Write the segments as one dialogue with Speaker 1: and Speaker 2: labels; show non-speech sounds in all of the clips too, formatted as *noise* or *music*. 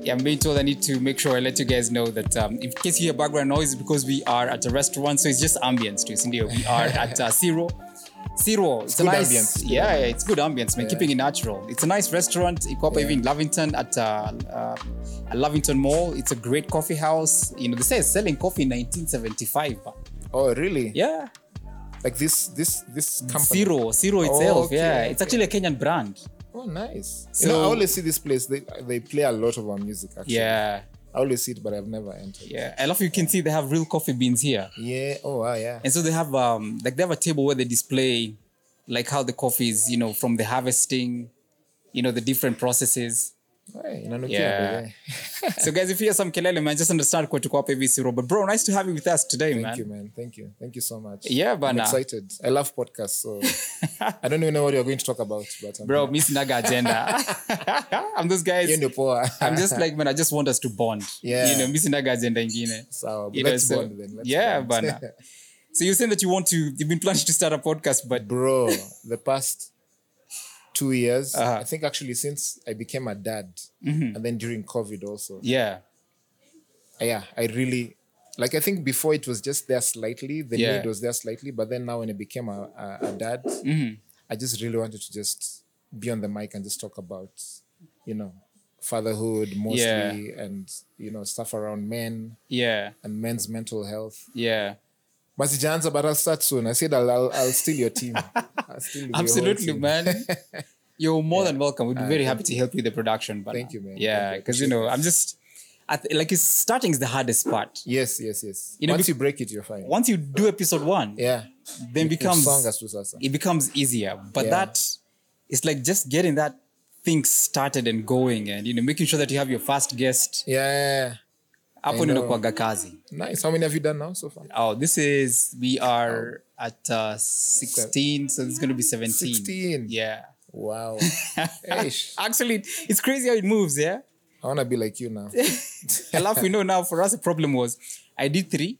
Speaker 1: yeah, I'm being told I need to make sure I let you guys know that um, in case you hear background noise, because we are at a restaurant, so it's just ambience to India. We
Speaker 2: *laughs*
Speaker 1: are at uh, Zero. Zero. It's, a
Speaker 2: good
Speaker 1: nice,
Speaker 2: ambience. Good
Speaker 1: yeah, yeah, it's good ambience, man. Keeping it natural. It's a nice restaurant. Iko hapa hivi in Lavington at uh, uh, at Lavington Mall. It's a great coffee house. You know, they say it's selling coffee in 1975. but-
Speaker 2: Oh, really?
Speaker 1: Yeah,
Speaker 2: Like this, this, this company.
Speaker 1: Zero, Zero itself.
Speaker 2: okay,
Speaker 1: yeah, it's actually a Kenyan brand.
Speaker 2: Oh, nice.
Speaker 1: So-
Speaker 2: you know, I always see this place. They they play a lot of our music. Actually.
Speaker 1: Yeah,
Speaker 2: I always see it, but I've never entered.
Speaker 1: yeah. I love you can see they have real coffee beans here.
Speaker 2: Yeah. Oh, wow, yeah.
Speaker 1: and so they have um like they have a table where they display like how the coffee is you know from the harvesting you know the different
Speaker 2: *laughs*
Speaker 1: processes
Speaker 2: Hey, inanukia
Speaker 1: Yeah.
Speaker 2: by the way.
Speaker 1: so guys if you hear some kelele man just understand kwa tuko hapa hivi siro but bro nice to have you with us today
Speaker 2: Thank
Speaker 1: man
Speaker 2: you, man. Thank you. Thank you so much.
Speaker 1: Yeah,
Speaker 2: I'm
Speaker 1: bana.
Speaker 2: excited. I love podcasts,
Speaker 1: *laughs*
Speaker 2: so I don't even know what you're going to talk about, but I'm
Speaker 1: bro mi sinaga
Speaker 2: *laughs*
Speaker 1: agenda i'm those guys
Speaker 2: Hiyo ndio poa. *laughs*
Speaker 1: i'm just like man i just want us to bond
Speaker 2: Yeah.
Speaker 1: you know mi sinaga agenda ingine
Speaker 2: Sawa,
Speaker 1: you
Speaker 2: let's
Speaker 1: know, so-
Speaker 2: bond then, let's
Speaker 1: yeah
Speaker 2: bond.
Speaker 1: bana so you're saying that you want to you've been planning to start a podcast but
Speaker 2: *laughs* bro the past two years
Speaker 1: Uh-huh. Mm-hmm.
Speaker 2: i think actually since i became a dad and then during covid also
Speaker 1: yeah
Speaker 2: yeah i really like i think before it was just there slightly the
Speaker 1: Yeah.
Speaker 2: need was there slightly but then now when i became a, a, a dad
Speaker 1: Mm-hmm.
Speaker 2: i just really wanted to just be on the mic and just talk about you know fatherhood mostly and you know stuff around men
Speaker 1: yeah
Speaker 2: and men's mental health
Speaker 1: yeah
Speaker 2: but sijaanza but i'll start soon i said i'll, I'll, I'll steal your
Speaker 1: *laughs*
Speaker 2: team I'll steal your whole
Speaker 1: Absolutely,
Speaker 2: team.
Speaker 1: man. *laughs* You're more than welcome. We'd be very happy to help you with the production. But
Speaker 2: Uh, Thank you, man.
Speaker 1: Yeah,
Speaker 2: Thank you.
Speaker 1: because you know, I'm just, I th- like, it's starting is the hardest part.
Speaker 2: Yes, yes, yes.
Speaker 1: You know,
Speaker 2: Once
Speaker 1: bec-
Speaker 2: you break it, you're fine.
Speaker 1: Once you do episode one,
Speaker 2: yeah.
Speaker 1: then becomes
Speaker 2: Songa tu sasa.
Speaker 1: it becomes easier. But
Speaker 2: Yeah.
Speaker 1: that, it's like just getting that thing started and going, and you know, making sure that you have your first guest.
Speaker 2: Yeah.
Speaker 1: Hapo
Speaker 2: know.
Speaker 1: ninakuwaga kazi.
Speaker 2: Nice. How many have you done now so far?
Speaker 1: Oh, this is we are
Speaker 2: Oh.
Speaker 1: at uh, 16, so it's gonna be 17.
Speaker 2: 16.
Speaker 1: Yeah. *laughs*
Speaker 2: Wow. Eish.
Speaker 1: Actually, it's crazy how it moves. Yeah.
Speaker 2: I want to be like you
Speaker 1: *laughs*
Speaker 2: now.
Speaker 1: I laugh we know now for us the problem was I did three,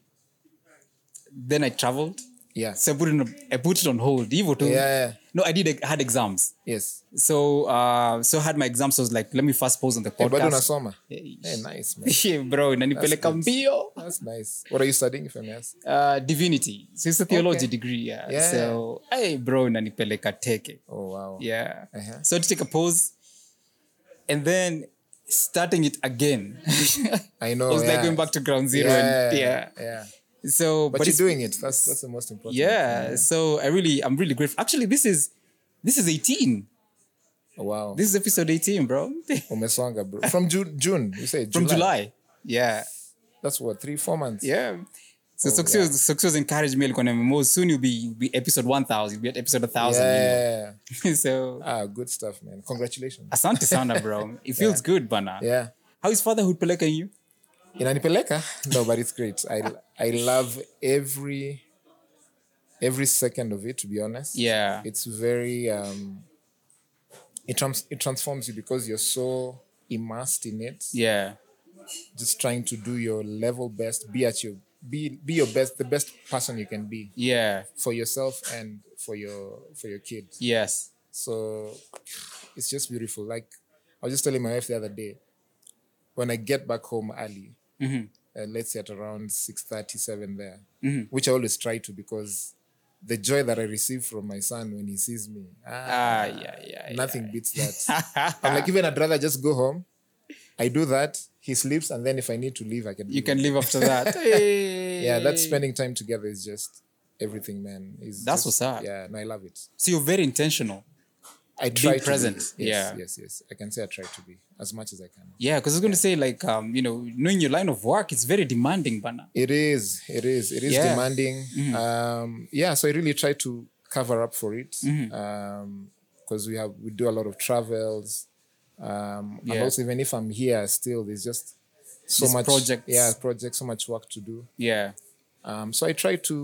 Speaker 1: then I traveled.
Speaker 2: Yeah.
Speaker 1: So I put it on, I put it on hold. Evil too.
Speaker 2: Yeah.
Speaker 1: No, I did I had exams.
Speaker 2: Yes.
Speaker 1: So uh so I had my exams, so I was like, let me fast pause on the
Speaker 2: Hey, bado
Speaker 1: podcast.
Speaker 2: unasoma.
Speaker 1: Hey,
Speaker 2: Hey, nice, man.
Speaker 1: *laughs* yeah, bro, inanipeleka
Speaker 2: good.
Speaker 1: mbio.
Speaker 2: That's nice. What are you studying, if I may ask?
Speaker 1: Uh, divinity. So it's a theology
Speaker 2: Okay.
Speaker 1: degree, yeah.
Speaker 2: Yeah.
Speaker 1: So hey bro, inanipeleka teke.
Speaker 2: Oh, wow.
Speaker 1: Yeah.
Speaker 2: Uh-huh.
Speaker 1: So I had to take a pause and then starting it again. *laughs*
Speaker 2: I
Speaker 1: it
Speaker 2: know.
Speaker 1: was
Speaker 2: yeah.
Speaker 1: like going back to ground zero
Speaker 2: Yeah.
Speaker 1: and yeah.
Speaker 2: yeah.
Speaker 1: So,
Speaker 2: But,
Speaker 1: but,
Speaker 2: you're
Speaker 1: it's,
Speaker 2: doing it. That's that's the most important.
Speaker 1: yeah, So I really, I'm really grateful. Actually, this is this is 18.
Speaker 2: Oh, wow.
Speaker 1: This is episode 18, bro. *laughs*
Speaker 2: Umesonga, bro. From June, June. You say
Speaker 1: From July. Yeah,
Speaker 2: That's what, three, four months?
Speaker 1: yeah. So
Speaker 2: Oh,
Speaker 1: success, success encouraged me. Like, when I'm more soon, you'll be, you'll be episode 1,000. You'll be at episode 1,000.
Speaker 2: Yeah.
Speaker 1: you know. *laughs* so,
Speaker 2: Ah, good stuff, man. Congratulations.
Speaker 1: asante sana, bro.
Speaker 2: *laughs*
Speaker 1: It feels good, bana.
Speaker 2: Yeah.
Speaker 1: How is fatherhood peleka you?
Speaker 2: inanipeleka no but it's great i i love every every second of it to be honest
Speaker 1: Yeah,
Speaker 2: it's very um it trans- it transforms you because you're so immersed in it
Speaker 1: yeah,
Speaker 2: just trying to do your level best be at your be be your best the best person you can be
Speaker 1: yeah,
Speaker 2: for yourself and for your for your kid
Speaker 1: yes,
Speaker 2: so it's just beautiful like i was just telling my wife the other day when i get back home early
Speaker 1: Mm-hmm.
Speaker 2: uh, let's say at around 6.37 there which i always try to because the joy that i receive from my son when he sees me ah,
Speaker 1: ah, yeah, yeah, yeah.
Speaker 2: nothing beats
Speaker 1: *laughs*
Speaker 2: that i'm like even i'd rather just go home i do that he sleeps and then if i need to leave i can
Speaker 1: You
Speaker 2: leave.
Speaker 1: can live after that.
Speaker 2: *laughs* yeah that
Speaker 1: Hey.
Speaker 2: spending time together is just everything man is
Speaker 1: That's
Speaker 2: just,
Speaker 1: what's up.
Speaker 2: yeah and i love it
Speaker 1: So you're very intentional.
Speaker 2: I try to be.
Speaker 1: present.
Speaker 2: Yes,
Speaker 1: Yeah.
Speaker 2: Yes, yes. I can say I try to be as much as I can.
Speaker 1: Yeah, because I was going to say, like, um, you know, knowing your line of work, it's very demanding, Bana.
Speaker 2: It is. It is. It is
Speaker 1: Yeah. Mm-hmm.
Speaker 2: demanding. Um, yeah. So I really try to cover up for it
Speaker 1: Mm-hmm.
Speaker 2: because we have we do a lot of travels. Um,
Speaker 1: Yeah.
Speaker 2: And also, even if I'm here, still there's just so
Speaker 1: These
Speaker 2: much
Speaker 1: projects.
Speaker 2: Yeah, projects. So much work to do.
Speaker 1: Yeah,
Speaker 2: Um, so I try to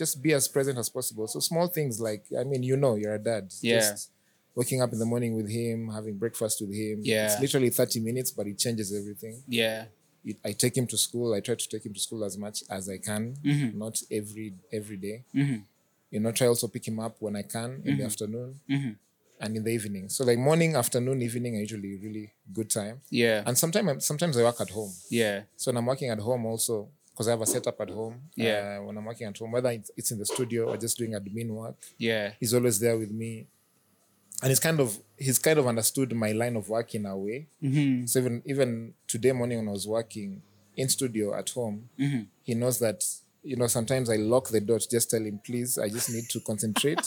Speaker 2: just be as present as possible. So small things like, I mean, you know, you're a dad.
Speaker 1: Yeah.
Speaker 2: Just waking up in the morning with him, having breakfast with him.
Speaker 1: Yeah.
Speaker 2: It's literally 30 minutes, but it changes everything.
Speaker 1: yeah,
Speaker 2: It, I take him to school. I try to take him to school as much as I can,
Speaker 1: Mm-hmm.
Speaker 2: not
Speaker 1: Mm-hmm.
Speaker 2: every every day. You know, try also pick him up when I can in the afternoon. and in the evening. So like morning, afternoon, evening are usually really good time.
Speaker 1: Yeah.
Speaker 2: And sometimes sometimes I work at home.
Speaker 1: yeah.
Speaker 2: So when I'm working at home also, because I have a setup at home.
Speaker 1: Yeah.
Speaker 2: Uh, when I'm working at home, whether it's- it's in the studio or just doing admin work,
Speaker 1: Yeah.
Speaker 2: he's always there with me. And he's kind of he's kind of understood my line of work in a way. So even even today morning when I was working in studio at home, he knows that you know sometimes I lock the door to just tell him, please, I just need to concentrate.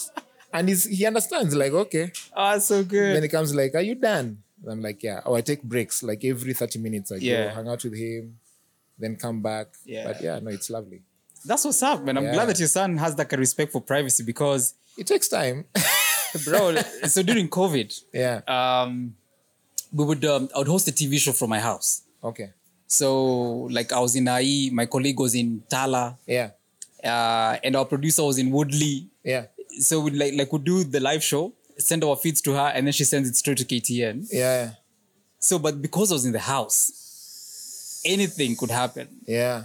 Speaker 2: and he's, he understands, like, okay.
Speaker 1: Oh, so
Speaker 2: Then
Speaker 1: good. *laughs*
Speaker 2: he comes like, "Are you done?" And I'm like, "Yeah." Or I take breaks, like every thirty minutes. I
Speaker 1: Yeah.
Speaker 2: go hang out with him, then come back.
Speaker 1: Yeah.
Speaker 2: But yeah, no, it's lovely.
Speaker 1: That's what's up, man. I'm
Speaker 2: Yeah.
Speaker 1: glad that your son has that kind of respect for privacy because,
Speaker 2: It takes time. *laughs*
Speaker 1: *laughs* bro. so during COVID,
Speaker 2: yeah.
Speaker 1: um, we would um, I would host a TV show from my house.
Speaker 2: Okay.
Speaker 1: So like I was in Ai, my colleague was in Tala,
Speaker 2: Yeah.
Speaker 1: uh, and our producer was in Woodley.
Speaker 2: Yeah.
Speaker 1: So we would like like we would do the live show, send our feeds to her, and then she sends it straight to KTN.
Speaker 2: Yeah.
Speaker 1: So, but because I was in the house, anything could happen.
Speaker 2: Yeah.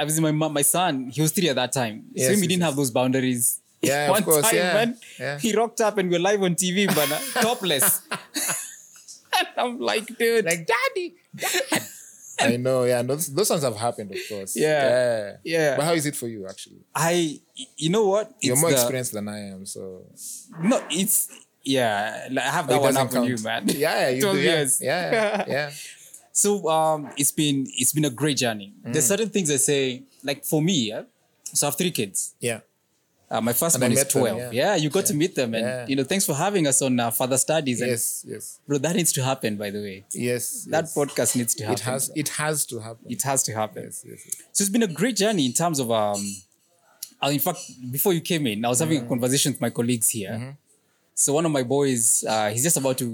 Speaker 1: I was my mu- my son. He was three at that time,
Speaker 2: Yes,
Speaker 1: so he
Speaker 2: yes,
Speaker 1: didn't have those boundaries.
Speaker 2: Yeah, of
Speaker 1: *laughs*
Speaker 2: course, yeah, yeah.
Speaker 1: he rocked up and we were live on TV, but
Speaker 2: *laughs*
Speaker 1: uh, topless. *laughs* and I'm like, dude,
Speaker 2: Like daddy.
Speaker 1: *laughs*
Speaker 2: Dad. I know. Yeah. Those those ones have happened, of course.
Speaker 1: Yeah.
Speaker 2: Yeah.
Speaker 1: Yeah.
Speaker 2: But how is it for you, actually?
Speaker 1: I, you know what? It's
Speaker 2: You're more
Speaker 1: the-
Speaker 2: experienced than I am, so
Speaker 1: No, it's yeah. like, I have that
Speaker 2: it
Speaker 1: one
Speaker 2: doesn't
Speaker 1: up on you, man.
Speaker 2: *laughs* Yeah, yeah,
Speaker 1: *laughs*
Speaker 2: you
Speaker 1: Twelve
Speaker 2: do, yeah.
Speaker 1: years. *laughs*
Speaker 2: Yeah, yeah, yeah.
Speaker 1: So um, it's been it's been a great journey. There's
Speaker 2: Mm.
Speaker 1: certain things I say, like for me, yeah. So I have three kids.
Speaker 2: yeah.
Speaker 1: Uh, my first
Speaker 2: And I
Speaker 1: one is
Speaker 2: met them,
Speaker 1: twelve. yeah.
Speaker 2: yeah.
Speaker 1: you got to meet them, and
Speaker 2: Yeah.
Speaker 1: you know, thanks for having us on uh, Father Studies. And
Speaker 2: Yes, yes,
Speaker 1: bro, that needs to happen. By the way,
Speaker 2: yes.
Speaker 1: that
Speaker 2: yes.
Speaker 1: podcast needs to happen.
Speaker 2: it has it has to happen.
Speaker 1: It has to happen.
Speaker 2: yes, yes, yes.
Speaker 1: So it's been a great journey in terms of um uh, in fact before you came in, I was
Speaker 2: Mm-hmm.
Speaker 1: having a conversation with my colleagues here. So one of my boys, uh, he's just about to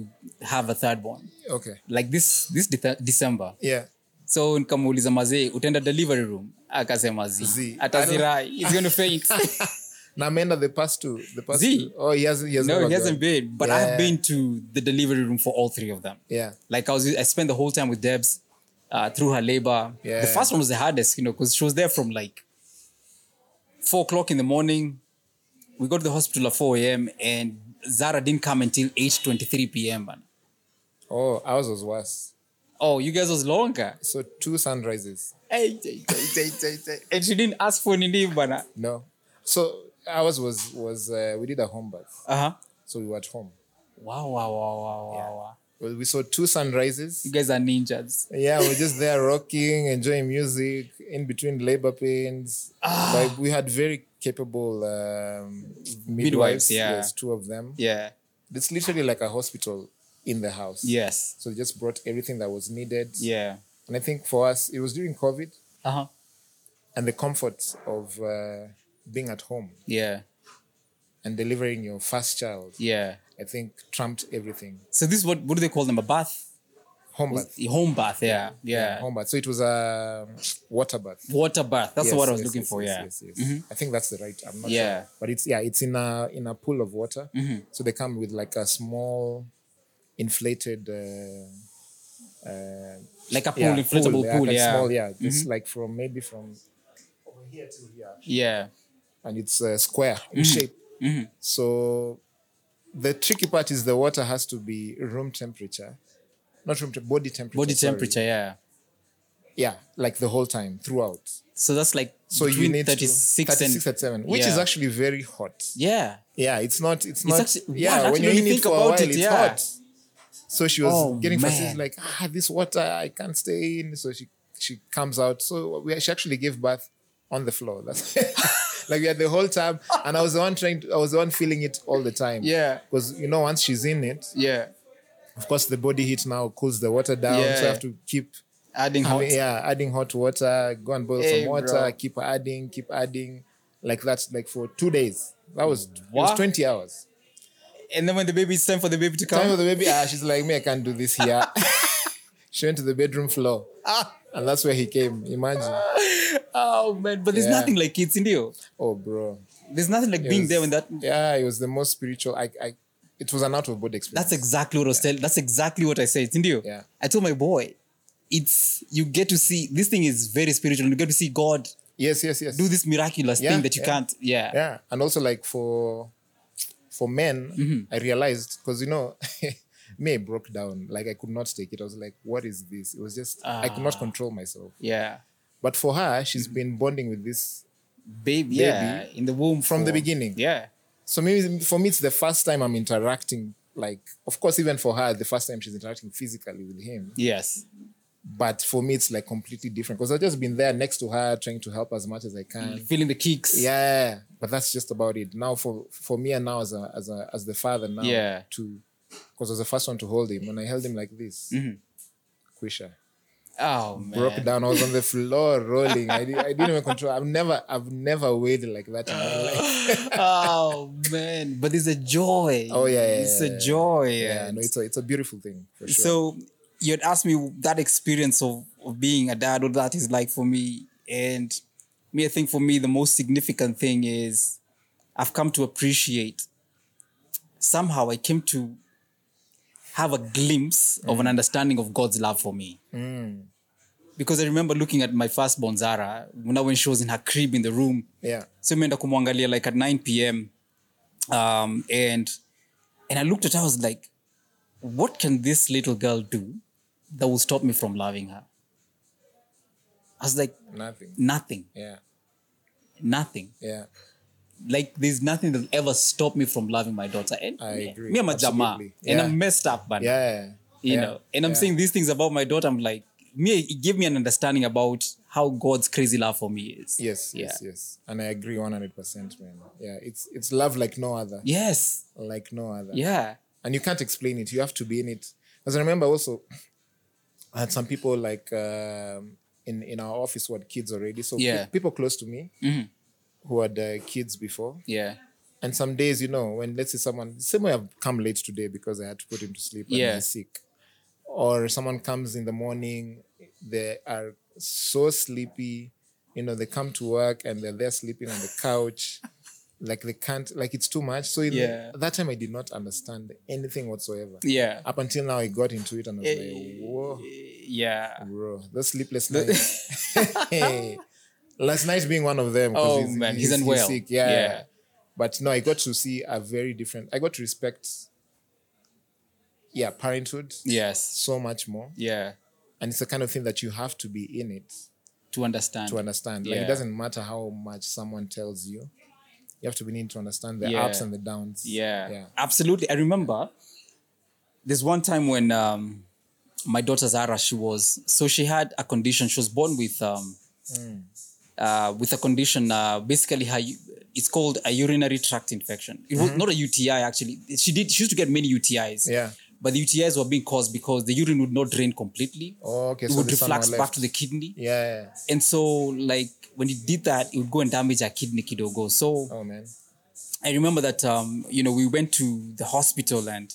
Speaker 1: have a third one,
Speaker 2: Okay.
Speaker 1: like this this de- December.
Speaker 2: Yeah.
Speaker 1: So nikamuuliza mazee, utaenda delivery room? Akasema z
Speaker 2: Zi. I don't-
Speaker 1: atazirai, he's going to faint.
Speaker 2: *laughs* Now, Menda, the past two, the past
Speaker 1: Z.
Speaker 2: two. Oh, he hasn't. He has
Speaker 1: no,
Speaker 2: never
Speaker 1: he hasn't
Speaker 2: gone.
Speaker 1: been. But I've
Speaker 2: Yeah.
Speaker 1: been to the delivery room for all three of them.
Speaker 2: Yeah,
Speaker 1: Like I was, I spent the whole time with Debs uh, through her labor.
Speaker 2: Yeah.
Speaker 1: The first one was the hardest, you know, because she was there from like four o'clock in the morning. We got to the hospital at four a.m. and Zara didn't come until eight twenty-three p.m. Man.
Speaker 2: Oh, ours was worse.
Speaker 1: Oh, you guys was longer.
Speaker 2: So two sunrises.
Speaker 1: Hey, hey, hey, hey, hey, hey. and she didn't ask for any leave, man. Uh
Speaker 2: No. So ours was was uh, we did a home bath.
Speaker 1: huh.
Speaker 2: So we were at home.
Speaker 1: Uh-huh. Wow, wow, wow, wow, wow, wow.
Speaker 2: Well, We saw two sunrises.
Speaker 1: You guys are ninjas.
Speaker 2: Yeah, we're just there *laughs* rocking, enjoying music in between labor pains.
Speaker 1: Ah.
Speaker 2: Like we had very capable um, midwives.
Speaker 1: Midwives, yeah.
Speaker 2: Yes, two of them.
Speaker 1: Yeah.
Speaker 2: It's literally like a hospital in the house.
Speaker 1: Yes.
Speaker 2: So they just brought everything that was needed.
Speaker 1: Yeah.
Speaker 2: And I think for us, it was during COVID.
Speaker 1: Uh huh.
Speaker 2: and the comfort of uh, being at home
Speaker 1: Yeah.
Speaker 2: and delivering your first child,
Speaker 1: Yeah.
Speaker 2: I think trumped everything.
Speaker 1: So this is what what do they call them? A bath?
Speaker 2: Home bath.
Speaker 1: Home bath. Yeah. Yeah.
Speaker 2: Home bath. So it was a um, water bath.
Speaker 1: Water bath. That's
Speaker 2: Yes,
Speaker 1: what I was
Speaker 2: yes,
Speaker 1: looking
Speaker 2: yes,
Speaker 1: for.
Speaker 2: yes,
Speaker 1: yeah. Mm-hmm.
Speaker 2: yes, yes. I think that's the right. I'm not
Speaker 1: Yeah. Mm-hmm.
Speaker 2: sure, but it's yeah, it's in a in a pool of water. So they come with like a small, inflated. Uh, uh,
Speaker 1: Like a pool,
Speaker 2: yeah,
Speaker 1: inflatable
Speaker 2: yeah,
Speaker 1: pool.
Speaker 2: like
Speaker 1: yeah. Mm-hmm.
Speaker 2: small, yeah. It's like from maybe from over here to here.
Speaker 1: yeah.
Speaker 2: and it's uh, square
Speaker 1: Mm-hmm.
Speaker 2: in shape. So the tricky part is the water has to be room temperature, not room te- body temperature.
Speaker 1: Body
Speaker 2: sorry.
Speaker 1: temperature. Yeah.
Speaker 2: Yeah, like the whole time throughout.
Speaker 1: So that's like
Speaker 2: So
Speaker 1: between
Speaker 2: you need to-
Speaker 1: 36,
Speaker 2: 36
Speaker 1: and
Speaker 2: at seven, which is
Speaker 1: Yeah.
Speaker 2: actually very hot.
Speaker 1: yeah.
Speaker 2: Yeah, it's not. It's not.
Speaker 1: actually-
Speaker 2: yeah,
Speaker 1: yeah,
Speaker 2: when
Speaker 1: actually,
Speaker 2: you're
Speaker 1: when
Speaker 2: in
Speaker 1: you
Speaker 2: it
Speaker 1: think
Speaker 2: for a
Speaker 1: about
Speaker 2: while,
Speaker 1: it,
Speaker 2: it's
Speaker 1: yeah.
Speaker 2: hot. So she was
Speaker 1: Oh,
Speaker 2: getting
Speaker 1: man.
Speaker 2: frustrated, like, ah, this water, I can't stay in. So she she comes out. So we, she actually gave birth on the floor. That's *laughs* like we had the whole time, and I was the one trying. To, I was the one feeling it all the time.
Speaker 1: Yeah.
Speaker 2: because you know, once she's in it,
Speaker 1: Yeah.
Speaker 2: of course, the body heat now cools the water down. So
Speaker 1: Yeah.
Speaker 2: I have to keep
Speaker 1: Adding
Speaker 2: I
Speaker 1: hot.
Speaker 2: mean, yeah, adding hot water, go and boil
Speaker 1: Hey,
Speaker 2: some water,
Speaker 1: bro.
Speaker 2: keep adding, keep adding, like that, like for two days. That was it was
Speaker 1: Wow.
Speaker 2: twenty hours.
Speaker 1: And then when the baby, it's time for the baby to come.
Speaker 2: Time for the baby. Ah, she's like me. I can't do this
Speaker 1: *laughs*
Speaker 2: here. she went to the bedroom floor,
Speaker 1: Ah.
Speaker 2: and that's where he came. Imagine.
Speaker 1: oh man, but there's
Speaker 2: Yeah.
Speaker 1: nothing like kids in you.
Speaker 2: Oh, bro.
Speaker 1: There's nothing like
Speaker 2: It
Speaker 1: being
Speaker 2: was-
Speaker 1: there when that
Speaker 2: Yeah, it was the most spiritual. I, I, it was an out of body experience.
Speaker 1: That's exactly what I was telling. That's exactly what I said. Didn't you?
Speaker 2: Yeah.
Speaker 1: I told my boy, it's you get to see this thing is very spiritual. You get to see God
Speaker 2: yes, yes, yes.
Speaker 1: do this miraculous
Speaker 2: Yeah,
Speaker 1: thing that you
Speaker 2: yeah.
Speaker 1: can't. Yeah.
Speaker 2: Yeah, and also like for for men,
Speaker 1: Mm-hmm.
Speaker 2: I realized because you know, *laughs* me I broke down. Like I could not take it. I was like, "What is this?" It was just I could
Speaker 1: Ah.
Speaker 2: not control myself.
Speaker 1: Yeah.
Speaker 2: But for her, she's
Speaker 1: Mm-hmm.
Speaker 2: been bonding with this.
Speaker 1: Baby, yeah, in the womb
Speaker 2: From the
Speaker 1: for-
Speaker 2: beginning.
Speaker 1: Yeah.
Speaker 2: So maybe for me, it's the first time I'm interacting. Like, of course, even for her, the first time she's interacting physically with him.
Speaker 1: Yes.
Speaker 2: But for me, it's like completely different because I've just been there next to her, trying to help as much as I can.
Speaker 1: Feeling the kicks.
Speaker 2: Yeah, but that's just about it. Now for for me and now as a as a as the father now
Speaker 1: Yeah.
Speaker 2: to because I was the first one to hold him. When I held him like this, Quisha
Speaker 1: Oh man.
Speaker 2: broke down. I was on the floor rolling. I, did, I didn't even control. I've never I've never weighed like that in my life.
Speaker 1: oh man. But it's a joy.
Speaker 2: Oh, yeah, yeah,
Speaker 1: It's
Speaker 2: yeah,
Speaker 1: a
Speaker 2: yeah.
Speaker 1: joy.
Speaker 2: *laughs* Yeah, no, it's a it's a beautiful thing for sure.
Speaker 1: So you'd asked me that experience of, of being a dad, what that is like for me. And me, I think for me, the most significant thing is I've come to appreciate. Somehow I came to have a glimpse of an understanding of God's love for me. Because I remember looking at my firstborn Zara, now when she was in her crib in the room,
Speaker 2: yeah,
Speaker 1: so imeenda kumwangalia like at 9 pm um, and and i looked at her i was like what can this little girl do that will stop me from loving her i was like
Speaker 2: nothing.
Speaker 1: nothing
Speaker 2: Yeah,
Speaker 1: nothing
Speaker 2: yeah.
Speaker 1: like there's nothing that'll ever stop me from loving my daughter and
Speaker 2: I
Speaker 1: me-
Speaker 2: agree.
Speaker 1: me i'm a jamaa
Speaker 2: Absolutely.
Speaker 1: and
Speaker 2: Yeah.
Speaker 1: i'm messed up but
Speaker 2: Yeah.
Speaker 1: you
Speaker 2: yeah,
Speaker 1: know and i'm
Speaker 2: yeah.
Speaker 1: saying these things about my daughter i'm like me it gave me an understanding about how god's crazy love for me is
Speaker 2: Yes,
Speaker 1: Yeah.
Speaker 2: yes, yes. And I agree one hundred percent, man. Yeah. It's it's love like no other.
Speaker 1: yes
Speaker 2: Like no other.
Speaker 1: yeah
Speaker 2: and you can't explain it. You have to be in it. Because I remember also, I had some people like um, in in our office who had kids already. So pe-
Speaker 1: Yeah. Mm-hmm.
Speaker 2: people close to me who had uh, kids before.
Speaker 1: yeah
Speaker 2: And some days, you know, when let's say someone, same way I've come late today because I had to put him to sleep and
Speaker 1: Yeah.
Speaker 2: he's sick, or someone comes in the morning, they are so sleepy, you know, they come to work and they're there sleeping on the couch, like they can't, like it's too much. So in
Speaker 1: Yeah.
Speaker 2: that time, I did not understand anything whatsoever.
Speaker 1: yeah
Speaker 2: Up until now, I got into it and I was like, whoa,
Speaker 1: yeah
Speaker 2: bro, those sleepless nights.
Speaker 1: *laughs*
Speaker 2: Last night being one of them. 'cause
Speaker 1: Oh, man, he's unwell.
Speaker 2: sick. Yeah.
Speaker 1: Yeah.
Speaker 2: But no, I got to see a very different. I got to respect, yeah, parenthood
Speaker 1: Yes.
Speaker 2: so much more,
Speaker 1: Yeah.
Speaker 2: and it's the kind of thing that you have to be in it
Speaker 1: To understand.
Speaker 2: to understand. Like
Speaker 1: Yeah.
Speaker 2: it doesn't matter how much someone tells you, you have to be in it to understand the
Speaker 1: Yeah.
Speaker 2: ups and the downs.
Speaker 1: yeah.
Speaker 2: yeah,
Speaker 1: Absolutely. I remember there's one time when um, my daughter Zara, she was so she had a condition. She was born with um,
Speaker 2: Hmm.
Speaker 1: uh, with a condition. Uh, basically, her, u- it's called a urinary tract infection. It was not a UTI actually. She did. She used to get many UTIs.
Speaker 2: Mm-hmm. yeah.
Speaker 1: But the UTIs were being caused because the urine would not drain completely.
Speaker 2: Oh, okay,
Speaker 1: It
Speaker 2: so
Speaker 1: would
Speaker 2: there's some
Speaker 1: reflux
Speaker 2: more
Speaker 1: back
Speaker 2: left.
Speaker 1: to the kidney.
Speaker 2: Yeah, yeah.
Speaker 1: And so, like, when it did that, it would go and damage her kidney kidogo. So,
Speaker 2: Oh man.
Speaker 1: I remember that um, you know we went to the hospital and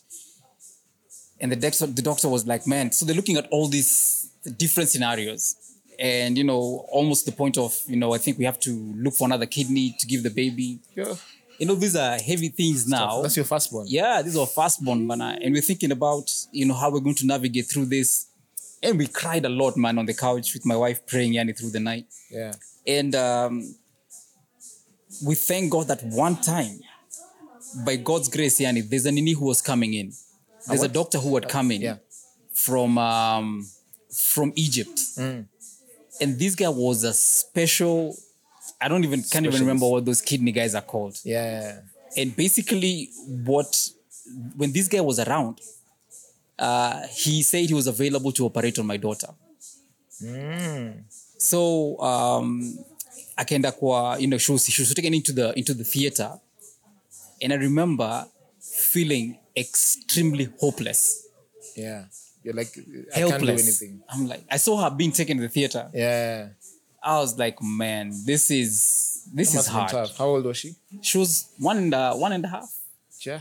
Speaker 1: and the doctor the doctor was like, man, so they're looking at all these different scenarios, and you know almost the point of you know I think we have to look for another kidney to give the baby.
Speaker 2: Yeah.
Speaker 1: You know these are heavy things now.
Speaker 2: That's your first one.
Speaker 1: yeah, these are firstborn, man, and we're thinking about you know how we're going to navigate through this, and we cried a lot, man, on the couch with my wife praying yani through the night.
Speaker 2: Yeah.
Speaker 1: And um, we thank God that one time, by God's grace, yani, there's a nini who was coming in. There's a
Speaker 2: what?
Speaker 1: doctor who had come in
Speaker 2: yeah.
Speaker 1: from um, from Egypt,
Speaker 2: Mm.
Speaker 1: and this guy was a special. I don't even can't even
Speaker 2: Specialist.
Speaker 1: remember what those kidney guys are called.
Speaker 2: Yeah.
Speaker 1: And basically, what when this guy was around, uh, he said he was available to operate on my daughter.
Speaker 2: Hmm.
Speaker 1: So um, akaenda kwa you know she was, she was taken into the into the theater, and I remember feeling extremely hopeless,
Speaker 2: Yeah. You're like I
Speaker 1: helpless.
Speaker 2: can't do anything.
Speaker 1: I'm like I saw her being taken to the theater.
Speaker 2: Yeah.
Speaker 1: I was like, man, this is this
Speaker 2: That
Speaker 1: is
Speaker 2: must have
Speaker 1: hard.
Speaker 2: been How old was she?
Speaker 1: She was one and a, one and a half.
Speaker 2: Yeah.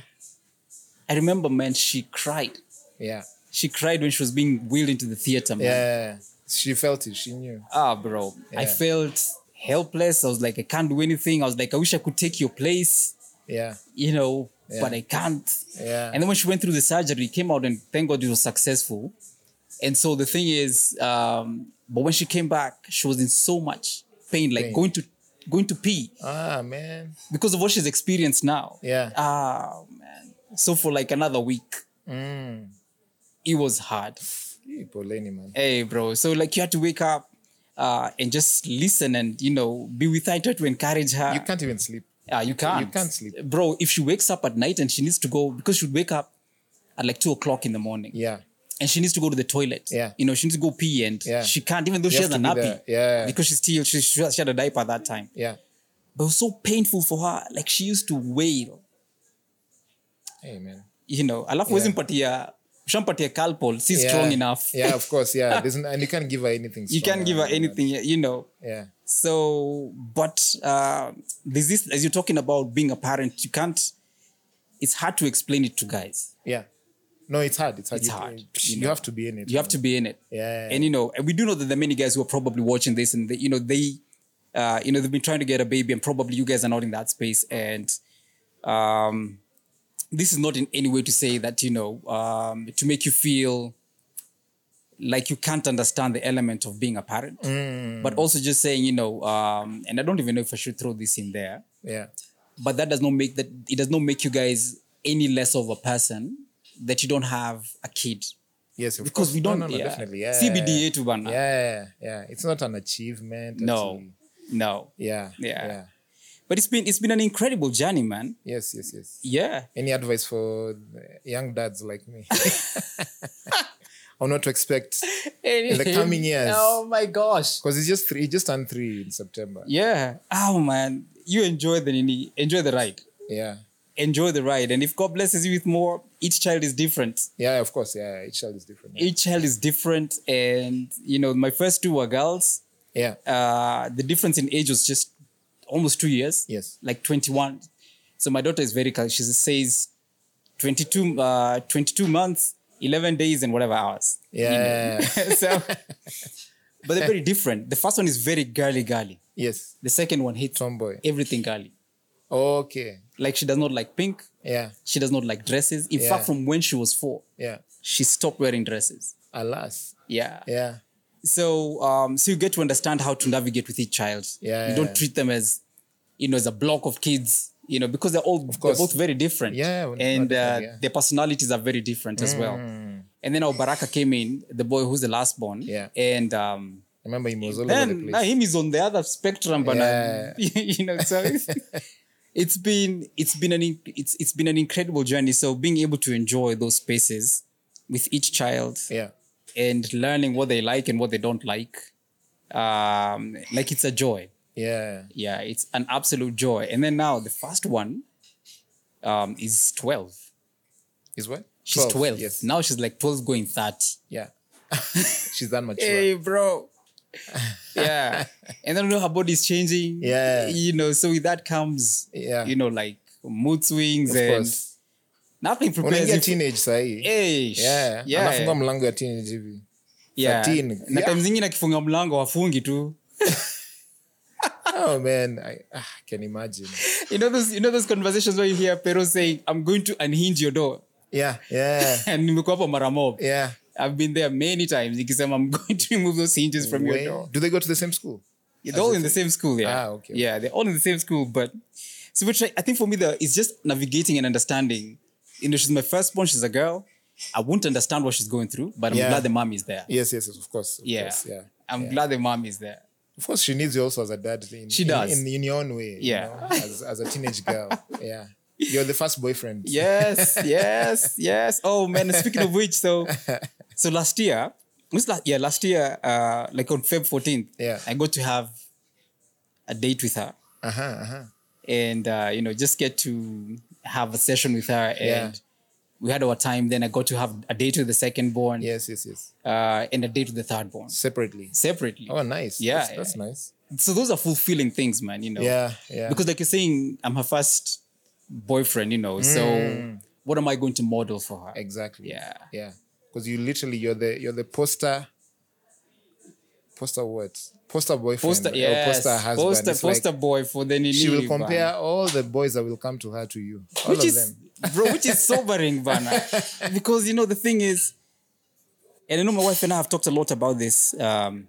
Speaker 1: I remember, man, she cried.
Speaker 2: Yeah.
Speaker 1: She cried when she was being wheeled into the theater, man.
Speaker 2: Yeah. She felt it. She knew.
Speaker 1: Ah, bro. I
Speaker 2: Yeah.
Speaker 1: felt helpless. I was like, I can't do anything. I was like, I wish I could take your place,
Speaker 2: Yeah.
Speaker 1: you know,
Speaker 2: Yeah.
Speaker 1: but I can't.
Speaker 2: Yeah.
Speaker 1: And then when she went through the surgery, it came out and thank God it was successful. And so the thing is, um, but when she came back, she was in so much pain, like
Speaker 2: Pain.
Speaker 1: going to going to pee
Speaker 2: Ah, man.
Speaker 1: because of what she's experienced now.
Speaker 2: Yeah.
Speaker 1: Ah man. So for like another week,
Speaker 2: Mm.
Speaker 1: it was hard.
Speaker 2: Hey, poleni, man.
Speaker 1: Hey, bro. So like you had to wake up uh, and just listen and you know be with her, try to encourage her.
Speaker 2: You can't even sleep.
Speaker 1: Ah, you can't.
Speaker 2: can't sleep.
Speaker 1: bro. If she wakes up at night and she needs to go because she'd wake up at like two o'clock in the morning
Speaker 2: Yeah.
Speaker 1: and she needs to go to the toilet.
Speaker 2: Yeah.
Speaker 1: you know she needs to go pee and
Speaker 2: Yeah.
Speaker 1: she can't even though she
Speaker 2: You
Speaker 1: has a
Speaker 2: have to be
Speaker 1: nappy.
Speaker 2: there. Yeah.
Speaker 1: because she's still she, she had she had a diaper at that time.
Speaker 2: Yeah.
Speaker 1: But it was so painful for her. Like she used to wail.
Speaker 2: Hey, man.
Speaker 1: you know alafu huwezi mpatia ushampatia calpol si
Speaker 2: Yeah.
Speaker 1: strong enough
Speaker 2: yeah, of course. Yeah. There's n- and you can't give her anything.
Speaker 1: you
Speaker 2: strong,
Speaker 1: can't give her
Speaker 2: man.
Speaker 1: anything you know
Speaker 2: Yeah.
Speaker 1: so but uh, there's this as you're talking about being a parent you can't it's hard to explain it to guys
Speaker 2: Yeah. No, it's hard. It's hard.
Speaker 1: It's
Speaker 2: you,
Speaker 1: hard, you
Speaker 2: You,
Speaker 1: know.
Speaker 2: have to be in it.
Speaker 1: you have to be in it
Speaker 2: Yeah.
Speaker 1: and you know and we do know that there are many guys who are probably watching this and they, you know they uh, you know they've been trying to get a baby and probably you guys are not in that space and um this is not in any way to say that you know um to make you feel like you can't understand the element of being a parent but also just saying you know um and i don't even know if i should throw this in there
Speaker 2: Yeah.
Speaker 1: but that does not make that it does not make you guys any less of a person that you don't have a kid
Speaker 2: Yes, of
Speaker 1: because
Speaker 2: course.
Speaker 1: we
Speaker 2: No,
Speaker 1: don't
Speaker 2: no, no,
Speaker 1: yeah.
Speaker 2: definitely. Yeah.
Speaker 1: cbda to bana
Speaker 2: Yeah, yeah. It's not an achievement.
Speaker 1: no
Speaker 2: actually.
Speaker 1: no
Speaker 2: Yeah.
Speaker 1: Yeah.
Speaker 2: Yeah.
Speaker 1: but it's been it's been an incredible journey man
Speaker 2: Yes, yes, yes.
Speaker 1: yeah
Speaker 2: Any advice for the young dads like
Speaker 1: *laughs*
Speaker 2: me? *laughs* On what to expect?
Speaker 1: in
Speaker 2: the coming years.
Speaker 1: oh my gosh
Speaker 2: Because it's just three. He just turned three in September.
Speaker 1: yeah oh man you enjoy the nini enjoy the ride
Speaker 2: Yeah.
Speaker 1: enjoy the ride and if god blesses you with more each child is different
Speaker 2: Yeah. Of course. Yeah. Each child is different.
Speaker 1: each child is different and you know my first two were girls
Speaker 2: Yeah.
Speaker 1: uh the difference in age was just almost two years
Speaker 2: Yes.
Speaker 1: like 21 so my daughter is very cal- she says 22 uh 22 months 11 days and whatever hours *laughs*
Speaker 2: Yeah. *laughs*
Speaker 1: so, but they're very different. The first one is very girly girly.
Speaker 2: yes.
Speaker 1: The second one hates
Speaker 2: Tomboy.
Speaker 1: everything girly.
Speaker 2: Okay.
Speaker 1: Like she does not like pink.
Speaker 2: Yeah.
Speaker 1: She does not like dresses. In
Speaker 2: Yeah.
Speaker 1: fact, from when she was four,
Speaker 2: Yeah.
Speaker 1: she stopped wearing dresses.
Speaker 2: Alas.
Speaker 1: Yeah.
Speaker 2: Yeah.
Speaker 1: So, um, so you get to understand how to navigate with each child.
Speaker 2: Yeah,
Speaker 1: You
Speaker 2: yeah.
Speaker 1: don't treat them as, you know, as a block of kids. You know, because they're all they're
Speaker 2: course.
Speaker 1: both very different.
Speaker 2: Yeah, well,
Speaker 1: and uh,
Speaker 2: they're different, yeah. Mm.
Speaker 1: their personalities are very different as well. And then our Baraka came in, the boy who's the last born.
Speaker 2: Yeah.
Speaker 1: And um,
Speaker 2: Remember, he was all over the
Speaker 1: then
Speaker 2: place.
Speaker 1: now him is on the other spectrum but uh, *laughs* you know so
Speaker 2: *laughs*
Speaker 1: it's, it's been it's been an in- it's it's been an incredible journey so being able to enjoy those spaces with each child
Speaker 2: yeah.
Speaker 1: and learning what they like and what they don't like um like it's a joy
Speaker 2: Yeah.
Speaker 1: yeah it's an absolute joy and then now the first one um is 12
Speaker 2: Is what?
Speaker 1: she's 12,
Speaker 2: Yes.
Speaker 1: now she's like 12 going 30
Speaker 2: Yeah. *laughs* she's that mature.
Speaker 1: hey, bro. *laughs* yeah. And I don't know her body's changing.
Speaker 2: Yeah.
Speaker 1: You know, so with that comes,
Speaker 2: Yeah.
Speaker 1: you know, like mood swings
Speaker 2: Of
Speaker 1: and
Speaker 2: course.
Speaker 1: nothing prepares
Speaker 2: unaingia
Speaker 1: you. For,
Speaker 2: teenage sahii
Speaker 1: hey,
Speaker 2: yeah,
Speaker 1: yeah,
Speaker 2: anafungua mlango ya teenage hivi
Speaker 1: yeah.
Speaker 2: 13.
Speaker 1: na
Speaker 2: Yeah.
Speaker 1: time zingine akifunga mlango wafungi tu
Speaker 2: oh man I ah, can imagine
Speaker 1: you know those, you know those conversations where you hear pero saying i'm going to unhinge your door
Speaker 2: yeah yeah
Speaker 1: and nimekuwa hapo mara mob
Speaker 2: yeah
Speaker 1: i've been there many times ikisema i'm going to remove those hinges *laughs* from your
Speaker 2: Wait,
Speaker 1: door
Speaker 2: do they go to the same school
Speaker 1: Yeah, they're all in the same school. Yeah.
Speaker 2: Ah, okay, okay.
Speaker 1: Yeah, they're all in the same school. But so which I, I think for me, the, it's just navigating and understanding. You know, she's my firstborn. She's a girl. I won't understand what she's going through, but I'm
Speaker 2: Yeah.
Speaker 1: glad the mom is there.
Speaker 2: yes yes yes, of course of
Speaker 1: Yeah.
Speaker 2: course, yeah
Speaker 1: I'm glad the mom is there.
Speaker 2: of course she needs you also as a dad in,
Speaker 1: She
Speaker 2: in-
Speaker 1: does.
Speaker 2: in, in your own way you
Speaker 1: Yeah.
Speaker 2: know, as, as a teenage
Speaker 1: *laughs*
Speaker 2: girl yeah you're the first boyfriend
Speaker 1: Yes, yes, yes. Oh man, speaking of which,
Speaker 2: *laughs*
Speaker 1: so so last year, was last yeah, last year, uh, like on Feb 14th,
Speaker 2: Yeah.
Speaker 1: I got to have a date with her.
Speaker 2: uh-huh, uh-huh.
Speaker 1: and uh, you know just get to have a session with her and
Speaker 2: Yeah.
Speaker 1: we had our time then i got to have a date with the second born
Speaker 2: yes yes yes
Speaker 1: uh, and a date with the third born
Speaker 2: separately
Speaker 1: separately
Speaker 2: oh nice
Speaker 1: Yeah,
Speaker 2: that's,
Speaker 1: yeah.
Speaker 2: that's nice
Speaker 1: so those are fulfilling things man you know
Speaker 2: yeah yeah
Speaker 1: because like you're saying i'm her first boyfriend you know
Speaker 2: Mm.
Speaker 1: so what am i going to model for her
Speaker 2: exactly
Speaker 1: Yeah.
Speaker 2: yeah because you literally you're the you're the poster poster what poster boyfriend
Speaker 1: poster
Speaker 2: or
Speaker 1: yeah
Speaker 2: poster husband
Speaker 1: poster,
Speaker 2: It's like
Speaker 1: poster boy for the
Speaker 2: she will
Speaker 1: Ninive,
Speaker 2: compare
Speaker 1: man.
Speaker 2: all the boys that will come to her to you all
Speaker 1: which
Speaker 2: of
Speaker 1: is
Speaker 2: them
Speaker 1: bro which is sobering bana
Speaker 2: *laughs*
Speaker 1: because you know the thing is and i know my wife and i have talked a lot about this um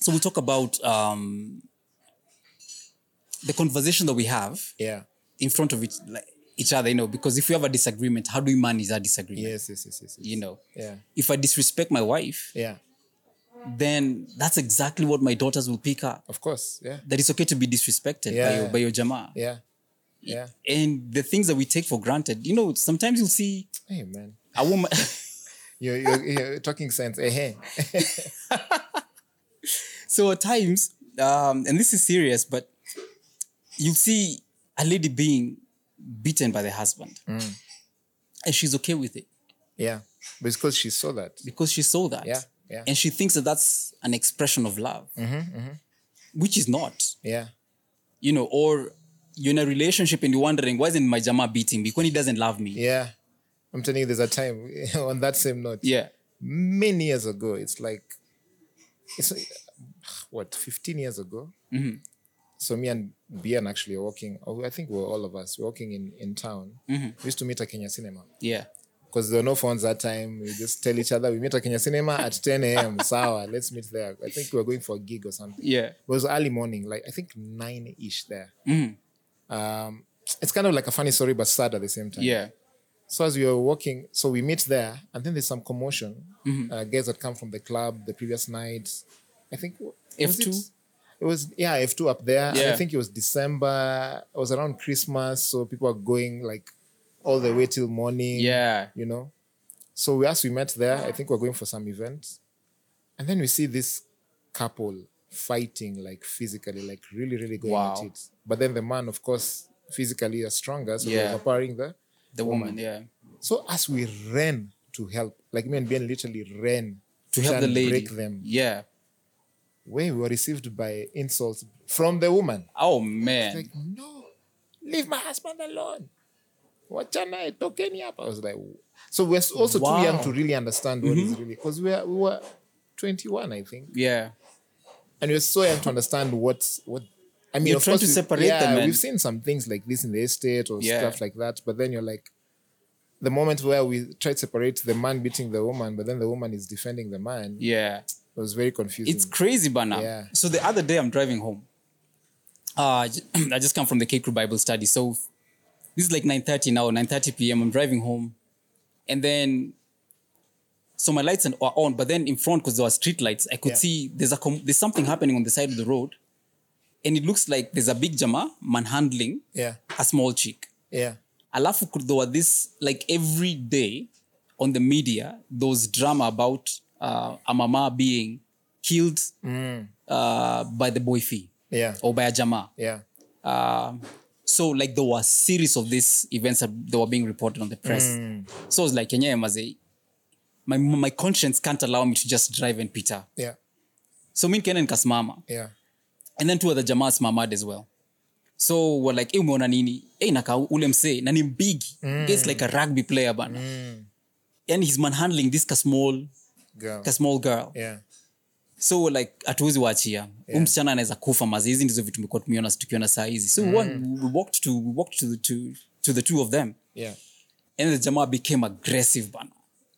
Speaker 1: so we'll talk about um the conversation that we have
Speaker 2: Yeah.
Speaker 1: in front of each, like, each other, you know, because if we have a disagreement, how do we manage that disagreement?
Speaker 2: Yes, yes, yes, yes. yes.
Speaker 1: You know,
Speaker 2: Yeah.
Speaker 1: if I disrespect my wife,
Speaker 2: Yeah.
Speaker 1: then that's exactly what my daughters will pick up.
Speaker 2: Of course. Yeah.
Speaker 1: That it's okay to be disrespected by
Speaker 2: Yeah.
Speaker 1: your by your jama.
Speaker 2: Yeah. Yeah.
Speaker 1: And the things that we take for granted, you know, sometimes you'll see
Speaker 2: Hey man.
Speaker 1: a woman *laughs*
Speaker 2: You're, you're, you're talking sense. Eh.
Speaker 1: so at times, um, and this is serious, but you'll see a lady being beaten by the husband.
Speaker 2: Mm.
Speaker 1: And she's okay with it
Speaker 2: Yeah. But it's because she saw that.
Speaker 1: because she saw that.
Speaker 2: Yeah, yeah. Mm-hmm,
Speaker 1: And she thinks that that's an expression of love, which is not,
Speaker 2: Yeah.
Speaker 1: you know, or you're in a relationship and you're wondering, why isn't my Jama beating me when he doesn't love me?
Speaker 2: Yeah. I'm telling you, there's a time *laughs* on that same note.
Speaker 1: Yeah.
Speaker 2: Many years ago, it's like, it's *sighs* uh, what, 15 years ago? So me and Bian actually were walking, or I think we were all of us walking in, in town. We used to meet at Kenya Cinema.
Speaker 1: Yeah.
Speaker 2: Because there were no phones that time. We just tell each other, we meet at Kenya Cinema at
Speaker 1: *laughs*
Speaker 2: 10 a.m. Sawa, let's meet there. I think we were going for a gig or something.
Speaker 1: Yeah.
Speaker 2: It was early morning, like I think nine ish there.
Speaker 1: Mm.
Speaker 2: Um, it's kind of like a funny story, but sad at the same time.
Speaker 1: Yeah.
Speaker 2: So as we were walking, so we meet there, and then there's some commotion.
Speaker 1: Mm-hmm.
Speaker 2: Uh, guys that come from the club the previous night. I think was
Speaker 1: F2?
Speaker 2: It, it was yeah F two up there. And
Speaker 1: Yeah.
Speaker 2: I think it was December. It was around Christmas, so people are going like all the way till morning.
Speaker 1: Yeah.
Speaker 2: you know. So we as we met there, I think we we're going for some event, and then we see this couple fighting like physically, like really, really going
Speaker 1: Wow.
Speaker 2: at it. But then the man, of course, physically is stronger, so
Speaker 1: Yeah.
Speaker 2: he's overpowering the
Speaker 1: The woman, yeah.
Speaker 2: so as we ran to help, like me and Ben literally ran
Speaker 1: To help
Speaker 2: try
Speaker 1: the
Speaker 2: and
Speaker 1: lady.
Speaker 2: break them.
Speaker 1: Yeah.
Speaker 2: When we were received by insults from the woman.
Speaker 1: Oh man.
Speaker 2: Like, no, leave my husband alone. Wachana itokeni hapa. I was like, "Wh-" so we're also
Speaker 1: Wow. Mm-hmm.
Speaker 2: too young to really understand what is really because we, are- we were 21, I think,
Speaker 1: yeah.
Speaker 2: and we are so young to understand what's what. I mean,
Speaker 1: You're
Speaker 2: of
Speaker 1: trying
Speaker 2: course,
Speaker 1: to
Speaker 2: we-
Speaker 1: separate
Speaker 2: yeah,
Speaker 1: them and-
Speaker 2: We've seen some things like this in the estate or
Speaker 1: Yeah.
Speaker 2: stuff like that, but then you're like, the moment where we try to separate the man beating the woman, but then the woman is defending the man,
Speaker 1: Yeah.
Speaker 2: it was very confusing.
Speaker 1: It's crazy, Bana.
Speaker 2: Mm. Yeah.
Speaker 1: So the other day I'm driving home. Uh, I ju- *clears throat* I just come from the K Crew Bible study. So this is like 9.30 now, 9.30 p.m. I'm driving home. And then, so my lights and- are on, but then in front, because there were street lights, I could
Speaker 2: Yeah.
Speaker 1: see there's, a com- there's something happening on the side of the road. And it looks like there's a big jama manhandling
Speaker 2: yeah,
Speaker 1: a small chick.
Speaker 2: yeah,
Speaker 1: alafu ku- there were this like every day on the media there was drama about uh, a mama being killed uh, by the boy fee
Speaker 2: yeah,
Speaker 1: or by a jama Um,
Speaker 2: yeah,
Speaker 1: so like there were a series of these events that they were being reported on the press so I was like kenya my, my conscience can't allow me to just drive and peter
Speaker 2: yeah,
Speaker 1: so mi nikaenda nikasimama
Speaker 2: yeah,
Speaker 1: and then two other jamas mamad as well so we're like "Eh, umeona nini hey, naka ule msee na ni mbigi gets like a rugby player bana yani he's manhandling this ka small
Speaker 2: girl,
Speaker 1: ka small girl
Speaker 2: yeah,
Speaker 1: so we're like hatuwezi waachia yeah. msichana anaweza kufa mazi hizi ndizo vitu mekuwa tumeona tukiona saa hizi so we, wa- we walked, to, we walked to, the, to, to the two of them
Speaker 2: yeah.
Speaker 1: and the jamaa became aggressive bana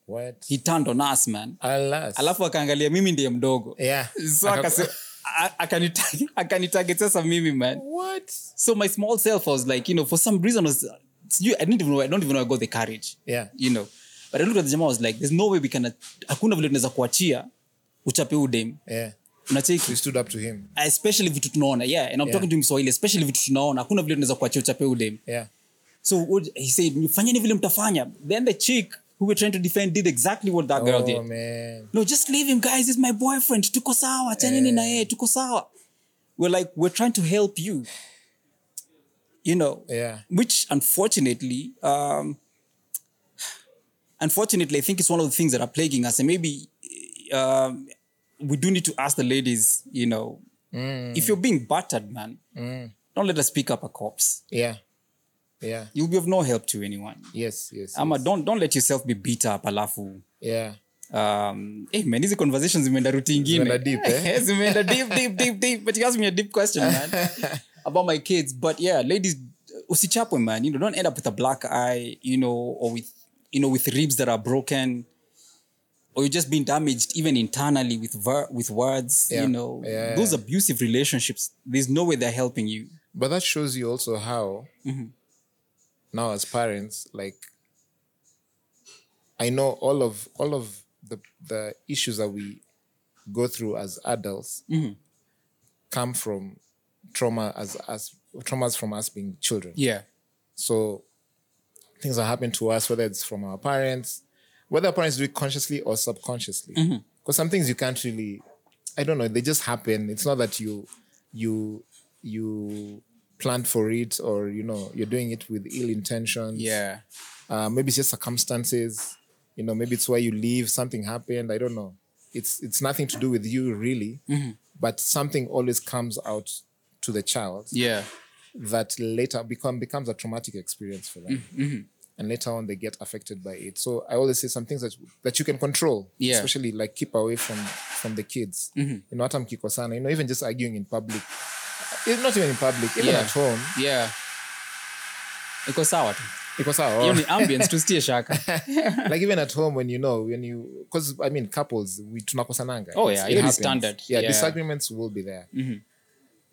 Speaker 2: What?
Speaker 1: he turned on us man
Speaker 2: Alas.
Speaker 1: alafu akaangalia mimi ndiye mdogo
Speaker 2: Yeah.
Speaker 1: so
Speaker 2: Eh. Aka-
Speaker 1: akase- a- akanita- akanitarget sasa mimi man
Speaker 2: What?
Speaker 1: so my small self, I was like, you know, for some reason, I was, you, I didn't even know, I don't even know I got the courage,
Speaker 2: Yeah.
Speaker 1: you know. But I looked at the jamaa, I was like, there's no way we can, hakuna vile tunaweza kuachia uchape udem
Speaker 2: Yeah.
Speaker 1: unacheki
Speaker 2: We stood up to him.
Speaker 1: especially vitu tunaona yeah and i'm talking to him in swahili especially vitu tunaona hakuna vile tunaweza kuachia uchape udem
Speaker 2: Yeah.
Speaker 1: so what- he said fanyeni vile mtafanya then the chick who we're trying to defend did exactly what that girl did
Speaker 2: Oh man.
Speaker 1: no just leave him guys he's my boyfriend tuko sawa chanini na yeye tuko sawa we're like we're trying to help you you know
Speaker 2: Yeah.
Speaker 1: which unfortunately um unfortunately i think it's one of the things that are plaguing us and maybe um we do need to ask the ladies you know if you're being battered man don't let us pick up a corpse
Speaker 2: Yeah. Yeah.
Speaker 1: you'll be of no help to anyone
Speaker 2: Yes. Yes.
Speaker 1: ama don't don't let yourself be beat up alafu
Speaker 2: yeah.
Speaker 1: um, hey man, hizi conversations zimeenda ruti ingine
Speaker 2: Zimeenda deep, eh?
Speaker 1: *laughs* zimeenda deep, deep, deep, deep. But you asked me a deep question, man,
Speaker 2: *laughs*
Speaker 1: about my kids. But yeah, ladies, usichapwe, man. You know, don't end up with a black eye, you know, or with, you know, with ribs that are broken, or you're just being damaged even internally with ver- with words.
Speaker 2: Yeah.
Speaker 1: You know,
Speaker 2: Yeah,
Speaker 1: those
Speaker 2: yeah.
Speaker 1: abusive relationships. There's no way they're helping you.
Speaker 2: But that shows you also how now as parents, like I know all of all of the the issues that we go through as adults come from trauma as as traumas from us being children.
Speaker 1: Yeah.
Speaker 2: So things that happen to us, whether it's from our parents, whether our parents do it consciously or subconsciously. Because some things you can't really, I don't know, they just happen. It's not that you you you planned for it or you know you're doing it with ill intentions.
Speaker 1: Yeah.
Speaker 2: Uh, maybe it's just circumstances. You know, maybe it's where you live. Something happened. I don't know. It's it's nothing to do with you really, but something always comes out to the child
Speaker 1: Yeah.
Speaker 2: that later become becomes a traumatic experience for them.
Speaker 1: Mm, mm-hmm.
Speaker 2: And later on, they get affected by it. So I always say some things that, that you can control,
Speaker 1: Yeah. Mm-hmm.
Speaker 2: especially like keep away from from the kids. You know, hata mkikosana, you know, even just arguing in public, Eh, not even in public, even
Speaker 1: Yeah.
Speaker 2: at home.
Speaker 1: Yeah. Iko sawa tu.
Speaker 2: Because ah,
Speaker 1: Hiyo ni ambience tusitie shaka.
Speaker 2: *laughs* like even at home when you know when you because I mean couples we tunakosananga.
Speaker 1: Oh,
Speaker 2: It's-
Speaker 1: yeah, it is
Speaker 2: happens.
Speaker 1: standard.
Speaker 2: Yeah,
Speaker 1: Yeah. Mm-hmm.
Speaker 2: disagreements will be there.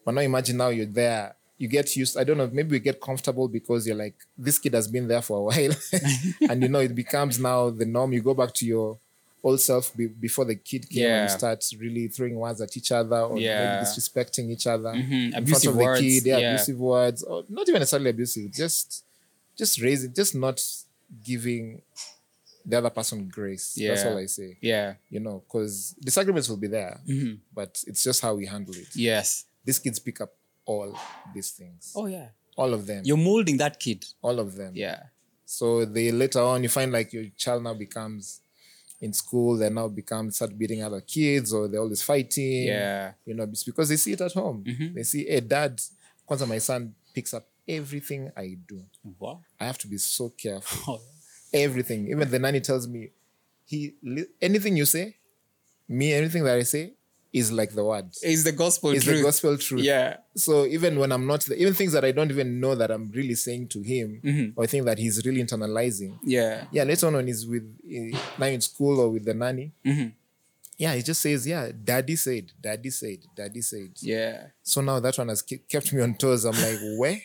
Speaker 2: But now imagine now you're there. You get used. I don't know. Maybe we get comfortable because you're like this kid has been there for a while, *laughs* and you know it becomes now the norm. You go back to your old self be, before the kid came and
Speaker 1: Yeah.
Speaker 2: you start really throwing words at each other or maybe
Speaker 1: Yeah. Mm-hmm.
Speaker 2: disrespecting each other in front
Speaker 1: Mhm, Abusive
Speaker 2: of
Speaker 1: words,
Speaker 2: the kid. Yeah,
Speaker 1: yeah.
Speaker 2: abusive words, or not even necessarily abusive. Just just raising, just not giving the other person grace. That's
Speaker 1: Yeah.
Speaker 2: all I say.
Speaker 1: Yeah.
Speaker 2: You know, because disagreements will be there,
Speaker 1: Mm-hmm.
Speaker 2: but it's just how we handle it.
Speaker 1: Yes.
Speaker 2: These kids pick up all these things,
Speaker 1: Oh yeah.
Speaker 2: all of them,
Speaker 1: You're molding that kid.
Speaker 2: all of them.
Speaker 1: Yeah.
Speaker 2: So they later on, you find like your child now becomes in school, they now become start beating other kids, or they're always fighting.
Speaker 1: Yeah.
Speaker 2: you know, it's because they see it at home.
Speaker 1: Mm-hmm.
Speaker 2: They see, hey, dad, Kwanzaa, my son picks up everything I do. *laughs*
Speaker 1: Wow.
Speaker 2: I have to be so careful.
Speaker 1: Oh,
Speaker 2: everything. Even the nanny tells me, he li- anything you say, me anything that I say is like the word.
Speaker 1: It's the gospel
Speaker 2: It's
Speaker 1: truth.
Speaker 2: the gospel truth.
Speaker 1: Yeah.
Speaker 2: So even when I'm not, there, even things that I don't even know that I'm really saying to him,
Speaker 1: Mm-hmm.
Speaker 2: or things that he's really internalizing.
Speaker 1: Yeah.
Speaker 2: Yeah, later on when he's with eh, now in school or with the nanny.
Speaker 1: Mm-hmm.
Speaker 2: Yeah, he just says, yeah, daddy said, daddy said, daddy said.
Speaker 1: Yeah.
Speaker 2: So now that one has ke- kept me on toes. I'm like, *laughs* where?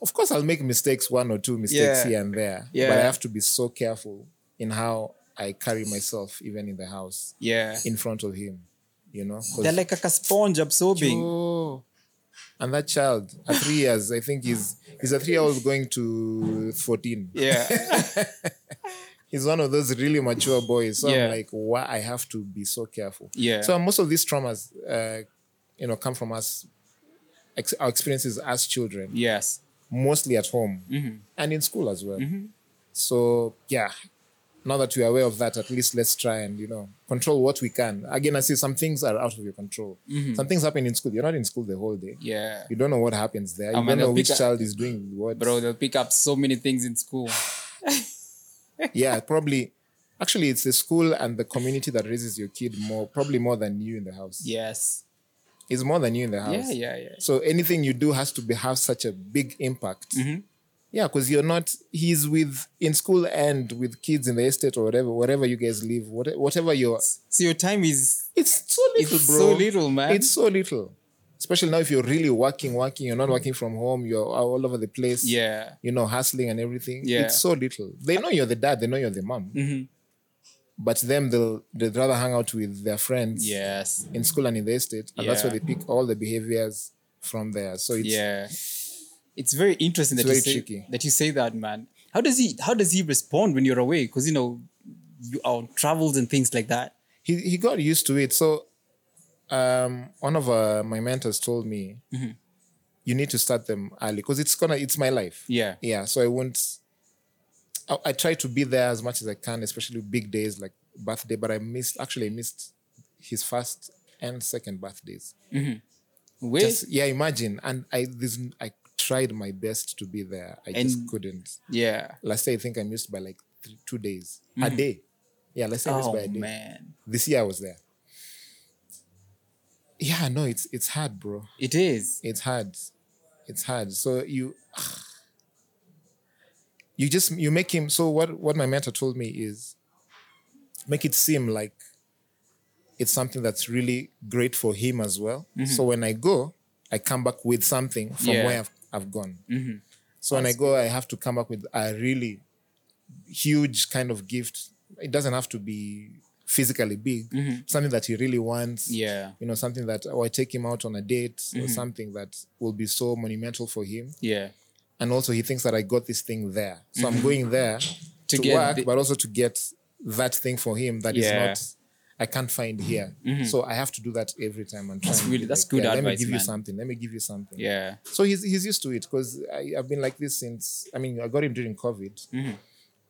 Speaker 2: of course, I'll make mistakes, one or two mistakes
Speaker 1: Yeah.
Speaker 2: here and there.
Speaker 1: Yeah.
Speaker 2: But I have to be so careful in how I carry myself, even in the house,
Speaker 1: Yeah.
Speaker 2: in front of him, you know? 'Cause-
Speaker 1: They're like a sponge absorbing.
Speaker 2: oh. And that child at three years, I think he's, he's a three year old going to 14.
Speaker 1: Yeah.
Speaker 2: He's one of those really mature boys. So
Speaker 1: Yeah.
Speaker 2: I'm like, why I have to be so careful.
Speaker 1: Yeah.
Speaker 2: So most of these traumas, uh, you know, come from us, ex- our experiences as children.
Speaker 1: yes.
Speaker 2: mostly at home
Speaker 1: Mm-hmm.
Speaker 2: and in school as well. So yeah, now that we're aware of that, at least let's try and you know control what we can. Again, I say some things are out of your control.
Speaker 1: Mm-hmm.
Speaker 2: Some things happen in school. You're not in school the whole day.
Speaker 1: Yeah.
Speaker 2: You don't know what happens there. You
Speaker 1: man,
Speaker 2: don't know
Speaker 1: they'll
Speaker 2: which
Speaker 1: pick up-
Speaker 2: child is doing what.
Speaker 1: Bro, they'll pick up so many things in school.
Speaker 2: Yeah, probably. Actually, it's the school and the community that raises your kid more, probably more than you in the house.
Speaker 1: Yes.
Speaker 2: It's more than you in the house.
Speaker 1: Yeah, yeah, yeah.
Speaker 2: So anything you do has to be have such a big impact.
Speaker 1: Mm-hmm.
Speaker 2: Yeah, because you're not. He's with in school and with kids in the estate or whatever, wherever you guys live, whatever, whatever you're.
Speaker 1: So your time is
Speaker 2: It's so
Speaker 1: It's
Speaker 2: little, bro.
Speaker 1: so little, man.
Speaker 2: It's so little, especially now if you're really working, working. You're not working from home. You're all over the place.
Speaker 1: yeah.
Speaker 2: You know, hustling and everything.
Speaker 1: Yeah. Mm-hmm.
Speaker 2: It's so little. They know you're the dad. They know you're the mom. But them, they'll they'd rather hang out with their friends
Speaker 1: Yes.
Speaker 2: in school and in the estate, and that's
Speaker 1: Yeah.
Speaker 2: where they pick all the behaviors from there. So it's
Speaker 1: yeah it's very interesting that
Speaker 2: It's
Speaker 1: you say
Speaker 2: very tricky.
Speaker 1: that you say that man how does he how does he respond when you're away because you know you are on travels and things like that
Speaker 2: he, he got used to it. So um, one of uh, my mentors told me,
Speaker 1: Mm-hmm.
Speaker 2: you need to start them early because it's gonna it's my life.
Speaker 1: yeah
Speaker 2: Yeah. So I won't. I, I try to be there as much as I can, especially big days like birthday. But I missed actually I missed his first and second birthdays.
Speaker 1: wait
Speaker 2: Just, yeah, imagine. And I this I tried my best to be there. I just
Speaker 1: And-
Speaker 2: couldn't.
Speaker 1: yeah
Speaker 2: Last year I think I missed by like three, two days a day. Yeah, let's say I missed by
Speaker 1: Mm-hmm. oh
Speaker 2: a day
Speaker 1: man
Speaker 2: this year I was there. Yeah, no, it's it's hard, bro.
Speaker 1: it is
Speaker 2: It's hard. It's hard. So you *sighs* you just you make him so what what my mentor told me is make it seem like it's something that's really great for him as well. So when I go, I come back with something from
Speaker 1: Yeah.
Speaker 2: where I've, I've gone. So when I go, I have to come back with a really huge kind of gift. It doesn't have to be physically big, something that he really wants.
Speaker 1: Yeah.
Speaker 2: You know, something that, or I take him out on a date
Speaker 1: Mm-hmm.
Speaker 2: or something that will be so monumental for him.
Speaker 1: Yeah.
Speaker 2: And also, he thinks that I got this thing there. So I'm going there to,
Speaker 1: Mm-hmm. get
Speaker 2: work,
Speaker 1: the-
Speaker 2: but also to get that thing for him that is
Speaker 1: Yeah. Mm-hmm.
Speaker 2: not. I can't find here, so I have to do that every time. And
Speaker 1: That's
Speaker 2: try and
Speaker 1: really-
Speaker 2: be
Speaker 1: that's
Speaker 2: like,
Speaker 1: good
Speaker 2: yeah, Let me
Speaker 1: advice,
Speaker 2: give you
Speaker 1: man.
Speaker 2: something. Let me give you something.
Speaker 1: Yeah.
Speaker 2: So he's he's used to it because I've been like this since. I mean, I got him during COVID,
Speaker 1: Mm-hmm.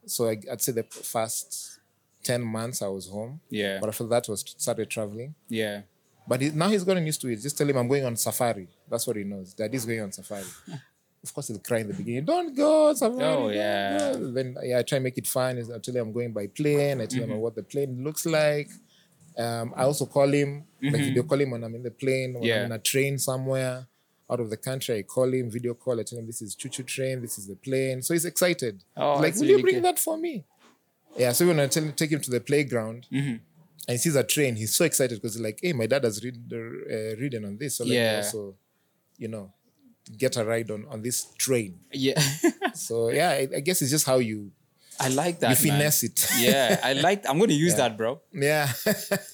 Speaker 2: so I, I'd say the first ten months I was home.
Speaker 1: Yeah.
Speaker 2: But after that, was started traveling.
Speaker 1: Yeah.
Speaker 2: But he, now he's gotten used to it. Just tell him I'm going on safari. That's what he knows. Daddy's going on safari. *laughs* of course, he'll cry in the beginning. Don't go safari.
Speaker 1: Oh,
Speaker 2: don't
Speaker 1: yeah.
Speaker 2: go." Then yeah, I try and make it fun. I tell him I'm going by plane. I tell
Speaker 1: Mm-hmm.
Speaker 2: him what the plane looks like. Um, I also call him, like video call him when I'm in the plane,
Speaker 1: Mm-hmm.
Speaker 2: when
Speaker 1: Yeah.
Speaker 2: I'm in a train somewhere out of the country. I call him, video call. I tell him this is choo choo train. This is the plane. So he's excited.
Speaker 1: Oh,
Speaker 2: like,
Speaker 1: that's
Speaker 2: will
Speaker 1: really
Speaker 2: you bring
Speaker 1: good.
Speaker 2: that for me? Yeah, so when I tell, take him to the playground and he sees a train, he's so excited because he's like, hey, my dad has read, uh, ridden on this. So let me
Speaker 1: Yeah.
Speaker 2: also, you know, get a ride on, on this train.
Speaker 1: Yeah. *laughs*
Speaker 2: So yeah, I, I guess it's just how you,
Speaker 1: I like
Speaker 2: you
Speaker 1: that. man.
Speaker 2: finesse it.
Speaker 1: yeah. I like I'm gonna use that, bro.
Speaker 2: *laughs* yeah. *laughs*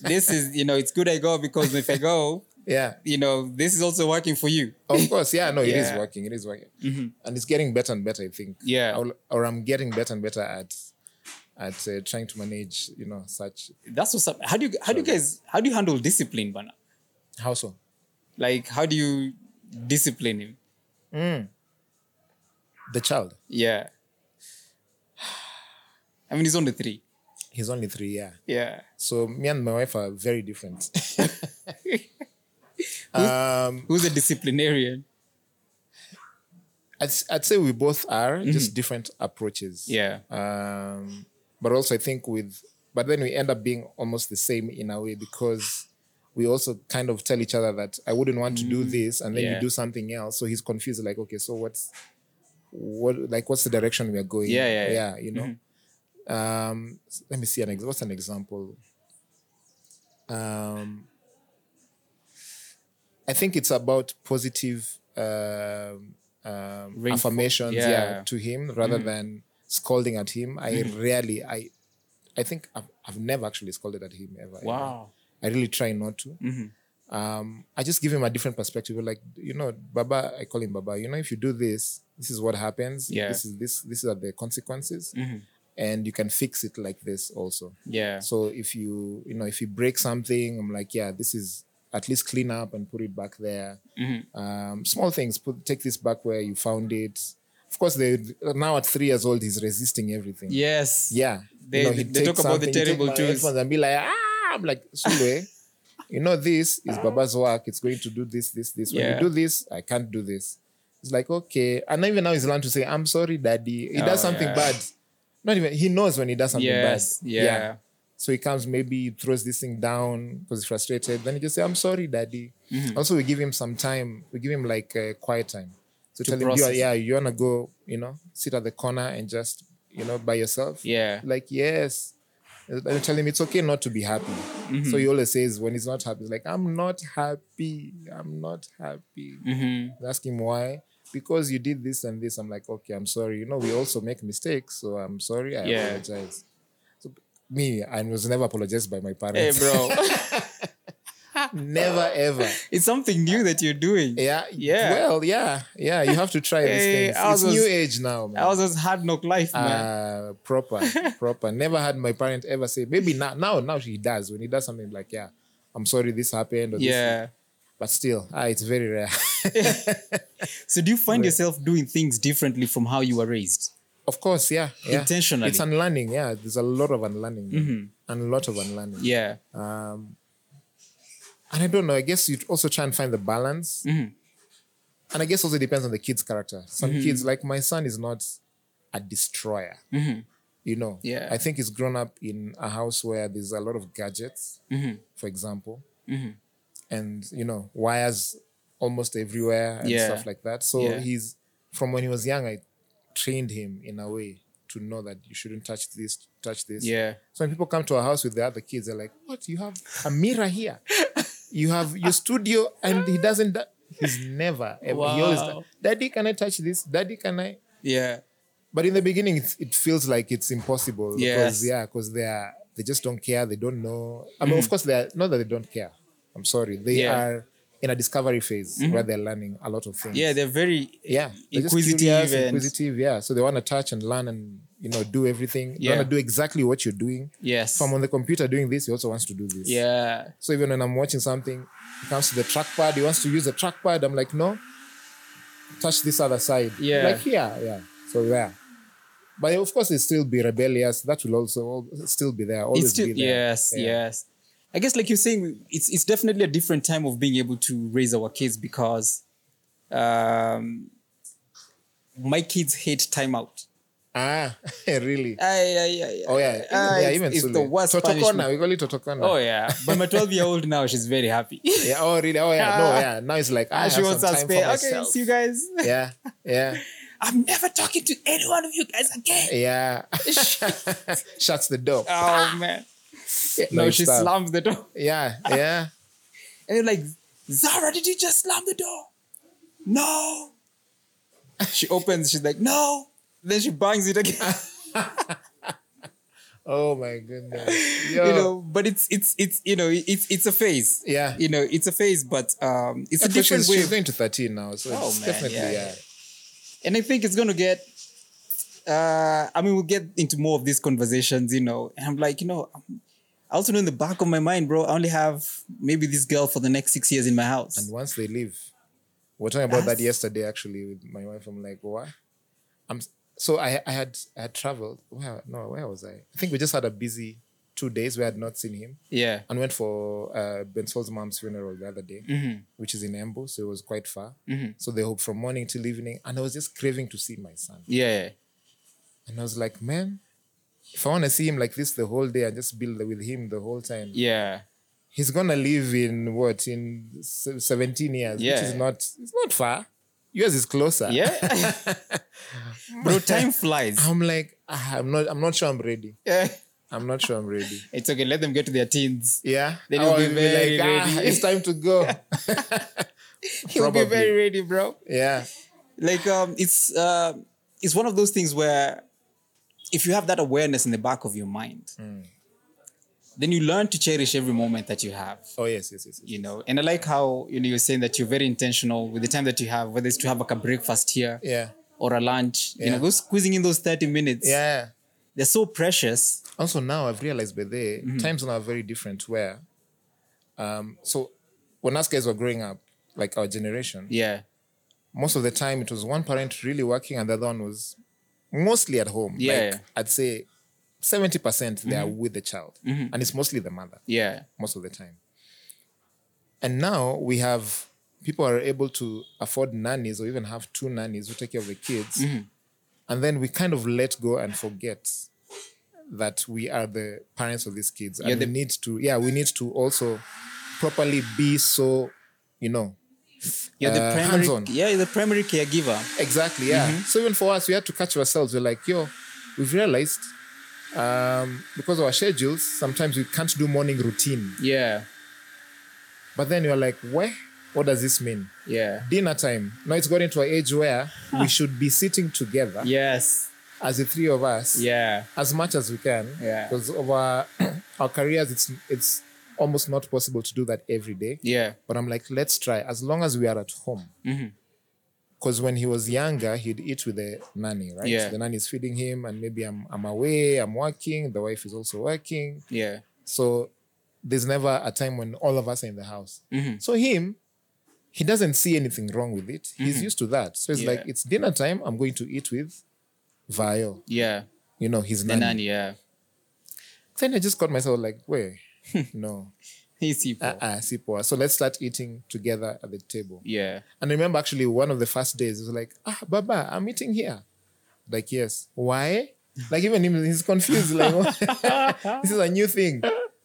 Speaker 1: This is you know, it's good I go because if I go,
Speaker 2: yeah.
Speaker 1: you know, this is also working for you.
Speaker 2: Of course. Yeah, no, it is
Speaker 1: Yeah. Mm-hmm.
Speaker 2: working. It is working. And it's getting better and better, I think.
Speaker 1: Yeah.
Speaker 2: I'll- or I'm getting better and better at at uh, trying to manage, you know, such
Speaker 1: That's what's up. How do you how do you guys how do you handle discipline, Bana?
Speaker 2: household.
Speaker 1: Like how do you discipline him?
Speaker 2: The child,
Speaker 1: Yeah. I mean he's only three.
Speaker 2: he's only three, yeah.
Speaker 1: Yeah.
Speaker 2: So me and my wife are very different. *laughs* um,
Speaker 1: Who's a disciplinarian?
Speaker 2: I'd, I'd say we both are just different approaches.
Speaker 1: Yeah.
Speaker 2: Um, but also I think with, but then we end up being almost the same in a way because we also kind of tell each other that I wouldn't want to do this, and then
Speaker 1: Mm. Yeah.
Speaker 2: you do something else. So he's confused, like, okay, so what's what like what's the direction we are going?
Speaker 1: Yeah, yeah, Mm-hmm. yeah.
Speaker 2: you know. Um, s- let me see an ex- what's an example. Um, I think it's about positive um, um,
Speaker 1: Reinfor-
Speaker 2: affirmations,
Speaker 1: yeah. Mm-hmm.
Speaker 2: yeah. to him rather than scolding at him. I rarely, I, I think I've, I've never actually scolded at him ever. ever.
Speaker 1: Wow. Mm-hmm.
Speaker 2: I really try not to. Um, I just give him a different perspective. Like, you know, Baba, I call him Baba, you know, if you do this, this is what happens.
Speaker 1: Yeah. Mm-hmm.
Speaker 2: This is this, these are the consequences. And you can fix it like this also.
Speaker 1: Yeah.
Speaker 2: So if you, you know, if you break something, I'm like, yeah, this is at least clean up and put it back there.
Speaker 1: Mm-hmm.
Speaker 2: Um, small things, put take this back where you found it. Of course, they now at three years old, he's resisting everything.
Speaker 1: Yes.
Speaker 2: Yeah.
Speaker 1: They- they-
Speaker 2: he'd
Speaker 1: they
Speaker 2: take
Speaker 1: talk about the
Speaker 2: something, he'd take
Speaker 1: terrible
Speaker 2: my
Speaker 1: twos.
Speaker 2: headphones And be like, ah, I'm like, Sule, you know, this is Baba's work. It's going to do this, this, this. When
Speaker 1: Yeah.
Speaker 2: you do this, I can't do this. It's like, okay. And even now he's learned to say, I'm sorry, daddy. He does
Speaker 1: Oh,
Speaker 2: something
Speaker 1: yeah.
Speaker 2: bad. Not even, he knows when he does something
Speaker 1: Yes.
Speaker 2: bad.
Speaker 1: Yeah.
Speaker 2: So he comes, maybe he throws this thing down because he's frustrated. Then he just say, I'm sorry, daddy.
Speaker 1: Mm-hmm.
Speaker 2: Also, we give him some time. We give him like uh, quiet time. So tell him, you are,
Speaker 1: process.
Speaker 2: yeah, you want to go, you know, sit at the corner and just, you know, by yourself.
Speaker 1: Yeah.
Speaker 2: Like, yes. And I tell him it's okay not to be happy.
Speaker 1: Mm-hmm.
Speaker 2: So he always says when he's not happy, he's like, I'm not happy. I'm not happy.
Speaker 1: Mm-hmm.
Speaker 2: Ask him why. Because you did this and this. I'm like, okay, I'm sorry. You know, we also make mistakes. So I'm sorry. I
Speaker 1: Yeah.
Speaker 2: apologize me I was never apologized by my
Speaker 1: Hey,
Speaker 2: parents.
Speaker 1: bro.
Speaker 2: *laughs* never ever.
Speaker 1: *laughs* it's something new that you're doing.
Speaker 2: Yeah.
Speaker 1: Yeah.
Speaker 2: Well, yeah. Yeah. You have to try
Speaker 1: Hey,
Speaker 2: these things.
Speaker 1: ours
Speaker 2: It's new
Speaker 1: was-
Speaker 2: age now, man.
Speaker 1: That was just hard knock life, man.
Speaker 2: uh, proper,
Speaker 1: *laughs*
Speaker 2: proper. Never had my parent ever say, maybe now, now, now she does. When he does something like, yeah, I'm sorry this happened. Or This,
Speaker 1: yeah.
Speaker 2: but still, ah, it's very rare.
Speaker 1: So do you find yourself doing things differently from how you were raised?
Speaker 2: of course, yeah, yeah.
Speaker 1: Intentionally.
Speaker 2: It's unlearning. Yeah. There's a lot of unlearning. And a lot of unlearning.
Speaker 1: Yeah.
Speaker 2: and I don't know. I guess you also try and find the balance,
Speaker 1: Mm-hmm.
Speaker 2: and I guess also depends on the kid's character. Some kids, like my son, is not a destroyer. You know,
Speaker 1: Mm-hmm. Yeah.
Speaker 2: I think he's grown up in a house where there's a lot of gadgets,
Speaker 1: Mm-hmm.
Speaker 2: for example, and you know wires almost everywhere and
Speaker 1: Yeah.
Speaker 2: stuff like that. So
Speaker 1: Yeah.
Speaker 2: he's from when he was young, I trained him in a way to know that you shouldn't touch this, touch this.
Speaker 1: Yeah.
Speaker 2: So when people come to our house with the other kids, they're like, "What? You have a mirror here? You have your studio, and he doesn't." da- He's never ever. He always,
Speaker 3: Wow.
Speaker 2: Daddy, can I touch this? Daddy, can I?
Speaker 1: Yeah.
Speaker 2: But in the beginning, it's, it feels like it's impossible.
Speaker 1: Yes.
Speaker 2: Because, yeah, because they are they just don't care. They don't know. I mean, of course, they are not that they don't care. I'm sorry. They
Speaker 1: Mm. Yeah. Mm-hmm.
Speaker 2: are in a discovery phase where they're learning a lot of things.
Speaker 1: Yeah, they're very
Speaker 2: yeah, they're just
Speaker 1: inquisitive
Speaker 2: curious,
Speaker 1: and-
Speaker 2: inquisitive. Yeah, so they want to touch and learn and you know do everything. They
Speaker 1: Yeah.
Speaker 2: want to do exactly what you're doing.
Speaker 1: yes.
Speaker 2: If I'm on the computer doing this, he also wants to do this.
Speaker 1: Yeah.
Speaker 2: So even when I'm watching something, he comes to the trackpad. He wants to use the trackpad. I'm like, no, touch this other side.
Speaker 1: Yeah.
Speaker 2: like here, yeah. So there. But of course, it still be rebellious. That will also al- still be there. Always
Speaker 1: It's still
Speaker 2: be there.
Speaker 1: yes, yes. I guess like you're saying, it's it's definitely a different time of being able to raise our kids because um my kids hate timeout.
Speaker 2: Ah, *laughs* really?
Speaker 1: Ay, ay, ay, ay.
Speaker 2: Oh yeah,
Speaker 1: Ah,
Speaker 2: yeah.
Speaker 1: Uh, it's-
Speaker 2: Even
Speaker 1: it's
Speaker 2: Sule.
Speaker 1: the worst
Speaker 2: Totokona.
Speaker 1: punishment.
Speaker 2: We call it Totokona.
Speaker 1: Oh yeah. But my 12 year old now, she's very
Speaker 2: *laughs*
Speaker 1: happy.
Speaker 2: yeah. Oh really? Oh yeah. No, yeah. Now it's like I
Speaker 1: Ah. she
Speaker 2: have
Speaker 1: wants
Speaker 2: some
Speaker 1: us
Speaker 2: time for
Speaker 1: spare. Okay,
Speaker 2: myself.
Speaker 1: see you guys. *laughs*
Speaker 2: Yeah, yeah,
Speaker 1: I'm never talking to any one of you guys again. *laughs*
Speaker 2: yeah. *laughs* Shuts the door.
Speaker 1: Oh man. No,
Speaker 2: Nice
Speaker 1: she
Speaker 2: stuff.
Speaker 1: slams the door.
Speaker 2: Yeah, yeah.
Speaker 1: And they're like, Zara, did you just slam the door? No. She opens, she's like, no. Then she bangs it again. *laughs*
Speaker 2: Oh my goodness.
Speaker 1: *laughs*
Speaker 2: Yo.
Speaker 1: You know, but it's it's it's you know, it's it's a phase.
Speaker 2: Yeah.
Speaker 1: You know, it's a phase, but um it's a
Speaker 2: Yeah, but
Speaker 1: different
Speaker 2: she's,
Speaker 1: way.
Speaker 2: she's going to 13 now, so
Speaker 1: Oh,
Speaker 2: it's
Speaker 1: man,
Speaker 2: definitely
Speaker 1: yeah,
Speaker 2: yeah.
Speaker 1: yeah. and I think it's gonna get uh I mean we'll get into more of these conversations, you know. And I'm like, you know, I'm- I also know in the back of my mind, bro, I only have maybe this girl for the next six years in my house.
Speaker 2: And once they leave, we we're talking about
Speaker 1: That's-
Speaker 2: that yesterday actually with my wife. I'm like, what? I'm so I I had I had traveled. Where no, where was I? I think we just had a busy two days where I had not seen him.
Speaker 1: yeah.
Speaker 2: And went for uh, Bensol's mom's funeral the other day,
Speaker 1: Mm-hmm.
Speaker 2: which is in Embu, so it was quite far. So they hope from morning till evening, and I was just craving to see my son.
Speaker 1: Yeah.
Speaker 2: And I was like, man, if I want to see him like this the whole day and just build with him the whole time,
Speaker 1: Yeah.
Speaker 2: he's gonna live in what in se- 17 years, which is
Speaker 1: Yeah.
Speaker 2: not it's not far. Yours is closer.
Speaker 1: Yeah. *laughs* Bro, time flies.
Speaker 2: I'm like, ah, I'm not I'm not sure I'm ready.
Speaker 1: Yeah.
Speaker 2: I'm not sure I'm ready.
Speaker 1: It's okay. Let them get to their teens.
Speaker 2: Yeah.
Speaker 1: Then
Speaker 2: I
Speaker 1: you'll be
Speaker 2: will
Speaker 1: very
Speaker 2: ah,
Speaker 1: ready.
Speaker 2: it's time to go.
Speaker 1: *laughs* You'll be
Speaker 2: Probably.
Speaker 1: very ready, bro.
Speaker 2: yeah.
Speaker 1: Like um, it's uh, it's one of those things where if you have that awareness in the back of your mind, then you learn to cherish every moment that you have.
Speaker 2: Oh yes, yes, yes. yes.
Speaker 1: You know, and I like how you know you're saying that you're very intentional with the time that you have, whether it's to have like a breakfast here
Speaker 2: Yeah.
Speaker 1: or a lunch. You
Speaker 2: Yeah.
Speaker 1: know, those squeezing in those thirty minutes.
Speaker 2: Yeah.
Speaker 1: they're so precious.
Speaker 2: Also now I've realized by there,
Speaker 1: Mm-hmm.
Speaker 2: times now are very different where um so when us guys were growing up, like our generation,
Speaker 1: Yeah,
Speaker 2: most of the time it was one parent really working and the other one was mostly at home.
Speaker 1: Yeah. Mm-hmm.
Speaker 2: Like I'd say 70% percent they are with the child. And it's mostly the mother
Speaker 1: yeah,
Speaker 2: most of the time. And now we have people are able to afford nannies or even have two nannies who take care of the kids.
Speaker 1: Mm-hmm.
Speaker 2: And then we kind of let go and forget that we are the parents of these kids. And
Speaker 1: You're the-
Speaker 2: we need to, yeah, we need to also properly be so, you know,
Speaker 1: you're the
Speaker 2: Uh,
Speaker 1: primary.
Speaker 2: hands-on.
Speaker 1: Yeah, you're the primary caregiver.
Speaker 2: Exactly, yeah.
Speaker 1: Mm-hmm.
Speaker 2: So even for us, we had to catch ourselves. We're like, yo, we've realized um, because of our schedules, sometimes we can't do morning routine.
Speaker 1: Yeah,
Speaker 2: But then you're like, where? What does this mean?
Speaker 1: yeah,
Speaker 2: Dinner time. Now it's gotten to an age where we should be sitting together
Speaker 1: yes,
Speaker 2: as the three of us
Speaker 1: yeah,
Speaker 2: as much as we can.
Speaker 1: Yeah.
Speaker 2: Because of our, *clears throat* our careers, it's it's almost not possible to do that every day.
Speaker 1: yeah.
Speaker 2: But I'm like, let's try as long as we are at home.
Speaker 1: Mm-hmm.
Speaker 2: Because when he was younger, he'd eat with the nanny, right?
Speaker 1: Yeah.
Speaker 2: The nanny is feeding him, and maybe I'm, I'm away, I'm working, the wife is also working.
Speaker 1: Yeah.
Speaker 2: So there's never a time when all of us are in the house.
Speaker 1: Mm-hmm.
Speaker 2: So him, he doesn't see anything wrong with it. He's used to that. So it's
Speaker 1: Mm-hmm. Yeah.
Speaker 2: like, it's dinner time, I'm going to eat with Vio,
Speaker 1: Yeah.
Speaker 2: you know, his
Speaker 1: The
Speaker 2: nanny.
Speaker 1: nanny, yeah.
Speaker 2: Then I just caught myself like,
Speaker 1: *laughs*
Speaker 2: wait, no,
Speaker 1: He's people.
Speaker 2: uh-uh, sipoa. So let's start eating together at the table.
Speaker 1: Yeah.
Speaker 2: And I remember actually one of the first days, it was like, ah, Baba, I'm eating here. Like, yes. Why? Like, even him, he's confused. Like, *laughs* this is a new thing.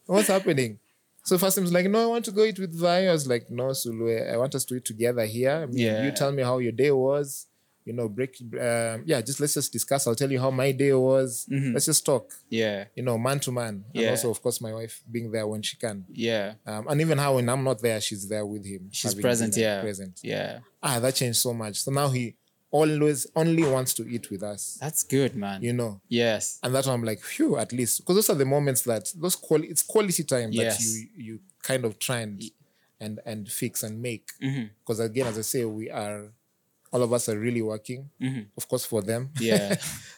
Speaker 2: What's happening? So first him was like, no, I want to go eat with Vi. I was like, no, Sulu, I want us to eat together here. I mean,
Speaker 1: Yeah.
Speaker 2: You tell me how your day was. you know, break. Um, yeah, just let's just discuss. I'll tell you how my day was. Let's just talk.
Speaker 1: Yeah.
Speaker 2: You know, man to man,
Speaker 1: Mm-hmm. Yeah.
Speaker 2: and also of course my wife being there when she can,
Speaker 1: Yeah.
Speaker 2: um, and even how when I'm not there, she's there with him.
Speaker 1: She's
Speaker 2: having
Speaker 1: present.
Speaker 2: dinner,
Speaker 1: Yeah.
Speaker 2: present.
Speaker 1: Yeah.
Speaker 2: Ah, that changed so much. So now he always only wants to eat with us.
Speaker 1: That's good, man.
Speaker 2: You know,
Speaker 1: yes.
Speaker 2: and that's why I'm like, phew, at least because those are the moments that those quali- it's quality time
Speaker 1: Yes.
Speaker 2: that you you kind of try and and and fix and make. Because again, as I say, we are all of us are really working, of course, for them.
Speaker 1: *laughs* Mm-hmm. Yeah.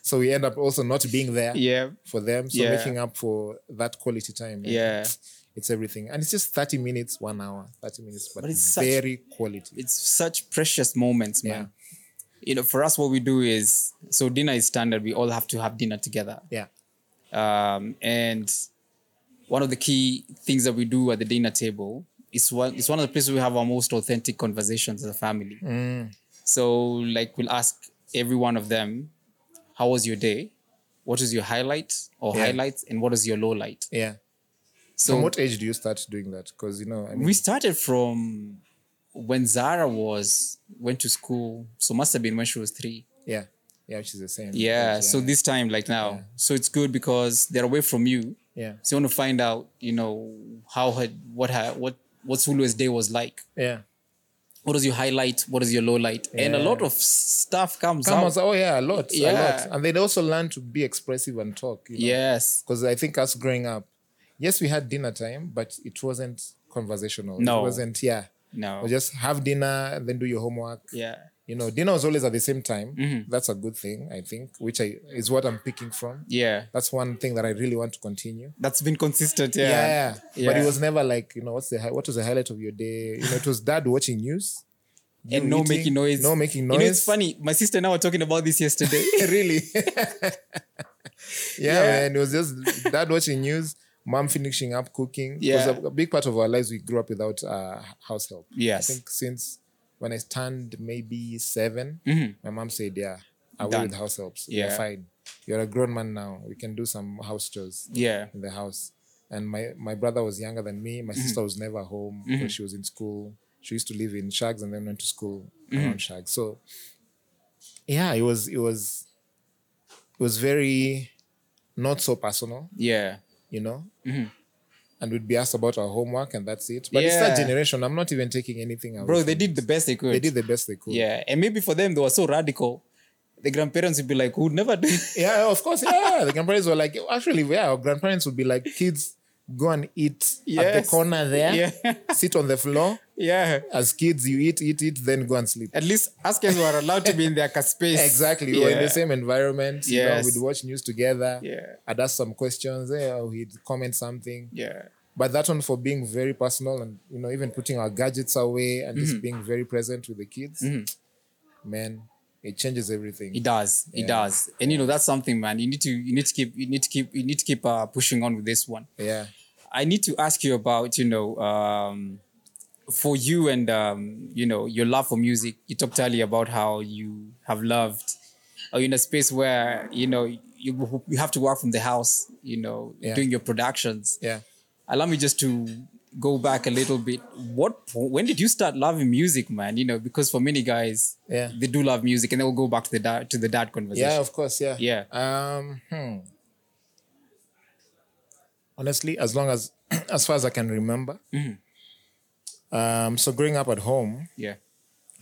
Speaker 2: so we end up also not being there
Speaker 1: yeah.
Speaker 2: for them. So
Speaker 1: Yeah.
Speaker 2: making up for that quality time. like,
Speaker 1: Yeah.
Speaker 2: It's everything. And it's just 30 minutes, one hour, 30 minutes, but,
Speaker 1: But it's
Speaker 2: it's
Speaker 1: such-
Speaker 2: very quality.
Speaker 1: It's such precious moments,
Speaker 2: yeah.
Speaker 1: man. You know, for us, what we do is so dinner is standard. We all have to have dinner together.
Speaker 2: Yeah.
Speaker 1: um, and one of the key things that we do at the dinner table is one it's one of the places we have our most authentic conversations as a family. So like we'll ask every one of them, how was your day? What is your highlight or
Speaker 2: Yeah.
Speaker 1: highlights and what is your low light?
Speaker 2: Yeah.
Speaker 1: So
Speaker 2: From what age do you start doing that? Because, you know, I mean,
Speaker 1: we started from when Zara was went to school, so must have been when she was three.
Speaker 2: yeah. Yeah, which is the same.
Speaker 1: Yeah.
Speaker 2: age,
Speaker 1: So this time, like now. So it's good because they're away from you.
Speaker 2: Yeah.
Speaker 1: So you want to find out, you know, how had what had what what Sulu's day was like.
Speaker 2: Yeah.
Speaker 1: What is your highlight? What is your low light? And a
Speaker 2: Yeah.
Speaker 1: lot of stuff comes
Speaker 2: Come
Speaker 1: out.
Speaker 2: on, oh yeah, a lot,
Speaker 1: Yeah.
Speaker 2: a lot. And they'd also learn to be expressive and talk. You know?
Speaker 1: Yes.
Speaker 2: Because I think us growing up, yes, we had dinner time, but it wasn't conversational.
Speaker 1: No.
Speaker 2: It wasn't, yeah.
Speaker 1: No.
Speaker 2: Or just have dinner and then do your homework.
Speaker 1: yeah. Mm-hmm.
Speaker 2: You know, dinner was always at the same time. That's a good thing, I think, which I is what I'm picking from.
Speaker 1: Yeah.
Speaker 2: That's one thing that I really want to continue.
Speaker 1: That's been consistent.
Speaker 2: Yeah.
Speaker 1: Yeah.
Speaker 2: But
Speaker 1: Yeah.
Speaker 2: it was never like, you know, what's the hi- what was the highlight of your day? You know, it was dad watching news. you
Speaker 1: And no
Speaker 2: eating,
Speaker 1: making noise.
Speaker 2: No making
Speaker 1: You
Speaker 2: noise.
Speaker 1: know, it's funny. My sister and I were talking about this yesterday. *laughs*
Speaker 2: *laughs* really. *laughs* yeah,
Speaker 1: Yeah.
Speaker 2: man. It was just dad watching news, mom finishing up cooking. 'Cause
Speaker 1: Yeah.
Speaker 2: a, a big part of our lives, we grew up without uh, house help.
Speaker 1: Yes.
Speaker 2: I think since when I turned maybe 7 my mom said, yeah, I
Speaker 1: Mm-hmm. Done.
Speaker 2: will with house helps.
Speaker 1: Yeah.
Speaker 2: You're fine. You're a grown man now. We can do some house chores
Speaker 1: yeah.
Speaker 2: in the house. And my, my brother was younger than me. My
Speaker 1: Mm-hmm.
Speaker 2: sister was never home because she was in school. She used to live in Shags and then went to school
Speaker 1: Mm-hmm.
Speaker 2: around Shags. So yeah, it was it was it was very not so personal,
Speaker 1: Yeah.
Speaker 2: you know.
Speaker 1: Mm-hmm.
Speaker 2: And we'd be asked about our homework and that's it. But it's that
Speaker 1: Yeah.
Speaker 2: generation. I'm not even taking anything away.
Speaker 1: Bro,
Speaker 2: from
Speaker 1: they
Speaker 2: it.
Speaker 1: did the best they could.
Speaker 2: they did the best they could.
Speaker 1: Yeah. And maybe for them they were so radical. The grandparents would be like, who'd never do *laughs*
Speaker 2: Yeah, of course. Yeah, the grandparents were like, actually, yeah, our grandparents would be like, kids, go and eat at
Speaker 1: Yes.
Speaker 2: the corner there,
Speaker 1: Yeah. *laughs*
Speaker 2: sit on the floor.
Speaker 1: Yeah.
Speaker 2: As kids, you eat, eat, eat, then go and sleep.
Speaker 1: At least us guys were allowed to be
Speaker 2: *laughs*
Speaker 1: in their space.
Speaker 2: Exactly.
Speaker 1: Yeah.
Speaker 2: We're in the same environment. You know,
Speaker 1: Yes.
Speaker 2: we'd watch news together.
Speaker 1: Yeah.
Speaker 2: I'd ask some questions. Yeah, or he'd comment something.
Speaker 1: Yeah.
Speaker 2: But that one for being very personal and you know, even putting our gadgets away and
Speaker 1: Mm-hmm.
Speaker 2: just being very present with the kids, man, it changes everything.
Speaker 1: It does. It
Speaker 2: Yeah.
Speaker 1: does. And you know that's something, man. You need to you need to keep you need to keep you need to keep uh, pushing on with this one.
Speaker 2: yeah.
Speaker 1: I need to ask you about you know um, for you and um, you know your love for music. You talked earlier about how you have loved. Are you in a space where you know you you have to work from the house? You know,
Speaker 2: Yeah.
Speaker 1: doing your productions.
Speaker 2: Yeah.
Speaker 1: allow me just to go back a little bit what po- when did you start loving music man you know because for many guys
Speaker 2: Yeah.
Speaker 1: they do love music and they will go back to the dad to the dad
Speaker 2: Yeah,
Speaker 1: conversation
Speaker 2: of course. Yeah.
Speaker 1: Yeah.
Speaker 2: Um, hmm. Honestly, as long as, *clears throat* as far as I can remember.
Speaker 1: Mm-hmm.
Speaker 2: Um, so growing up at home,
Speaker 1: yeah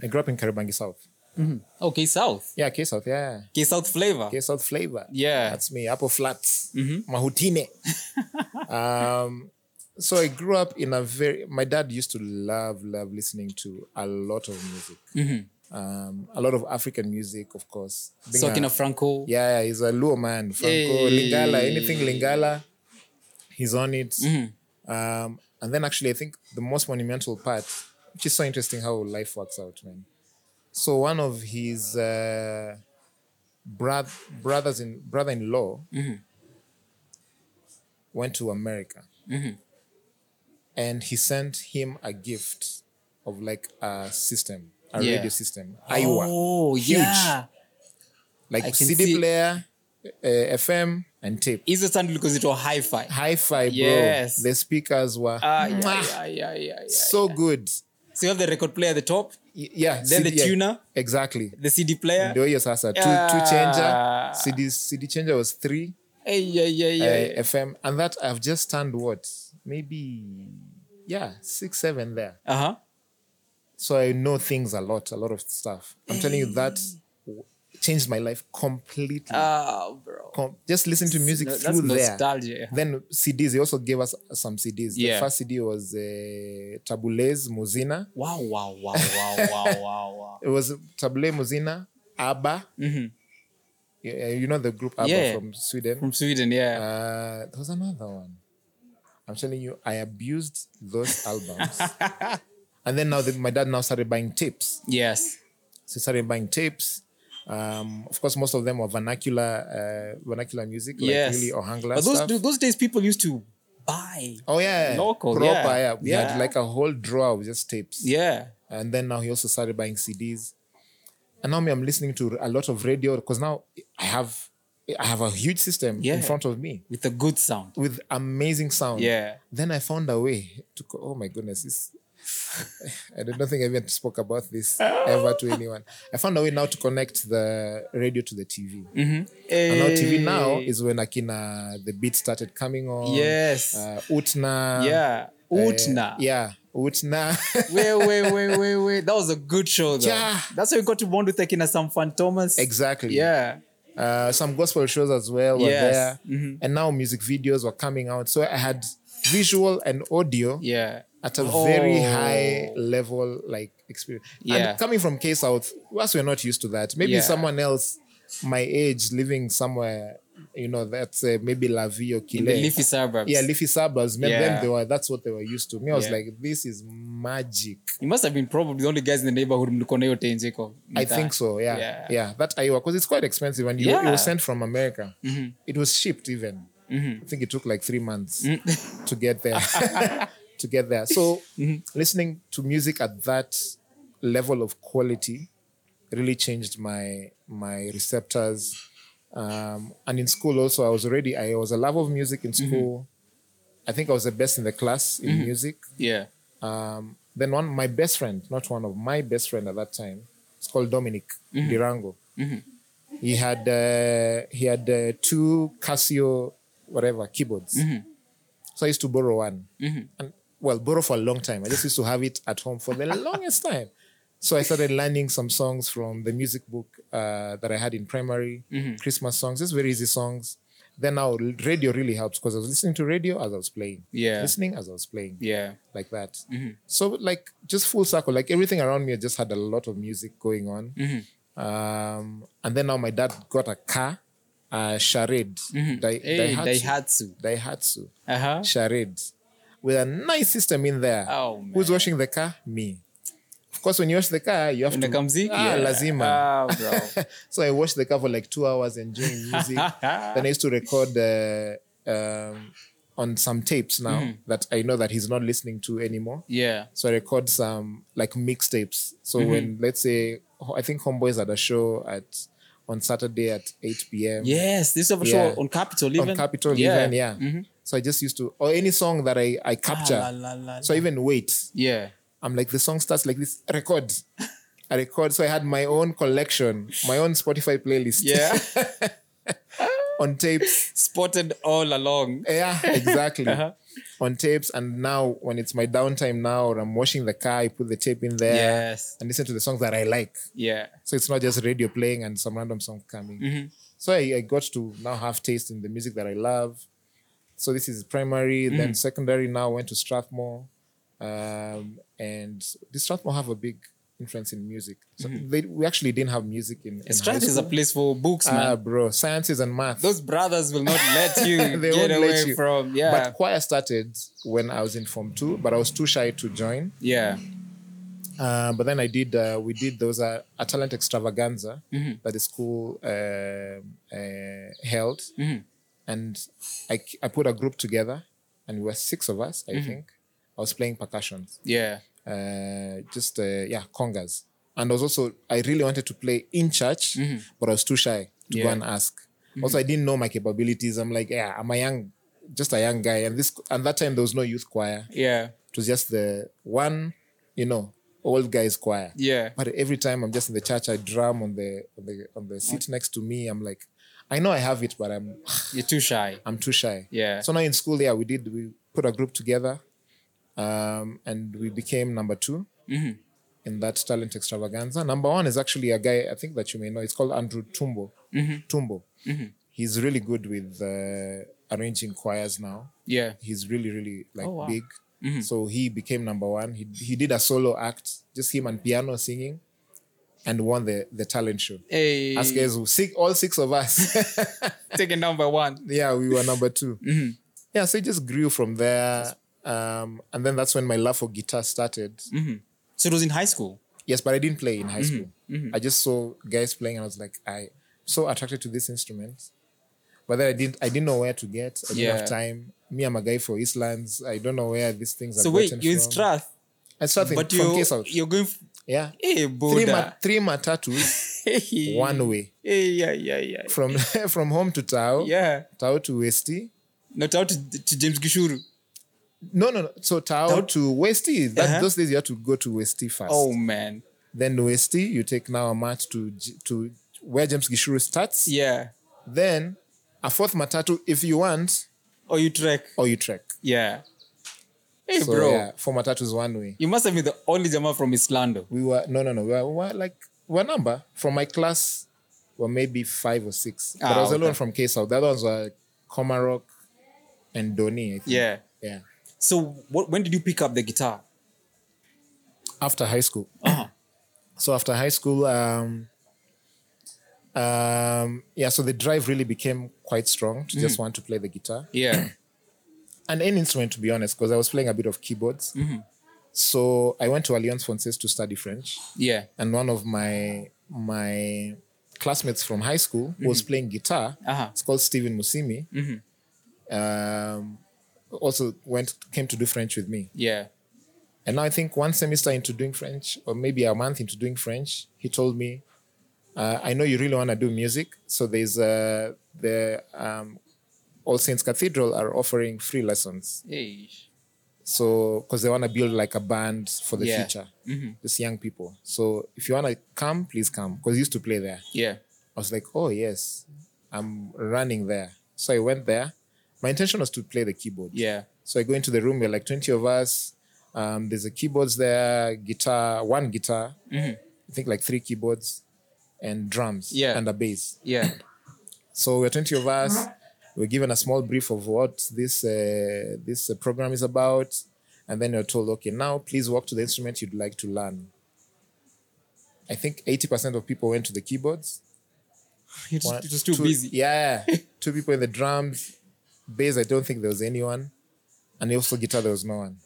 Speaker 2: I grew up in Karibangi South.
Speaker 1: okay south
Speaker 2: Yeah, K South. Yeah.
Speaker 1: okay south flavor
Speaker 2: K South flavor.
Speaker 1: yeah Mm-hmm.
Speaker 2: That's me. Apple Flats. Mahutine.
Speaker 1: *laughs*
Speaker 2: um, so I grew up in a very. My dad used to love, love listening to a lot of music. Um, a lot of African music, of course. Being
Speaker 1: talking
Speaker 2: a-
Speaker 1: Mm-hmm. of franco
Speaker 2: yeah, yeah, he's a Luo man. Franco,
Speaker 1: Hey.
Speaker 2: Lingala, anything Lingala, he's on it.
Speaker 1: Mm-hmm.
Speaker 2: Um, and then actually, I think the most monumental part, which is so interesting how life works out, man. So one of his uh, broth- brothers in brother-in-law
Speaker 1: Mm-hmm.
Speaker 2: went to America,
Speaker 1: Mm-hmm.
Speaker 2: and he sent him a gift of like a system, a
Speaker 1: Yeah.
Speaker 2: radio system, Iowa
Speaker 1: oh
Speaker 2: Huge.
Speaker 1: yeah
Speaker 2: like
Speaker 1: I can
Speaker 2: CD
Speaker 1: see-
Speaker 2: player, uh, FM, and tape.
Speaker 1: is it something because it was hi-fi
Speaker 2: Hi-fi, bro.
Speaker 1: Yes.
Speaker 2: The speakers were
Speaker 1: Ah, yeah,
Speaker 2: mwah,
Speaker 1: yeah, yeah, yeah, yeah.
Speaker 2: so good.
Speaker 1: so you have the record player at the top
Speaker 2: Y- yeah
Speaker 1: Then the
Speaker 2: yeah,
Speaker 1: tuner.
Speaker 2: exactly
Speaker 1: the cd player
Speaker 2: ndio hiyo sasa two, two changer cd, cd changer was three
Speaker 1: hey, yeah, yeah, yeah.
Speaker 2: uh, fm and that i've just turned what maybe yeah six seven there
Speaker 1: uh-huh
Speaker 2: so I know things a lot, a lot of stuff. I'm telling you that w- changed my life completely.
Speaker 1: oh bro
Speaker 2: Com- just listen to music
Speaker 1: No, that's
Speaker 2: through there.
Speaker 1: nostalgia.
Speaker 2: Then CDs, they also gave us some CDs.
Speaker 1: Yeah.
Speaker 2: The first CD was uh, Tabulez Muzina.
Speaker 1: wow wow wow wow wow wow wow
Speaker 2: *laughs* It was Tabule Muzina, ABBA. Yeah, you know the group ABBA
Speaker 1: Mm-hmm. Yeah.
Speaker 2: from Sweden.
Speaker 1: from sweden yeah
Speaker 2: Uh, there was another one. I'm telling you, I abused
Speaker 1: *laughs*
Speaker 2: those albums. and then now the, my dad now started buying tapes.
Speaker 1: yes
Speaker 2: So I started buying tapes. Um, of course, most of them were vernacular, uh, vernacular music, like
Speaker 1: yes
Speaker 2: really Ohangla
Speaker 1: but those
Speaker 2: stuff.
Speaker 1: dude, those days people used to buy
Speaker 2: oh yeah,
Speaker 1: Local,
Speaker 2: proper.
Speaker 1: yeah.
Speaker 2: Yeah, we
Speaker 1: Yeah.
Speaker 2: had like a whole drawer with just tapes.
Speaker 1: yeah
Speaker 2: And then now he also started buying CDs. And now me, I'm listening to a lot of radio because now I have, I have a huge system
Speaker 1: Yeah.
Speaker 2: in front of me
Speaker 1: with a good sound
Speaker 2: with amazing sound.
Speaker 1: yeah
Speaker 2: Then I found a way to. Co- oh my goodness, this. I don't think I even spoke about this ever to anyone. I found a way now to connect the radio to the TV. And now TV now
Speaker 1: Mm-hmm. Hey.
Speaker 2: is when Akina the beat started coming on.
Speaker 1: Yes.
Speaker 2: Uh, Utna.
Speaker 1: yeah
Speaker 2: uh,
Speaker 1: utna
Speaker 2: yeah. Utna.
Speaker 1: wait, wait, wait, wait, wait. That was a good show, though.
Speaker 2: Yeah.
Speaker 1: That's how we got to bond with Akina Sam Fantomas.
Speaker 2: *laughs* exactly.
Speaker 1: Yeah.
Speaker 2: Uh, some gospel shows as well were
Speaker 1: Yes. Mm-hmm.
Speaker 2: there. And now music videos were coming out. So I had visual and audio
Speaker 1: Yeah.
Speaker 2: at a very
Speaker 1: Oh.
Speaker 2: high level like experience.
Speaker 1: Yeah.
Speaker 2: And coming from K South, us we're not used to that. Maybe
Speaker 1: Yeah.
Speaker 2: someone else my age living somewhere, you know, that's uh, maybe Lavi or Kile.
Speaker 1: In the leafy suburbs.
Speaker 2: yeah, leafy suburbs. Maybe
Speaker 1: Yeah.
Speaker 2: them they were that's what they were used to. Me, I was
Speaker 1: Yeah.
Speaker 2: like, this is magic.
Speaker 1: You must have been probably the only guys in the neighborhood mlikuwa na hiyo tenje iko.
Speaker 2: I think so. Yeah.
Speaker 1: Yeah.
Speaker 2: Yeah. That Iowa, because it's quite expensive and you, it
Speaker 1: Yeah.
Speaker 2: was sent from America. It was shipped even. I think it took like three months to get there. to get there. So listening to music at that level of quality really changed my my receptors. Um, and in school also I was already I was a love of music in school. I think I was the best in the class in music.
Speaker 1: Yeah.
Speaker 2: Um, then one, my best friend, not one of my best friend at that time, it's called Dominic Dirango. He had uh, he had uh, two Casio whatever keyboards. So I used to borrow one, and well, borrow for a long time. I just used to have it at home for the longest time. So I started learning some songs from the music book uh, that I had in primary, Christmas songs, just very easy songs. Then now radio really helps because I was listening to radio as I was playing,
Speaker 1: Yeah.
Speaker 2: listening as I was playing
Speaker 1: Yeah.
Speaker 2: like that.
Speaker 1: Mm-hmm.
Speaker 2: So like just full circle, like everything around me just had a lot of music going on.
Speaker 1: Mm-hmm.
Speaker 2: Um, and then now my dad got a car, uh, Shared, Dai-
Speaker 1: Mm-hmm. Hey,
Speaker 2: Daihatsu,
Speaker 1: Daihatsu.
Speaker 2: Daihatsu,
Speaker 1: Uh-huh.
Speaker 2: Shared, with a nice system in there.
Speaker 1: Oh, man.
Speaker 2: Who's washing the car? Me. Of course, when you wash the car, you have
Speaker 1: Kuna
Speaker 2: to
Speaker 1: kamziki?
Speaker 2: Ah,
Speaker 1: Yeah.
Speaker 2: lazima.
Speaker 1: Ah, bro.
Speaker 2: *laughs* so I watched the car for like two hours enjoying
Speaker 1: *laughs*
Speaker 2: music. then I used to record uh, um, on some tapes now
Speaker 1: Mm-hmm.
Speaker 2: that I know that he's not listening to anymore.
Speaker 1: Yeah.
Speaker 2: So I record some like mixtapes. So
Speaker 1: Mm-hmm.
Speaker 2: when let's say ho- I think Homeboys had a show at on Saturday at 8 p.m.
Speaker 1: Yes, this is a show
Speaker 2: Yeah.
Speaker 1: on Capitol
Speaker 2: on
Speaker 1: even.
Speaker 2: Capitol even, yeah. So I just used to or any song that I, I capture.
Speaker 1: Mm-hmm. Ah, la, la, la,
Speaker 2: So even wait.
Speaker 1: Yeah.
Speaker 2: I'm like, the song starts like this.
Speaker 1: *laughs*
Speaker 2: Record. I record. So I had my own collection, my own Spotify playlist *laughs*
Speaker 1: Yeah.
Speaker 2: on tapes.
Speaker 1: Spotted all along.
Speaker 2: Yeah,
Speaker 1: *laughs*
Speaker 2: exactly.
Speaker 1: Uh-huh.
Speaker 2: On tapes. And now when it's my downtime now or I'm washing the car, I put the tape in there
Speaker 1: Yes.
Speaker 2: and listen to the songs that I like.
Speaker 1: Yeah.
Speaker 2: So it's not just radio playing and some random song coming.
Speaker 1: Mm-hmm.
Speaker 2: So I, I got to now have taste in the music that I love. So this is primary,
Speaker 1: Mm.
Speaker 2: then secondary. Now went to Strathmore, um, and did Strathmore have a big influence in music? So they, we actually didn't have music in, in
Speaker 1: Mm-hmm. Strath
Speaker 2: high
Speaker 1: is a
Speaker 2: school.
Speaker 1: place for books, man.
Speaker 2: Ah, bro, sciences and math.
Speaker 1: Those brothers will not let you
Speaker 2: *laughs* They
Speaker 1: get
Speaker 2: won't
Speaker 1: away
Speaker 2: let you.
Speaker 1: from. Yeah.
Speaker 2: But choir started when I was in form two, but I was too shy to join.
Speaker 1: yeah.
Speaker 2: Uh, but then I did. Uh, we did. There was a, a talent extravaganza
Speaker 1: Mm-hmm.
Speaker 2: that the school um uh, held,
Speaker 1: Mm-hmm.
Speaker 2: and I, I put a group together, and we were six of us. I
Speaker 1: Mm-hmm.
Speaker 2: think I was playing percussions,
Speaker 1: Yeah.
Speaker 2: uh, just uh, yeah, congas, and I was also I really wanted to play in church, but I was too shy
Speaker 1: Mm-hmm.
Speaker 2: to go
Speaker 1: Yeah. Mm-hmm.
Speaker 2: and ask. Also, I didn't know my capabilities. I'm like, yeah, I'm a young, just a young guy, and this and that time there was no youth choir
Speaker 1: Yeah.
Speaker 2: it was just the one, you know, old guys choir.
Speaker 1: Yeah.
Speaker 2: But every time I'm just in the church, I drum on the on the on the
Speaker 1: Mm.
Speaker 2: seat next to me. I'm like, I know I have it, but I'm
Speaker 1: You're too shy.
Speaker 2: I'm too shy.
Speaker 1: Yeah.
Speaker 2: So now in school, yeah, we did we put a group together, um, and we became number 2
Speaker 1: Mm-hmm.
Speaker 2: in that talent extravaganza. Number one is actually a guy I think that you may know. It's called Andrew Tumbo.
Speaker 1: Mm-hmm.
Speaker 2: Tumbo. He's really good with uh, arranging choirs now.
Speaker 1: Yeah.
Speaker 2: He's really really like
Speaker 1: Oh, wow. Mm-hmm.
Speaker 2: big. So he became number one. He he did a solo act, just him and piano singing, and won the the talent show.
Speaker 1: Hey,
Speaker 2: Us guys, who- six, all six of us. *laughs*
Speaker 1: taken down by one.
Speaker 2: yeah, we were
Speaker 1: *laughs*
Speaker 2: number 2
Speaker 1: Mm-hmm.
Speaker 2: Yeah, so it just grew from there. Um, and then that's when my love for guitar started.
Speaker 1: Mm-hmm. So it was in high school.
Speaker 2: Yes, but I didn't play in high school.
Speaker 1: Mm-hmm.
Speaker 2: I just saw guys playing and I was like, I so attracted to this instrument. But then I didn't I didn't know where to get. I didn't
Speaker 1: Yeah.
Speaker 2: have time. Me, I'm a guy for Eastlands. I don't know where these things are
Speaker 1: So wait,
Speaker 2: gotten
Speaker 1: you're in
Speaker 2: from.
Speaker 1: Strath,
Speaker 2: I started
Speaker 1: but
Speaker 2: from
Speaker 1: you
Speaker 2: Keshout.
Speaker 1: you're going. F-
Speaker 2: Yeah.
Speaker 1: hey,
Speaker 2: Three, ma-
Speaker 1: Buddha.
Speaker 2: three matatus,
Speaker 1: Hey.
Speaker 2: one way.
Speaker 1: Hey, yeah, yeah, yeah,
Speaker 2: From *laughs* from home to Tao,
Speaker 1: yeah.
Speaker 2: Tao to Westy.
Speaker 1: Not out to, to James Gishuru.
Speaker 2: No, no, no. So Tao,
Speaker 1: Tao-
Speaker 2: to Westy. That,
Speaker 1: Uh-huh.
Speaker 2: Those days you have to go to Westy first.
Speaker 1: Oh man,
Speaker 2: Then Westy, you take now a march to J- to where James Gishuru starts.
Speaker 1: yeah.
Speaker 2: Then a fourth matatu if you want,
Speaker 1: Oh, you trek.
Speaker 2: or you trek.
Speaker 1: Yeah. Hey,
Speaker 2: So
Speaker 1: bro.
Speaker 2: yeah, four matatus one way.
Speaker 1: You must have been the only Jama from Islando.
Speaker 2: We were no no no. We were, we were like we were number from my class were maybe five or six. But
Speaker 1: Ah,
Speaker 2: I was alone
Speaker 1: okay.
Speaker 2: from K South. The other ones were Komarok and Doni. I think.
Speaker 1: Yeah.
Speaker 2: yeah.
Speaker 1: So what, when did you pick up the guitar?
Speaker 2: After high school.
Speaker 1: Uh-huh.
Speaker 2: *clears throat* So after high school, um, um, yeah, so the drive really became quite strong to just want to play the guitar *coughs*
Speaker 1: Yeah.
Speaker 2: and any instrument, to be honest, because I was playing a bit of keyboards. So I went to Alliance Francaise to study French,
Speaker 1: yeah.
Speaker 2: and one of my my classmates from high school who was playing guitar.
Speaker 1: Uh-huh.
Speaker 2: It's called Stephen Musimi. Um, also went came to do French with me.
Speaker 1: Yeah.
Speaker 2: And now I think one semester into doing French, or maybe a month into doing French, he told me, uh, "I know you really want to do music, so there's uh, the um, All Saints Cathedral are offering free lessons.
Speaker 1: Hey.
Speaker 2: So because they want to build like a band for the
Speaker 1: Yeah.
Speaker 2: future, just young people. So if you want to come, please come. Because he used to play there.
Speaker 1: Yeah.
Speaker 2: I was like, oh yes, I'm running there. So I went there. My intention was to play the keyboard.
Speaker 1: Yeah.
Speaker 2: So I go into the room. We're like 20 of us. Um, there's a keyboards there, guitar, one guitar, I think like three keyboards, and drums
Speaker 1: Yeah.
Speaker 2: and a bass. *coughs*
Speaker 1: Yeah.
Speaker 2: So we're 20 of us. We're given a small brief of what this uh, this uh, program is about, and then you're told, okay, now please walk to the instrument you'd like to learn. I think 80% of people went to the keyboards.
Speaker 1: It was,
Speaker 2: One-
Speaker 1: it was too
Speaker 2: two-
Speaker 1: busy. *laughs*
Speaker 2: Yeah, two people in the drums, bass. I don't think there was anyone, and also guitar. There was no one.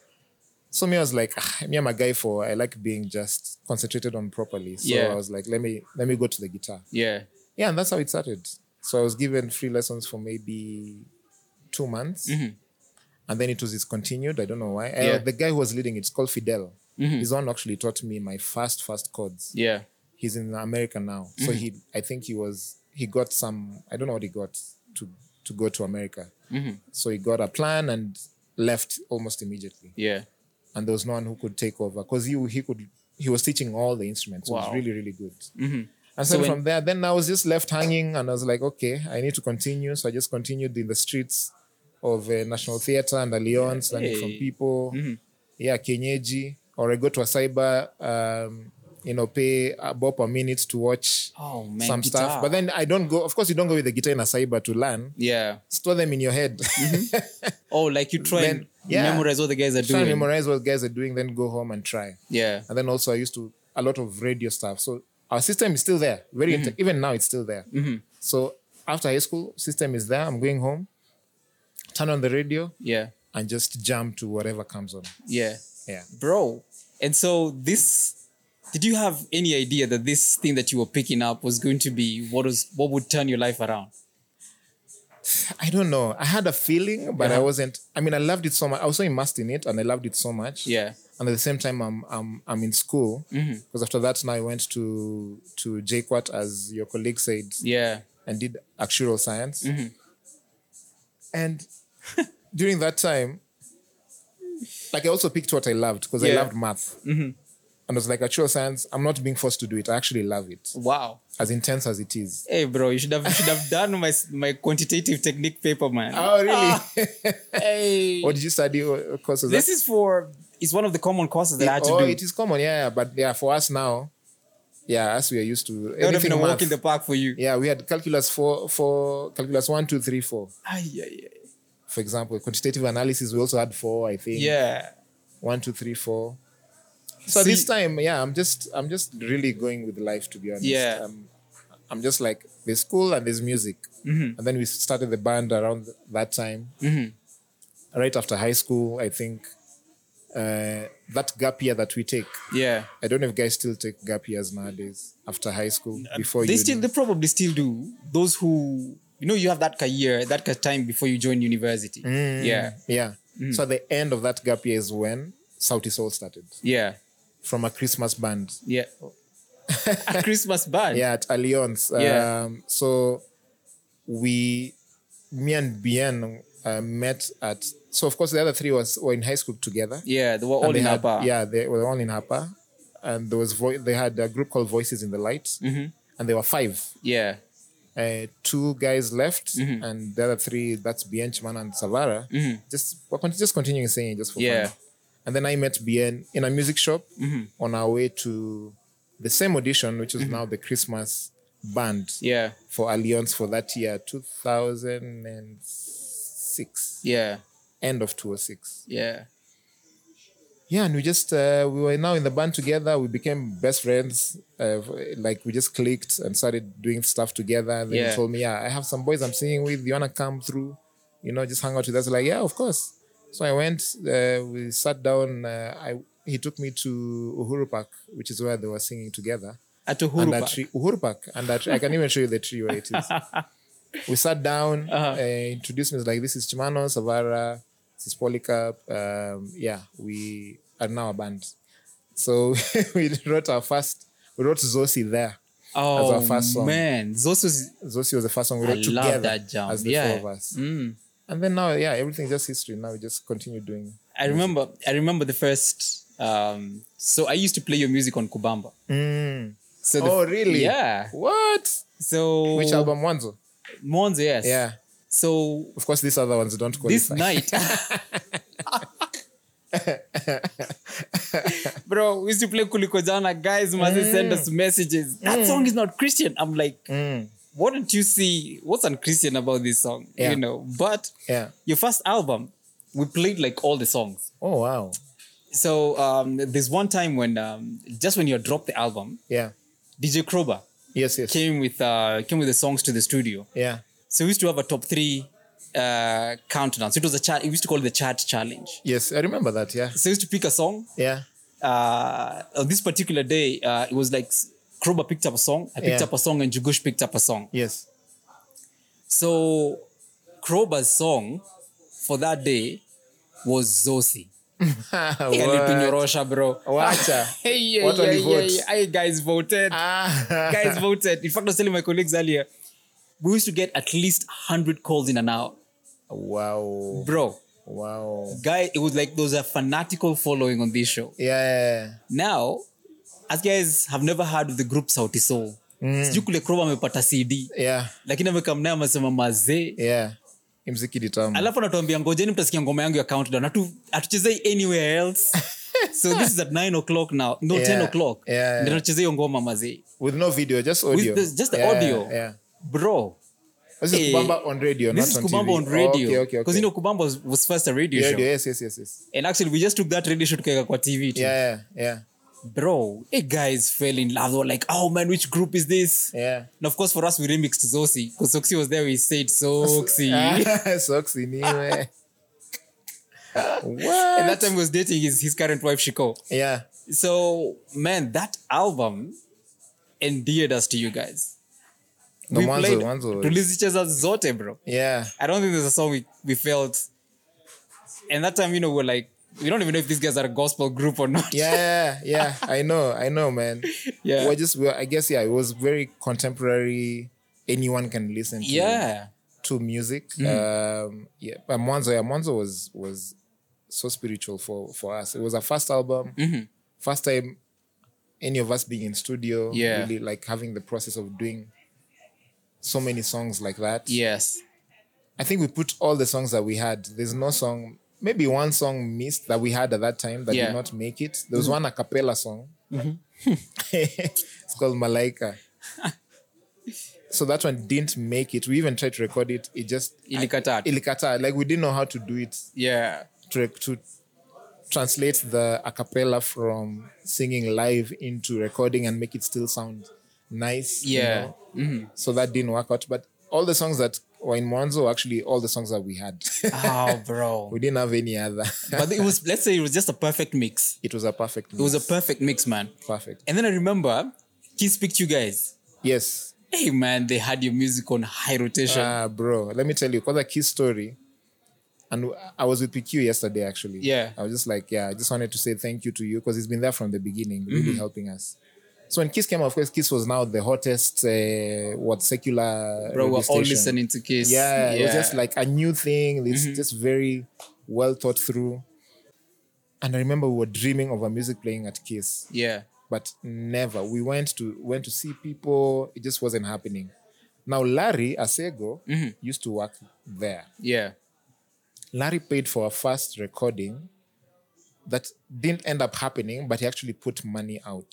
Speaker 2: So me, I was like, "Ah, me, I'm a guy for I like being just concentrated on properly. So
Speaker 1: Yeah.
Speaker 2: I was like, let me let me go to the guitar.
Speaker 1: Yeah.
Speaker 2: Yeah, and that's how it started. So I was given free lessons for maybe two months, and then it was discontinued. I don't know why. Uh,
Speaker 1: Mm-hmm. Yeah. Mm-hmm.
Speaker 2: the guy who was leading it's called Fidel. He's the one who actually taught me my first first chords
Speaker 1: Yeah.
Speaker 2: he's in America now. So he, I think he was, he got some, I don't know what he got to to go to America. So he got a plan and left almost immediately.
Speaker 1: Yeah.
Speaker 2: And there was no one who could take over because he he could he was teaching all the instruments. It
Speaker 1: Wow. Mm-hmm.
Speaker 2: was really really good. And so,
Speaker 1: So when-
Speaker 2: from there, then I was just left hanging, and I was like, okay, I need to continue. So I just continued in the streets of uh, National Theatre and Alliance, learning from
Speaker 1: Hey. Mm-hmm.
Speaker 2: people. Yeah, Kenyeji, or I go to a cyber, um, you know, pay a bob a minute to watch
Speaker 1: Oh man.
Speaker 2: some
Speaker 1: guitar.
Speaker 2: stuff. But then I don't go. Of course, you don't go with the guitar in a cyber to learn.
Speaker 1: Yeah.
Speaker 2: Store them in your head. *laughs*
Speaker 1: Oh, like you try and
Speaker 2: Then- yeah.
Speaker 1: memorize what the guys are
Speaker 2: Try
Speaker 1: doing.
Speaker 2: and memorize what guys are doing, then go home and try.
Speaker 1: yeah.
Speaker 2: And then also I used to a lot of radio stuff. So our system is still there. Very
Speaker 1: Mm-hmm.
Speaker 2: inte- even now it's still there. So after high school, system is there. I'm going home, turn on the radio,
Speaker 1: Yeah.
Speaker 2: and just jump to whatever comes on.
Speaker 1: Yeah.
Speaker 2: Yeah.
Speaker 1: Bro. And so this did you have any idea that this thing that you were picking up was going to be what was what would turn your life around?
Speaker 2: I don't know. I had a feeling, but I
Speaker 1: Uh-huh.
Speaker 2: wasn't. I mean, I loved it so much. I was so immersed in it, and I loved it so much.
Speaker 1: Yeah. Mm-hmm.
Speaker 2: And at the same time, I'm I'm I'm in school because after that, now I went to to JQuat as your colleague said.
Speaker 1: Yeah.
Speaker 2: and did actuarial science.
Speaker 1: Mm-hmm.
Speaker 2: And *laughs* during that time, like I also picked what I loved because
Speaker 1: Yeah. Mm-hmm.
Speaker 2: I loved math. And I was like, a true science, I'm not being forced to do it. I actually love it.
Speaker 1: Wow.
Speaker 2: As intense as it is.
Speaker 1: Hey, bro, you should have you should have done my my quantitative technique paper, man.
Speaker 2: Oh, really?
Speaker 1: *laughs*
Speaker 2: *laughs*
Speaker 1: hey,
Speaker 2: what did you study? uh, What course was
Speaker 1: this
Speaker 2: that?
Speaker 1: is for it's one of the common courses that I had to
Speaker 2: oh,
Speaker 1: do.
Speaker 2: it is common, yeah, yeah. But yeah, for us now, yeah, as we are used to
Speaker 1: that would have
Speaker 2: everything
Speaker 1: been a
Speaker 2: math.
Speaker 1: walk in the park for you.
Speaker 2: Yeah, we had calculus four, four, calculus one, two, three, four.
Speaker 1: Ay, ay, ay.
Speaker 2: For example, quantitative analysis, we also had four, I think.
Speaker 1: Yeah.
Speaker 2: One, two, three, four. So
Speaker 1: See-
Speaker 2: this time, yeah, I'm just, I'm just really going with life to be honest.
Speaker 1: Yeah.
Speaker 2: Um, I'm just like there's school and there's music,
Speaker 1: Mm-hmm.
Speaker 2: and then we started the band around that time,
Speaker 1: Mm-hmm.
Speaker 2: right after high school. I think uh, that gap year that we take.
Speaker 1: Yeah.
Speaker 2: I don't know if guys still take gap years nowadays after high school before
Speaker 1: they
Speaker 2: uni.
Speaker 1: still they probably still do. Those who you know you have that career, that ca- time before you join university.
Speaker 2: Mm.
Speaker 1: Yeah.
Speaker 2: Mm-hmm.
Speaker 1: Mm-hmm.
Speaker 2: yeah. So at the end of that gap year is when Saudi Soul started
Speaker 1: Yeah.
Speaker 2: from a Christmas band.
Speaker 1: Yeah. a Christmas band.
Speaker 2: Yeah, at Alliance.
Speaker 1: Yeah.
Speaker 2: Um, so we, me and Bien uh, met at. So of course the other three was were in high school together.
Speaker 1: Yeah, they were all
Speaker 2: And they
Speaker 1: in
Speaker 2: had-
Speaker 1: Napa.
Speaker 2: Yeah, they were all in Hapa, and there was vo- they had a group called Voices in the Light,
Speaker 1: Mm-hmm.
Speaker 2: and there were five.
Speaker 1: Yeah.
Speaker 2: uh, two guys left,
Speaker 1: Mm-hmm.
Speaker 2: and the other three, that's Bien, Chimano, and Savara, just we're con- just continuing singing just for
Speaker 1: Yeah. Mm-hmm.
Speaker 2: fun. And then I met Bien in a music shop on our way to the same audition, which is now the Christmas band
Speaker 1: Yeah.
Speaker 2: for Alliance for that year, 2006,
Speaker 1: Yeah.
Speaker 2: end of 2006.
Speaker 1: Yeah.
Speaker 2: Yeah, and we just, uh, we were now in the band together. We became best friends. Uh, like, we just clicked and started doing stuff together. And then
Speaker 1: Yeah.
Speaker 2: he told me, Yeah, I have some boys I'm singing with. You want to come through? You know, just hang out with us. Like, yeah, of course. So I went, uh, we sat down. Uh, I He took me to Uhuru Park, which is where they were singing together.
Speaker 1: At
Speaker 2: And
Speaker 1: Uhuru
Speaker 2: that
Speaker 1: Park.
Speaker 2: tree, Uhuru Park. And that tree, I can even show you the tree where it
Speaker 1: *laughs*
Speaker 2: is. we sat down, uh
Speaker 1: Uh-huh.
Speaker 2: introduced me like this is Chimano, Savara, this is Polycarp. Um, yeah, we are now a band. So *laughs* we wrote our first, we wrote Zosi there.
Speaker 1: oh
Speaker 2: our first song.
Speaker 1: man, Zosu is
Speaker 2: Zosi was the first song we
Speaker 1: I
Speaker 2: wrote together
Speaker 1: love that jam.
Speaker 2: as the
Speaker 1: Yeah.
Speaker 2: four of us.
Speaker 1: Mm.
Speaker 2: And then now, yeah, everything's just history. Now we just continue doing.
Speaker 1: I remember I remember the first um so I used to play your music on Kubamba. So the,
Speaker 2: Oh, really?
Speaker 1: Yeah.
Speaker 2: What?
Speaker 1: So
Speaker 2: Which album, Wanzo?
Speaker 1: Mons, yes.
Speaker 2: Yeah.
Speaker 1: So
Speaker 2: Of course, these other ones don't qualify.
Speaker 1: this
Speaker 2: *laughs*
Speaker 1: night *laughs* bro we used to play kulikojana guys must send us
Speaker 2: Mm.
Speaker 1: messages that song is not christian i'm like what did you see what's unchristian about this song
Speaker 2: Yeah.
Speaker 1: you know but
Speaker 2: Yeah.
Speaker 1: your first album we played like all the songs
Speaker 2: Oh, wow.
Speaker 1: so um, there's one time when um, just when you dropped the album
Speaker 2: Yeah.
Speaker 1: dj kroba
Speaker 2: Yes, yes.
Speaker 1: came with uh, came with the songs to the studio
Speaker 2: Yeah.
Speaker 1: so we used to have a top three uh, countdown so it was a chart we used to call it the chart challenge
Speaker 2: Yes, I remember that. Yeah.
Speaker 1: so I used to pick a song.
Speaker 2: Yeah.
Speaker 1: Uh, on this particular day, uh, it was like Kroba picked up a song, I picked
Speaker 2: Yeah.
Speaker 1: up a song, and Jugush picked up a song. *laughs*
Speaker 2: Yes.
Speaker 1: So Kroba's song for that day was Zosi.
Speaker 2: What?
Speaker 1: Alitunyorosha, bro.
Speaker 2: Wacha.
Speaker 1: Hey, *laughs* yeah,
Speaker 2: What
Speaker 1: yeah,
Speaker 2: only
Speaker 1: yeah,
Speaker 2: votes?
Speaker 1: yeah. Hey, guys voted.
Speaker 2: Ah.
Speaker 1: guys voted. In fact, I was telling my colleagues earlier, we used to get at least 100 calls in an hour.
Speaker 2: *laughs* Wow.
Speaker 1: Bro,
Speaker 2: Wow.
Speaker 1: guy, it was like there was a fanatical following on this show.
Speaker 2: Yeah.
Speaker 1: now as guys have never heard of the group sauti soul
Speaker 2: Mm.
Speaker 1: sijui kule kroba amepata cd
Speaker 2: Yeah.
Speaker 1: lakini amekamnaye amesema mazee
Speaker 2: Yeah. Imziki ditamu.
Speaker 1: alafu anatuambia ngojeni mtasikia ngoma yangu ya countdown Hatu- hatuchezei anywhere
Speaker 2: *laughs*
Speaker 1: else so this is at 9 o'clock now no
Speaker 2: Yeah.
Speaker 1: 10 o'clock
Speaker 2: Yeah, yeah.
Speaker 1: ndio tunachezea hiyo ngoma mazee
Speaker 2: With no video, just audio.
Speaker 1: with this, just the
Speaker 2: Yeah,
Speaker 1: audio
Speaker 2: Yeah.
Speaker 1: bro
Speaker 2: This is
Speaker 1: Eh,
Speaker 2: Kubamba on radio,
Speaker 1: this is
Speaker 2: not on
Speaker 1: kubamba
Speaker 2: TV.
Speaker 1: on radio
Speaker 2: Okay, okay, okay.
Speaker 1: you know kubamba was, was first a radio
Speaker 2: Yeah,
Speaker 1: show
Speaker 2: radio. Yes, yes, yes, yes.
Speaker 1: and actually we just took that radio show tukaweka kwa tv tu.
Speaker 2: Yeah, yeah,
Speaker 1: bro hey guys fell in love they were like oh man which group is this
Speaker 2: yeah.
Speaker 1: And of course, for us, we remixed Zosi because Soxy was there. We said Soxy.
Speaker 2: Ah,
Speaker 1: At
Speaker 2: *laughs* Soxy,
Speaker 1: *laughs*
Speaker 2: niwe. What?
Speaker 1: that time, he was dating his, his current wife, Shiko.
Speaker 2: Yeah.
Speaker 1: So, man, that album endeared us to you guys.
Speaker 2: No,
Speaker 1: we
Speaker 2: mwanzo-
Speaker 1: played
Speaker 2: mwanzo.
Speaker 1: tulizicheza zote, bro.
Speaker 2: Yeah.
Speaker 1: I don't think there's a song we, we felt. And that time, you know, we we're like, we don't even know if these guys are a gospel group or not.
Speaker 2: yeah, yeah, I know, I know, man.
Speaker 1: Yeah.
Speaker 2: we're just, we're, I guess, yeah, it was very contemporary. Anyone can listen to,
Speaker 1: Yeah. Mm.
Speaker 2: to music. Um, yeah, but Mwanzo, yeah, Mwanzo was
Speaker 1: Mm-hmm.
Speaker 2: was so spiritual for for us. It was our first album, first time any of us being in studio,
Speaker 1: Yeah.
Speaker 2: really like having the process of doing so many songs like that.
Speaker 1: Yes.
Speaker 2: I think we put all the songs that we had. There's no song, maybe one song missed that we had at that time that
Speaker 1: Yeah.
Speaker 2: did not make it. There was one a cappella song. *laughs* it's called Malaika. so that one didn't make it. We even tried to record it. It just
Speaker 1: Ilikata.
Speaker 2: ilikata. Like we didn't know how to do it
Speaker 1: yeah.
Speaker 2: to, to translate the a cappella from singing live into recording and make it still sound nice. you
Speaker 1: Yeah. Mm-hmm.
Speaker 2: know? So that didn't work out. But all the songs that were in Mwanzo were actually all the songs that we had.
Speaker 1: *laughs* Oh, bro.
Speaker 2: we didn't have any other.
Speaker 1: *laughs* but it was, let's say it was just a perfect mix.
Speaker 2: it was a perfect.
Speaker 1: It was a perfect mix, man.
Speaker 2: perfect.
Speaker 1: And then I remember, Kids picked you guys.
Speaker 2: Yes.
Speaker 1: Hey, man, they had your music on high rotation.
Speaker 2: Ah, bro. Let me tell you, because a key story. And I was with PQ yesterday, actually.
Speaker 1: Yeah.
Speaker 2: I was just like, yeah, I just wanted to say thank you to you because he's been there from the beginning, really
Speaker 1: Mm-hmm.
Speaker 2: helping us. So when Kiss came, of course, Kiss was now the hottest, uh, what secular
Speaker 1: bro, we're
Speaker 2: radio
Speaker 1: all
Speaker 2: station.
Speaker 1: listening Mm-hmm. to Kiss.
Speaker 2: Yeah, it was just like a new thing. It's just very well thought through. And I remember we were dreaming of a music playing at Kiss
Speaker 1: yeah.
Speaker 2: but never. We went to went to see people. It just wasn't happening. Now Larry Asego used to work there.
Speaker 1: Yeah.
Speaker 2: Larry paid for a first recording that didn't end up happening, but he actually put money out.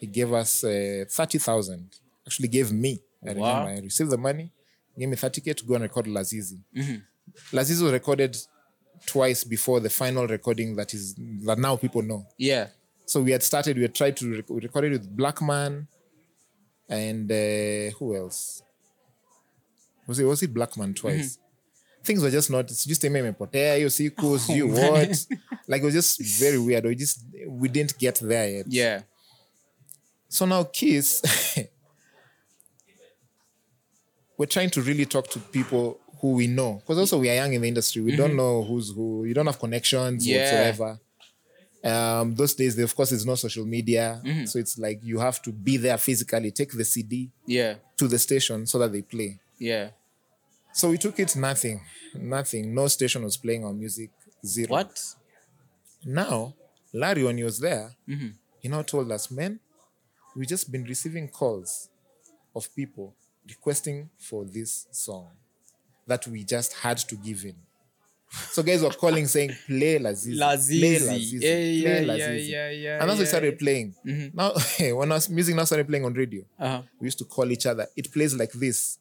Speaker 2: He gave us uh, thirty thousand. Actually, gave me. I
Speaker 1: Wow.
Speaker 2: remember I received the money. Gave me thirty k to go and record Lazizi. Lazizi was recorded twice before the final recording that is that now people know.
Speaker 1: Yeah.
Speaker 2: So we had started, we had tried to rec- we recorded with Blackman and uh, who else? Was it was it Blackman twice? Things were just not, it's just imepotea, hiyo siku, sijui what. Like it was just very weird. We just we didn't get there yet.
Speaker 1: Yeah.
Speaker 2: So now Kiss, *laughs* we're trying to really talk to people who we know. Because also we are young in the industry. We don't know who's who. You don't have connections
Speaker 1: Mm-hmm. Yeah.
Speaker 2: whatsoever. Um, those days, of course, there's no social media.
Speaker 1: Mm-hmm.
Speaker 2: So it's like you have to be there physically, take the CD
Speaker 1: Yeah.
Speaker 2: to the station so that they play.
Speaker 1: Yeah.
Speaker 2: So we took it nothing, nothing. No station was playing our music, zero.
Speaker 1: What?
Speaker 2: Now, Larry, when he was there,
Speaker 1: Mm-hmm.
Speaker 2: he now told us, man, we've just been receiving calls of people requesting for this song that we just had to give in. So guys were calling saying, play Lazizi. Play
Speaker 1: Lazizi.
Speaker 2: Lazizi.
Speaker 1: Yeah, yeah,
Speaker 2: play
Speaker 1: yeah,
Speaker 2: Lazizi."
Speaker 1: yeah, yeah. yeah.
Speaker 2: And that's
Speaker 1: Mm-hmm.
Speaker 2: we started playing. Now, *laughs* when our music now started playing on radio,
Speaker 1: Uh-huh.
Speaker 2: we used to call each other. It plays like this.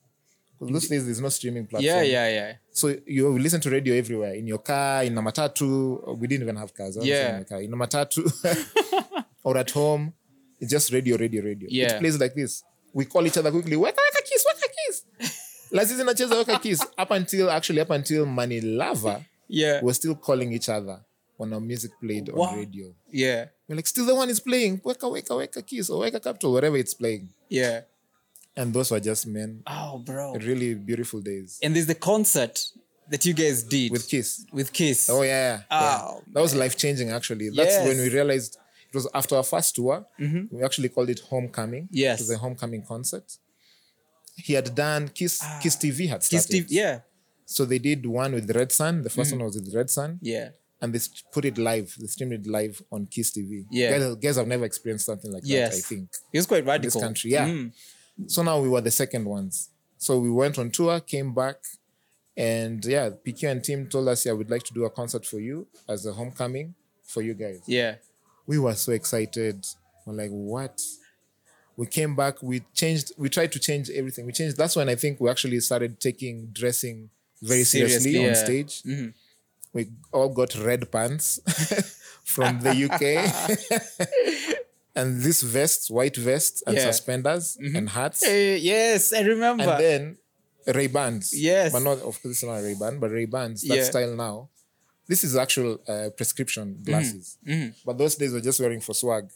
Speaker 2: Because those days there's no streaming platform.
Speaker 1: Yeah, yeah, yeah.
Speaker 2: So you listen to radio everywhere in your car, in a matatu. We didn't even have cars. I was
Speaker 1: Yeah.
Speaker 2: in, my car. in a matatu *laughs* or at home, it's just radio, radio, radio.
Speaker 1: Yeah.
Speaker 2: It plays like this. We call each other quickly. Weka weka kiss, weka kiss. *laughs* Lazizi na cheza weka kiss. Up until actually up until Money Lava,
Speaker 1: Yeah.
Speaker 2: we're still calling each other when our music played
Speaker 1: Wow.
Speaker 2: on radio.
Speaker 1: Yeah.
Speaker 2: We're like, still the one is playing. Weka weka weka kiss or weka capital, whatever it's playing.
Speaker 1: Yeah.
Speaker 2: And those were just men,
Speaker 1: Oh, bro.
Speaker 2: really beautiful days
Speaker 1: And there's the concert that you guys did
Speaker 2: with Kiss.
Speaker 1: With Kiss.
Speaker 2: Oh yeah, yeah. yeah.
Speaker 1: Oh,
Speaker 2: that was life changing actually. That's
Speaker 1: Yes. Mm-hmm.
Speaker 2: when we realized it was after our first tour. We actually called it homecoming.
Speaker 1: Yes.
Speaker 2: it was a homecoming concert. He had done Kiss Kiss TV had started.
Speaker 1: Ah. Kiss TV. Yeah. Mm-hmm.
Speaker 2: So they did one with Red Sun. The 1st one was with Red Sun,
Speaker 1: Yeah.
Speaker 2: and they st- put it live. They streamed it live on Kiss TV.
Speaker 1: Yeah.
Speaker 2: guys, guys have never experienced something like that. I
Speaker 1: Yes.
Speaker 2: think
Speaker 1: It was quite
Speaker 2: this
Speaker 1: radical. Mm.
Speaker 2: country. Yeah. So now we were the second ones. So we went on tour, came back, and yeah, PQ and team told us, yeah, we'd like to do a concert for you as a homecoming for you guys.
Speaker 1: Yeah.
Speaker 2: We were so excited. We're like, what? We came back, we changed, we tried to change everything. We changed. That's when I think we actually started taking dressing very seriously,
Speaker 1: Seriously,
Speaker 2: on
Speaker 1: yeah. Mm-hmm.
Speaker 2: stage. We all got red pants *laughs* from the
Speaker 1: *laughs*
Speaker 2: UK. and these vests, white vests and
Speaker 1: Yeah.
Speaker 2: suspenders and hats.
Speaker 1: Eh, yes, I remember.
Speaker 2: And then Ray Bans.
Speaker 1: Yes.
Speaker 2: But not, of course, it's not Ray Ban, but Ray Bans, that
Speaker 1: Yeah. Mm-hmm.
Speaker 2: style now. This is actual uh, prescription glasses. But those days were just wearing for swag.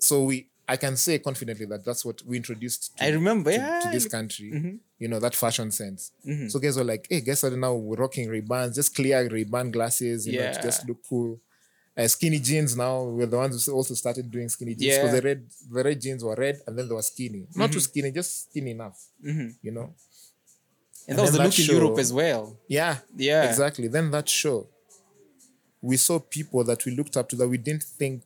Speaker 2: So we, I can say confidently that that's what we introduced to,
Speaker 1: I remember.
Speaker 2: to-
Speaker 1: yeah. mm-hmm.
Speaker 2: to this country. You know, that fashion sense. So guys were like, hey, guess what? Now we're rocking Ray Bans, just clear Ray Ban glasses, you know,
Speaker 1: Yeah.
Speaker 2: to just look cool. Uh, skinny jeans now were the ones who also started doing skinny jeans
Speaker 1: Yeah. Mm-hmm.
Speaker 2: because the red the red jeans were red and then they were skinny not too skinny just skinny enough you know
Speaker 1: and that was the
Speaker 2: then that
Speaker 1: look in
Speaker 2: show-
Speaker 1: Europe as well.
Speaker 2: yeah
Speaker 1: Yeah.
Speaker 2: exactly then that show we saw people that we looked up to that we didn't think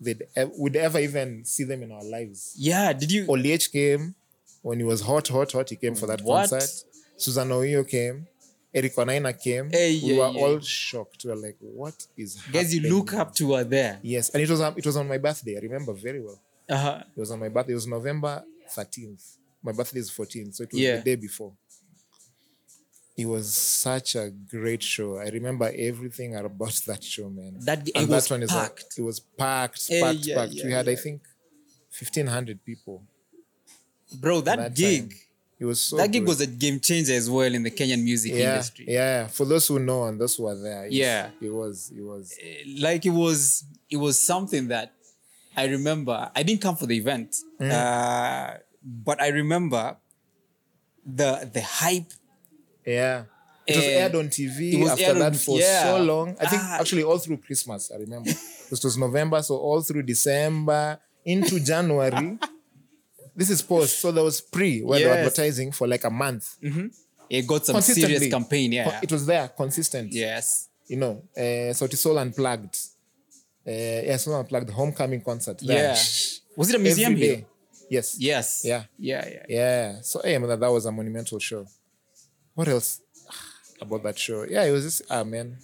Speaker 2: they'd e- would ever even see them in our lives.
Speaker 1: Yeah, did you?
Speaker 2: Oli H came when he was hot, hot, hot. He came for that
Speaker 1: What?
Speaker 2: concert. Susan Oyo came. Eric Onaina came.
Speaker 1: Hey,
Speaker 2: we
Speaker 1: yeah,
Speaker 2: were
Speaker 1: yeah.
Speaker 2: all shocked. We were like, "What is?"
Speaker 1: Guys, you
Speaker 2: happening?
Speaker 1: look up to her there.
Speaker 2: Yes, and it was um, it was on my birthday. I remember very well.
Speaker 1: Uh-huh.
Speaker 2: It was on my birthday. It was November 13th. My birthday is 14th, so it was
Speaker 1: Yeah.
Speaker 2: the day before. It was such a great show. I remember everything about *laughs* that show, man.
Speaker 1: That- it
Speaker 2: and
Speaker 1: was
Speaker 2: that one is like,
Speaker 1: packed.
Speaker 2: it was packed,
Speaker 1: Eh,
Speaker 2: packed,
Speaker 1: yeah,
Speaker 2: packed.
Speaker 1: yeah,
Speaker 2: we had, I
Speaker 1: yeah.
Speaker 2: think, 1,500 people.
Speaker 1: Bro, that,
Speaker 2: that
Speaker 1: gig,
Speaker 2: time. It was so
Speaker 1: that gig
Speaker 2: great.
Speaker 1: was a game changer as well in the Kenyan music
Speaker 2: yeah,
Speaker 1: industry.
Speaker 2: yeah. For those who know and those who are there, yes,
Speaker 1: Yeah. Eh.
Speaker 2: it was, it was.
Speaker 1: like it was it was something that I remember. I didn't come for the event,
Speaker 2: Mm.
Speaker 1: uh, but I remember the the hype.
Speaker 2: Yeah. It was
Speaker 1: Eh,
Speaker 2: aired on TV
Speaker 1: it was aired
Speaker 2: after
Speaker 1: on
Speaker 2: that
Speaker 1: t-
Speaker 2: for
Speaker 1: yeah.
Speaker 2: so long. I think
Speaker 1: Ah.
Speaker 2: actually all through Christmas, I
Speaker 1: *laughs*
Speaker 2: remember. it was November, so all through December
Speaker 1: *laughs*
Speaker 2: into January. this is post. So there was pre where they were
Speaker 1: Yes.
Speaker 2: advertising for like a month.
Speaker 1: It got some serious
Speaker 2: Consistently.
Speaker 1: campaign. Yeah,
Speaker 2: Co- It was there, consistent.
Speaker 1: yes,
Speaker 2: You know, uh, Sauti Sol Unplugged. Uh, yeah, Soul Unplugged, homecoming concert. there.
Speaker 1: yeah. Was it a museum
Speaker 2: Every
Speaker 1: here?
Speaker 2: day. Yes.
Speaker 1: Yes.
Speaker 2: Yeah.
Speaker 1: Yeah. Yeah.
Speaker 2: Yeah. So yeah, man, that, that was a monumental show. What else Ah, about that show? Yeah, it was just ah man.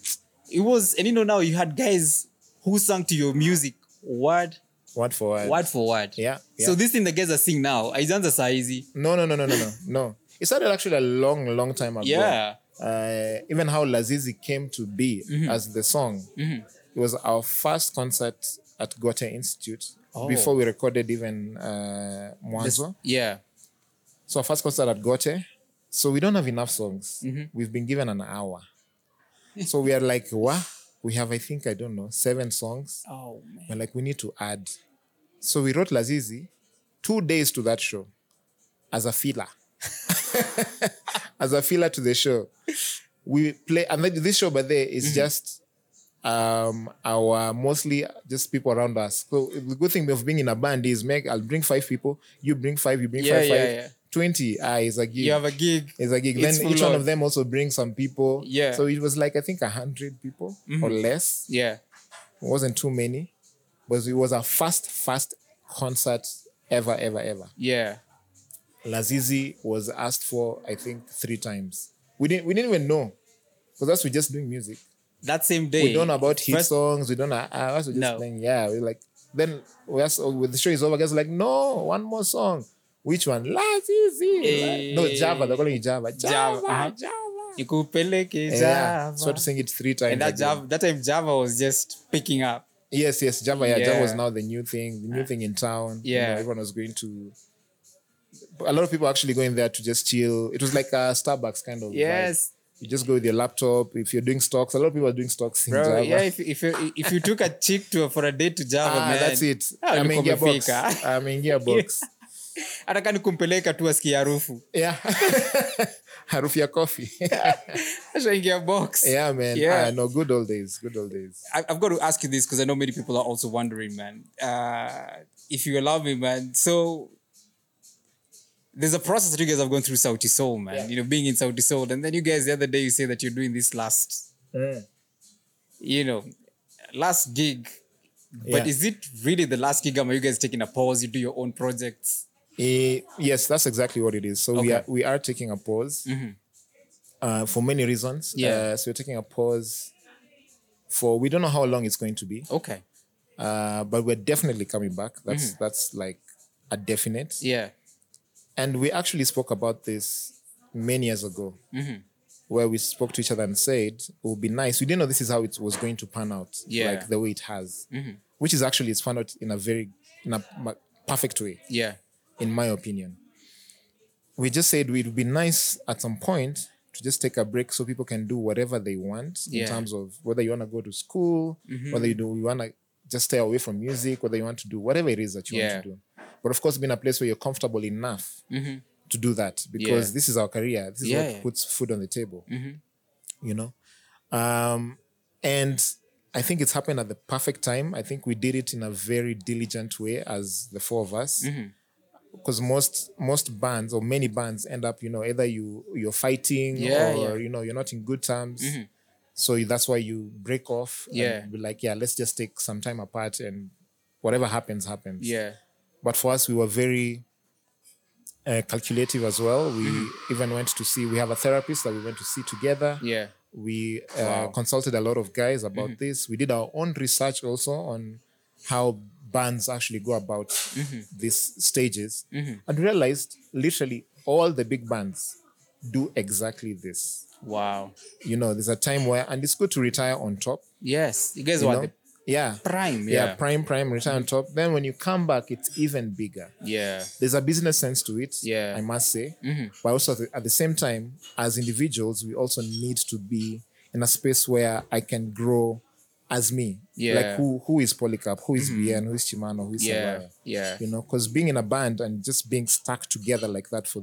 Speaker 1: It was, and you know now you had guys who sang to your music word
Speaker 2: Word for word.
Speaker 1: word for word.
Speaker 2: Yeah, yeah.
Speaker 1: So this thing the guys are singing now, Aizanza Saizi.
Speaker 2: No, no, no, no, no, no, no. It started actually a long, long time ago.
Speaker 1: Yeah. Mm-hmm.
Speaker 2: Uh, even how Lazizi came to be as the song. It was our first concert at Goethe Institute
Speaker 1: Oh.
Speaker 2: before we recorded even uh,
Speaker 1: This-
Speaker 2: Mwanzo.
Speaker 1: Yeah.
Speaker 2: So our first concert at Gote. So we don't have enough songs. We've been given an hour. so we are like, wow, we have, I think, I don't know, seven songs.
Speaker 1: Oh man.
Speaker 2: We're like, we need to add. So we wrote Lazizi two days to that show as a filler. *laughs* as a filler to the show. We play, and then this show, but there is
Speaker 1: Mm-hmm.
Speaker 2: just um our mostly just people around us. So the good thing of being in a band is make I'll bring five people, you bring five, you bring
Speaker 1: Yeah,
Speaker 2: five,
Speaker 1: yeah,
Speaker 2: five.
Speaker 1: yeah.
Speaker 2: 20 ah, is a gig.
Speaker 1: You have a gig.
Speaker 2: It's a gig.
Speaker 1: It's
Speaker 2: then
Speaker 1: full
Speaker 2: each one
Speaker 1: on.
Speaker 2: of them also brings some people.
Speaker 1: Yeah. Mm-hmm.
Speaker 2: So it was like I think hundred people or less
Speaker 1: Yeah.
Speaker 2: wasn't too many, but it was our first, first concert ever, ever, ever.
Speaker 1: Yeah.
Speaker 2: Lazizi was asked for, I think, three times. We didn't, we didn't even know, because us we're just doing music.
Speaker 1: That same day.
Speaker 2: We don't know about hit
Speaker 1: first-
Speaker 2: songs. We don't know. Uh, us we're just
Speaker 1: No.
Speaker 2: playing. Yeah, we're like then we asked, oh, when the show is over, guys are like, no, one more song. Which one? Lazizi.
Speaker 1: Eh.
Speaker 2: No, Java. They're calling it Java. Java.
Speaker 1: Java,
Speaker 2: Java.
Speaker 1: uh-huh. nikupeleke
Speaker 2: Yeah.
Speaker 1: Java.
Speaker 2: So I had to sing it three times.
Speaker 1: and that
Speaker 2: again.
Speaker 1: Java, that time Java was just picking up.
Speaker 2: Yes, yes, Java. Yeah, Java was
Speaker 1: Yeah.
Speaker 2: now the new thing, the new thing in town. You know,
Speaker 1: Yeah.
Speaker 2: everyone was going to. A lot of people actually going there to just chill. It was like a Starbucks kind of. vibe.
Speaker 1: Yes,
Speaker 2: You just go with your laptop. If you're doing stocks, a lot of people are doing stocks in
Speaker 1: bro.
Speaker 2: Java.
Speaker 1: Yeah, if if you if you took a chick to for a date to Java,
Speaker 2: ah,
Speaker 1: man,
Speaker 2: that's it.
Speaker 1: Ah,
Speaker 2: I'm in
Speaker 1: ulikuwa
Speaker 2: gearbox.
Speaker 1: umefika.
Speaker 2: *laughs* I'm in
Speaker 1: *laughs*
Speaker 2: gearbox.
Speaker 1: Hata kama nikumpeleka tu asikie harufu,
Speaker 2: yeah. *laughs* Harufu ya
Speaker 1: *laughs*
Speaker 2: coffee. *laughs*
Speaker 1: ashaingia box.
Speaker 2: yeah, man.
Speaker 1: Yeah.
Speaker 2: Ah, no, good old days. Good old days.
Speaker 1: I- I've got to ask you this because I know many people are also wondering, man. Uh, if you allow me, man. So there's a process that you guys have gone through Saudi Soul, man.
Speaker 2: Yeah.
Speaker 1: You know, being in Saudi Soul, and then you guys the other day you say that you're doing this last,
Speaker 2: Mm.
Speaker 1: you know, last gig. But
Speaker 2: Yeah.
Speaker 1: is it really the last gig? Am are you guys taking a pause? You do your own projects.
Speaker 2: Eh, yes, that's exactly what it is. So we
Speaker 1: Okay. Mm-hmm.
Speaker 2: are we are taking a pause uh, for many reasons.
Speaker 1: Yeah.
Speaker 2: Uh, so we're taking a pause for we don't know how long it's going to be,
Speaker 1: Okay.
Speaker 2: uh, but we're definitely coming back. That's
Speaker 1: Mm-hmm.
Speaker 2: that's like a definite.
Speaker 1: Yeah.
Speaker 2: And we actually spoke about this many years ago,
Speaker 1: Mm-hmm.
Speaker 2: where we spoke to each other and said it would be nice. We didn't know this is how it was going to pan out,
Speaker 1: Yeah. Mm-hmm.
Speaker 2: like the way it has, which is actually it's panned out in a very in a ma- perfect way
Speaker 1: Yeah.
Speaker 2: in my opinion. We just said it would be nice at some point to just take a break so people can do whatever they want
Speaker 1: Yeah. Mm-hmm.
Speaker 2: in terms of whether you want to go to school, whether you do you want to just stay away from music, whether you want to do whatever it is that you
Speaker 1: Yeah. Mm-hmm.
Speaker 2: want to do. But of course, be in a place where you're comfortable enough to do that because
Speaker 1: Yeah.
Speaker 2: this is our career. This is
Speaker 1: Yeah, Mm-hmm.
Speaker 2: what
Speaker 1: yeah.
Speaker 2: puts food on the table. You know, um, and I think it's happened at the perfect time. I think we did it in a very diligent way as the four of us
Speaker 1: Mm-hmm.
Speaker 2: because most most bands or many bands end up you know either you you're fighting
Speaker 1: Yeah,
Speaker 2: or
Speaker 1: yeah. Mm-hmm.
Speaker 2: you know you're not in good terms so that's why you break off
Speaker 1: Yeah.
Speaker 2: and be like yeah let's just take some time apart and whatever happens, happens.
Speaker 1: Yeah.
Speaker 2: But for us, we were very uh, calculative as well. We
Speaker 1: Mm-hmm.
Speaker 2: even went to see, we have a therapist that we went to see together.
Speaker 1: Yeah.
Speaker 2: We uh, consulted a lot of guys about
Speaker 1: Mm-hmm.
Speaker 2: this. We did our own research also on how bands actually go about
Speaker 1: Mm-hmm.
Speaker 2: these stages and realized literally all the big bands do exactly this.
Speaker 1: Wow.
Speaker 2: You know, there's a time where, and it's good to retire on top.
Speaker 1: Yes. You guys
Speaker 2: You
Speaker 1: were
Speaker 2: know?
Speaker 1: at
Speaker 2: yeah.
Speaker 1: the prime.
Speaker 2: yeah.
Speaker 1: Yeah.
Speaker 2: prime, prime, retire on top. Then when you come back, it's even bigger.
Speaker 1: Yeah.
Speaker 2: There's a business sense to it,
Speaker 1: Yeah. Mm-hmm.
Speaker 2: I must say. But also at the, at the same time, as individuals, we also need to be in a space where I can grow as me.
Speaker 1: Yeah. Mm-hmm.
Speaker 2: Like who who is Polycarp, who is BN, who is Chimano, who is
Speaker 1: Yeah.
Speaker 2: Sawaya?
Speaker 1: Yeah.
Speaker 2: You know, because being in a band and just being stuck together like that for,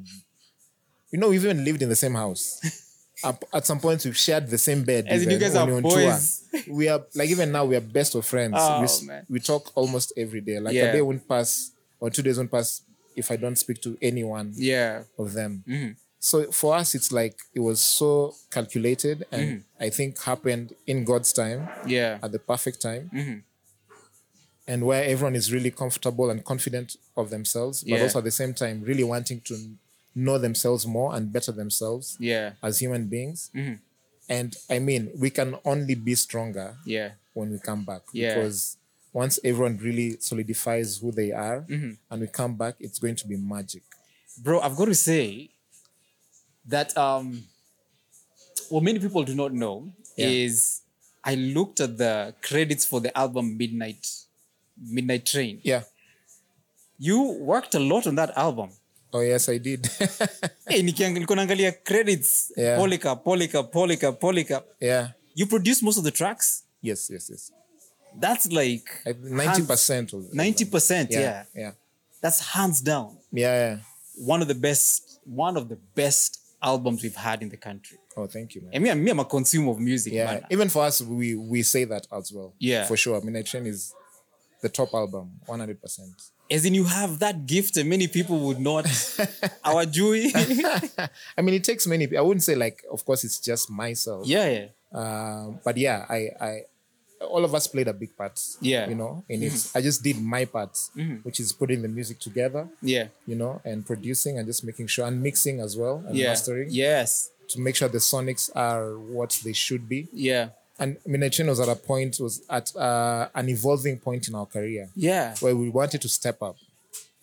Speaker 2: you know, we even lived in the same
Speaker 1: *laughs*
Speaker 2: house. At- At some point, we've shared the same bed.
Speaker 1: As in,
Speaker 2: even
Speaker 1: you guys
Speaker 2: when
Speaker 1: are
Speaker 2: we're on tour.
Speaker 1: boys.
Speaker 2: We are like even now we are best of friends.
Speaker 1: Oh,
Speaker 2: we, s-
Speaker 1: man.
Speaker 2: we talk almost every day. Like
Speaker 1: Yeah.
Speaker 2: a day won't pass or two days won't pass if I don't speak to anyone
Speaker 1: Yeah. Mm-hmm.
Speaker 2: of them. So for us, it's like it was so calculated and I think happened in God's time
Speaker 1: Yeah.
Speaker 2: at the perfect time and where everyone is really comfortable and confident of themselves, but
Speaker 1: Yeah.
Speaker 2: also at the same time, really wanting to know themselves more and better themselves
Speaker 1: Yeah.
Speaker 2: as human beings. And I mean, we can only be stronger
Speaker 1: Yeah.
Speaker 2: when we come back
Speaker 1: Yeah.
Speaker 2: because once everyone really solidifies who they are
Speaker 1: Mm-hmm.
Speaker 2: and we come back, it's going to be magic.
Speaker 1: bro i've got to say that um what many people do not know
Speaker 2: Yeah.
Speaker 1: is i looked at the credits for the album midnight midnight train
Speaker 2: Yeah.
Speaker 1: you worked a lot on that album
Speaker 2: Oh, yes, I did. *laughs*
Speaker 1: hey nikiang- nilikuwa naangalia credits
Speaker 2: Yeah.
Speaker 1: polycarp polycarp polycarp polycarp
Speaker 2: yeah.
Speaker 1: you produced most of the tracks
Speaker 2: Yes, yes, yes.
Speaker 1: that's like
Speaker 2: I- 90% of
Speaker 1: 90% yeah.
Speaker 2: Yeah. Yeah.
Speaker 1: that's hands down
Speaker 2: Yeah. yeah.
Speaker 1: one of the best one of the best albums we've had in the country
Speaker 2: Oh, thank you, man.
Speaker 1: and me, me i'm a consumer of music
Speaker 2: Yeah,
Speaker 1: man.
Speaker 2: even for us, we we say that as well.
Speaker 1: Yeah.
Speaker 2: for sure. Midnight Train is the top album, one hundred percent. *laughs*
Speaker 1: as in you have that gift and many people would not our
Speaker 2: *laughs*
Speaker 1: Jewy.
Speaker 2: I mean, it takes many. pe- I wouldn't say like, of course, it's just myself.
Speaker 1: yeah yeah
Speaker 2: Um, but yeah, I I all of us played a big part.
Speaker 1: Yeah. Mm-hmm.
Speaker 2: you know, in it. I just did my part, which is putting the music together.
Speaker 1: yeah
Speaker 2: You know, and producing and just making sure and mixing as well and
Speaker 1: yeah
Speaker 2: mastering
Speaker 1: yes
Speaker 2: to make sure the sonics are what they should be.
Speaker 1: yeah
Speaker 2: And Midnight Train was at a point was at uh, an evolving point in our career.
Speaker 1: yeah Mm-hmm.
Speaker 2: where we wanted to step up.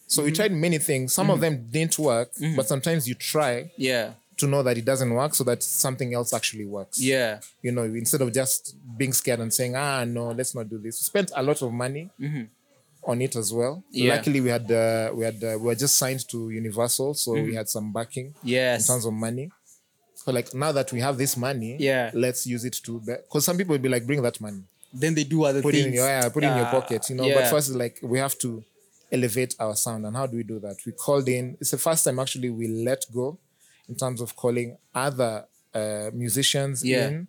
Speaker 2: So we tried many things. Some of them didn't work, but sometimes you try
Speaker 1: yeah
Speaker 2: to know that it doesn't work so that something else actually works.
Speaker 1: yeah
Speaker 2: You know, instead of just being scared and saying, ah, no, let's not do this. We spent a lot of money on it as well.
Speaker 1: Mm-hmm. Yeah.
Speaker 2: Luckily, we had, uh, we had, uh, we were just signed to Universal, so we had some backing
Speaker 1: Mm-hmm. yes
Speaker 2: in terms of money. So like now that we have this money,
Speaker 1: Yeah.
Speaker 2: let's use it to, because some people would be like, bring that money
Speaker 1: then they do other
Speaker 2: put
Speaker 1: things
Speaker 2: it in your yeah, put it in your
Speaker 1: Ah,
Speaker 2: pocket, you know.
Speaker 1: yeah.
Speaker 2: But first, like we have to elevate our sound, and how do we do that? We called in. It's the first time actually we let go in terms of calling other uh, musicians
Speaker 1: Yeah. Mm.
Speaker 2: in,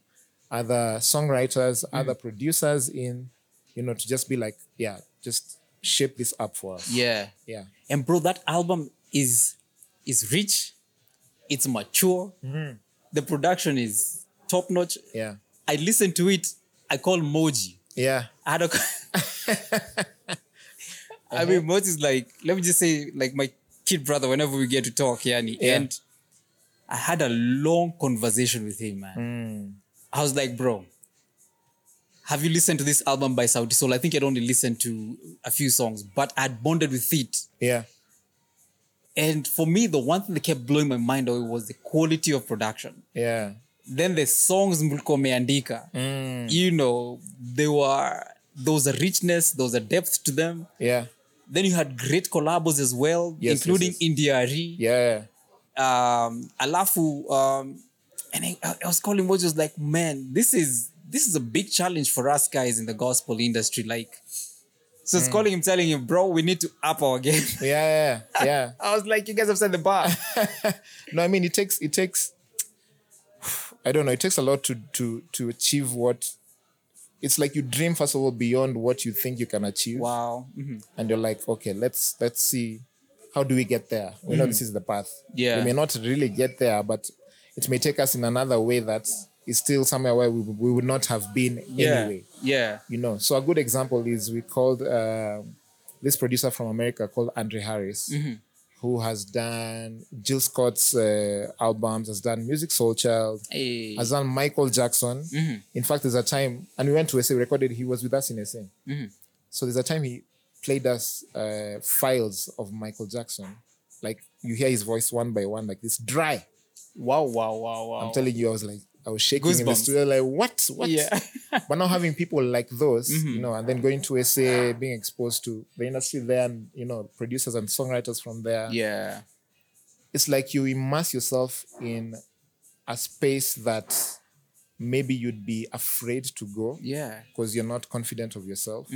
Speaker 2: other songwriters, other producers in, you know, to just be like, yeah, just shape this up for us.
Speaker 1: yeah
Speaker 2: Yeah,
Speaker 1: and bro that album is is rich it's mature the production is top notch
Speaker 2: Mm-hmm. yeah,
Speaker 1: i listened to it i call moji
Speaker 2: yeah,
Speaker 1: I had a. I mean, Moz is like, let me just say, like my kid brother, whenever we get to talk, yani,
Speaker 2: Yeah.
Speaker 1: and I had a long conversation with him, man. I was like, bro, have you listened to this album by Saudi Soul? I think I'd only listened to a few songs, but I'd bonded with it.
Speaker 2: yeah,
Speaker 1: And for me, the one thing that kept blowing my mind away was the quality of production
Speaker 2: yeah.
Speaker 1: then the songs mlikuwa umeandika
Speaker 2: Mm.
Speaker 1: you know they were there was a richness there was a depth to them
Speaker 2: Yeah,
Speaker 1: then you had great collabos as well
Speaker 2: Yes,
Speaker 1: including
Speaker 2: yes,
Speaker 1: indiari
Speaker 2: yeah,
Speaker 1: um alafu um and I, I was calling Mojo, was like man this is this is a big challenge for us guys in the gospel industry like so I
Speaker 2: Mm.
Speaker 1: was calling him telling him bro we need to up our game
Speaker 2: yeah, yeah, *laughs* yeah.
Speaker 1: i was like you guys have set the
Speaker 2: *laughs*
Speaker 1: bar
Speaker 2: no, I mean it takes it takes I don't know, it takes a lot to to to achieve what it's like you dream first of all beyond what you think you can achieve.
Speaker 1: wow Mhm.
Speaker 2: And you're like, okay, let's let's see how do we get there? We know this is the path.
Speaker 1: Mm. Yeah.
Speaker 2: We may not really get there, but it may take us in another way that is still somewhere where we, we would not have been
Speaker 1: Yeah.
Speaker 2: anyway.
Speaker 1: Yeah.
Speaker 2: You know, so a good example is we called uh, this producer from America called Andre Harris,
Speaker 1: Mm-hmm.
Speaker 2: who has done Jill Scott's uh, albums, has done Music Soul Child,
Speaker 1: Hey.
Speaker 2: has done Michael Jackson.
Speaker 1: Mm-hmm.
Speaker 2: In fact, there's a time, and we went to SA, recorded, he was with us in SA.
Speaker 1: Mm-hmm.
Speaker 2: So there's a time he played us uh, files of Michael Jackson. Like you hear his voice one by one, like this dry.
Speaker 1: Wow, wow, wow, wow.
Speaker 2: I'm telling you, I was like, I was shaking in the
Speaker 1: Oh. Goosebumps.
Speaker 2: studio, like, what? What?
Speaker 1: Yeah.
Speaker 2: but now having people like those,
Speaker 1: Mm-hmm.
Speaker 2: you know, and then going to SA, being exposed to the industry there, and, you know, producers and songwriters from there,
Speaker 1: yeah.
Speaker 2: it's like you immerse yourself in a space that maybe you'd be afraid to go
Speaker 1: Yeah. Mm-hmm,
Speaker 2: because you're not confident of yourself.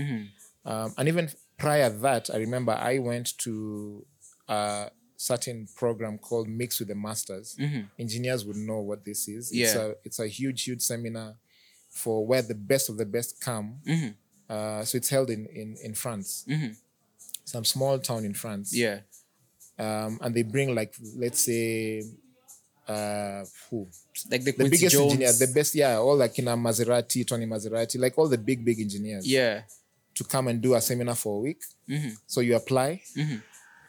Speaker 2: Um, and even prior that, I remember I went to a certain program called Mix with the Masters.
Speaker 1: mm-hmm,
Speaker 2: Engineers would know what this is. It's,
Speaker 1: Mm. Yeah.
Speaker 2: a, it's a huge, huge seminar for where the best of the best come.
Speaker 1: mm-hmm.
Speaker 2: Uh, so it's held in, in, in France, some small town in France.
Speaker 1: Yeah.
Speaker 2: Um, and they bring, like, let's say, uh, who?
Speaker 1: Like the,
Speaker 2: The
Speaker 1: Quincy
Speaker 2: biggest
Speaker 1: Jones.
Speaker 2: engineer, the best, yeah, all like, you know, Maserati, Tony Maserati, like all the big, big engineers
Speaker 1: yeah. Mm-hmm.
Speaker 2: to come and do a seminar for a week. So you apply,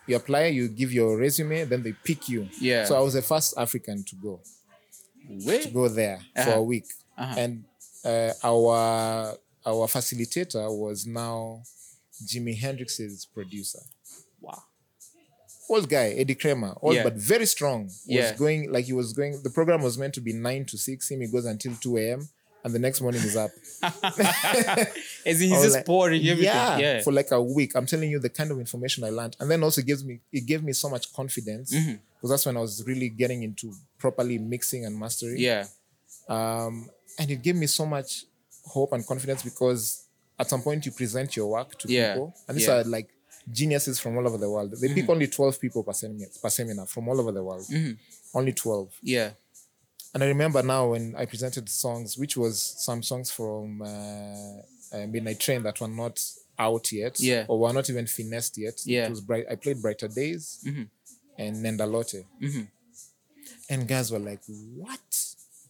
Speaker 2: you apply, you give your resume, then they pick you.
Speaker 1: Yeah.
Speaker 2: So I was the first African to go
Speaker 1: Wait.
Speaker 2: go there for
Speaker 1: Uh-huh.
Speaker 2: a week, and uh, our our facilitator was now Jimi Hendrix's producer.
Speaker 1: Wow.
Speaker 2: Old guy, Eddie Kramer, old
Speaker 1: Yeah.
Speaker 2: but very strong. Was
Speaker 1: Yeah.
Speaker 2: going like he was going. The program was meant to be nine to six. Him, he goes until two a.m. And the next morning is up.
Speaker 1: As in
Speaker 2: I
Speaker 1: *laughs* he's
Speaker 2: was
Speaker 1: just
Speaker 2: like,
Speaker 1: pouring everything. Yeah. Yeah.
Speaker 2: for like a week. I'm telling you the kind of information I learned, and then also gives me it gave me so much confidence
Speaker 1: Mm-hmm.
Speaker 2: because that's when I was really getting into properly mixing and mastering.
Speaker 1: yeah.
Speaker 2: um, and it gave me so much hope and confidence because at some point you present your work to
Speaker 1: Yeah.
Speaker 2: people, and these
Speaker 1: Yeah. Mm-hmm.
Speaker 2: are like geniuses from all over the world. They pick only twelve people per seminar, per seminar from all over the world,
Speaker 1: Mm-hmm.
Speaker 2: only twelve.
Speaker 1: Yeah.
Speaker 2: And I remember now when I presented songs, which was some songs from uh, uh, Midnight Train that were not out yet,
Speaker 1: Yeah.
Speaker 2: or were not even finessed yet.
Speaker 1: Yeah. Mm-hmm.
Speaker 2: It was bright. I played Brighter Days and Nendalote. And guys were like, "What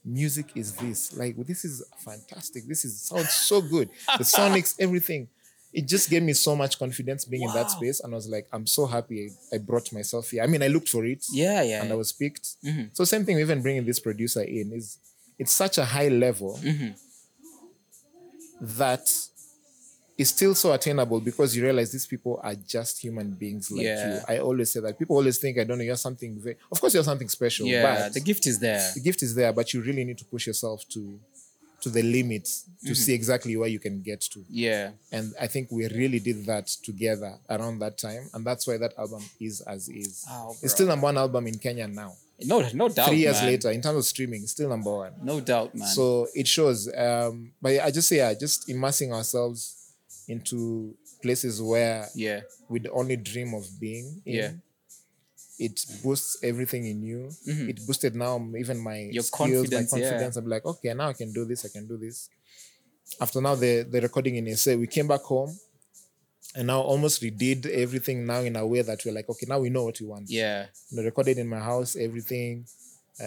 Speaker 2: music is this? Like, this is fantastic. This is sounds so good.
Speaker 1: *laughs*
Speaker 2: The sonics, everything." It just gave me so much confidence being in that
Speaker 1: Wow.
Speaker 2: space, and I was like, "I'm so happy I, I brought myself here." I mean, I looked for it
Speaker 1: Yeah. Yeah.
Speaker 2: and I was picked.
Speaker 1: Mm-hmm.
Speaker 2: So same thing, even bringing this producer in is it's such a high level
Speaker 1: Mm-hmm.
Speaker 2: that it's still so attainable because you realize these people are just human beings like
Speaker 1: Yeah.
Speaker 2: you. I always say that people always think I don't know you're something. Very, of course, you're something special.
Speaker 1: yeah.
Speaker 2: but
Speaker 1: the gift is there.
Speaker 2: the gift is there, but you really need to push yourself to to the limits
Speaker 1: Mm-hmm.
Speaker 2: to see exactly where you can get to.
Speaker 1: Yeah.
Speaker 2: And I think we really did that together around that time, and that's why that album is as is.
Speaker 1: Oh, bro.
Speaker 2: it's still number one album in Kenya now
Speaker 1: No. No doubt.
Speaker 2: three years
Speaker 1: man.
Speaker 2: later in terms of streaming it's still number one
Speaker 1: No doubt, man.
Speaker 2: so it shows um but i just say yeah just immersing ourselves into places where
Speaker 1: yeah.
Speaker 2: we'd only dream of being in.
Speaker 1: Yeah.
Speaker 2: it boosts everything in you it boosted now even my
Speaker 1: Mm-hmm. Your
Speaker 2: skills,
Speaker 1: confidence,
Speaker 2: my
Speaker 1: yeah.
Speaker 2: confidence i'm like okay now i can do this i can do this after now the the recording in SA, we came back home and now almost redid everything now in a way that we're like okay now we know what we want
Speaker 1: Yeah.
Speaker 2: you know, recorded in my house, everything.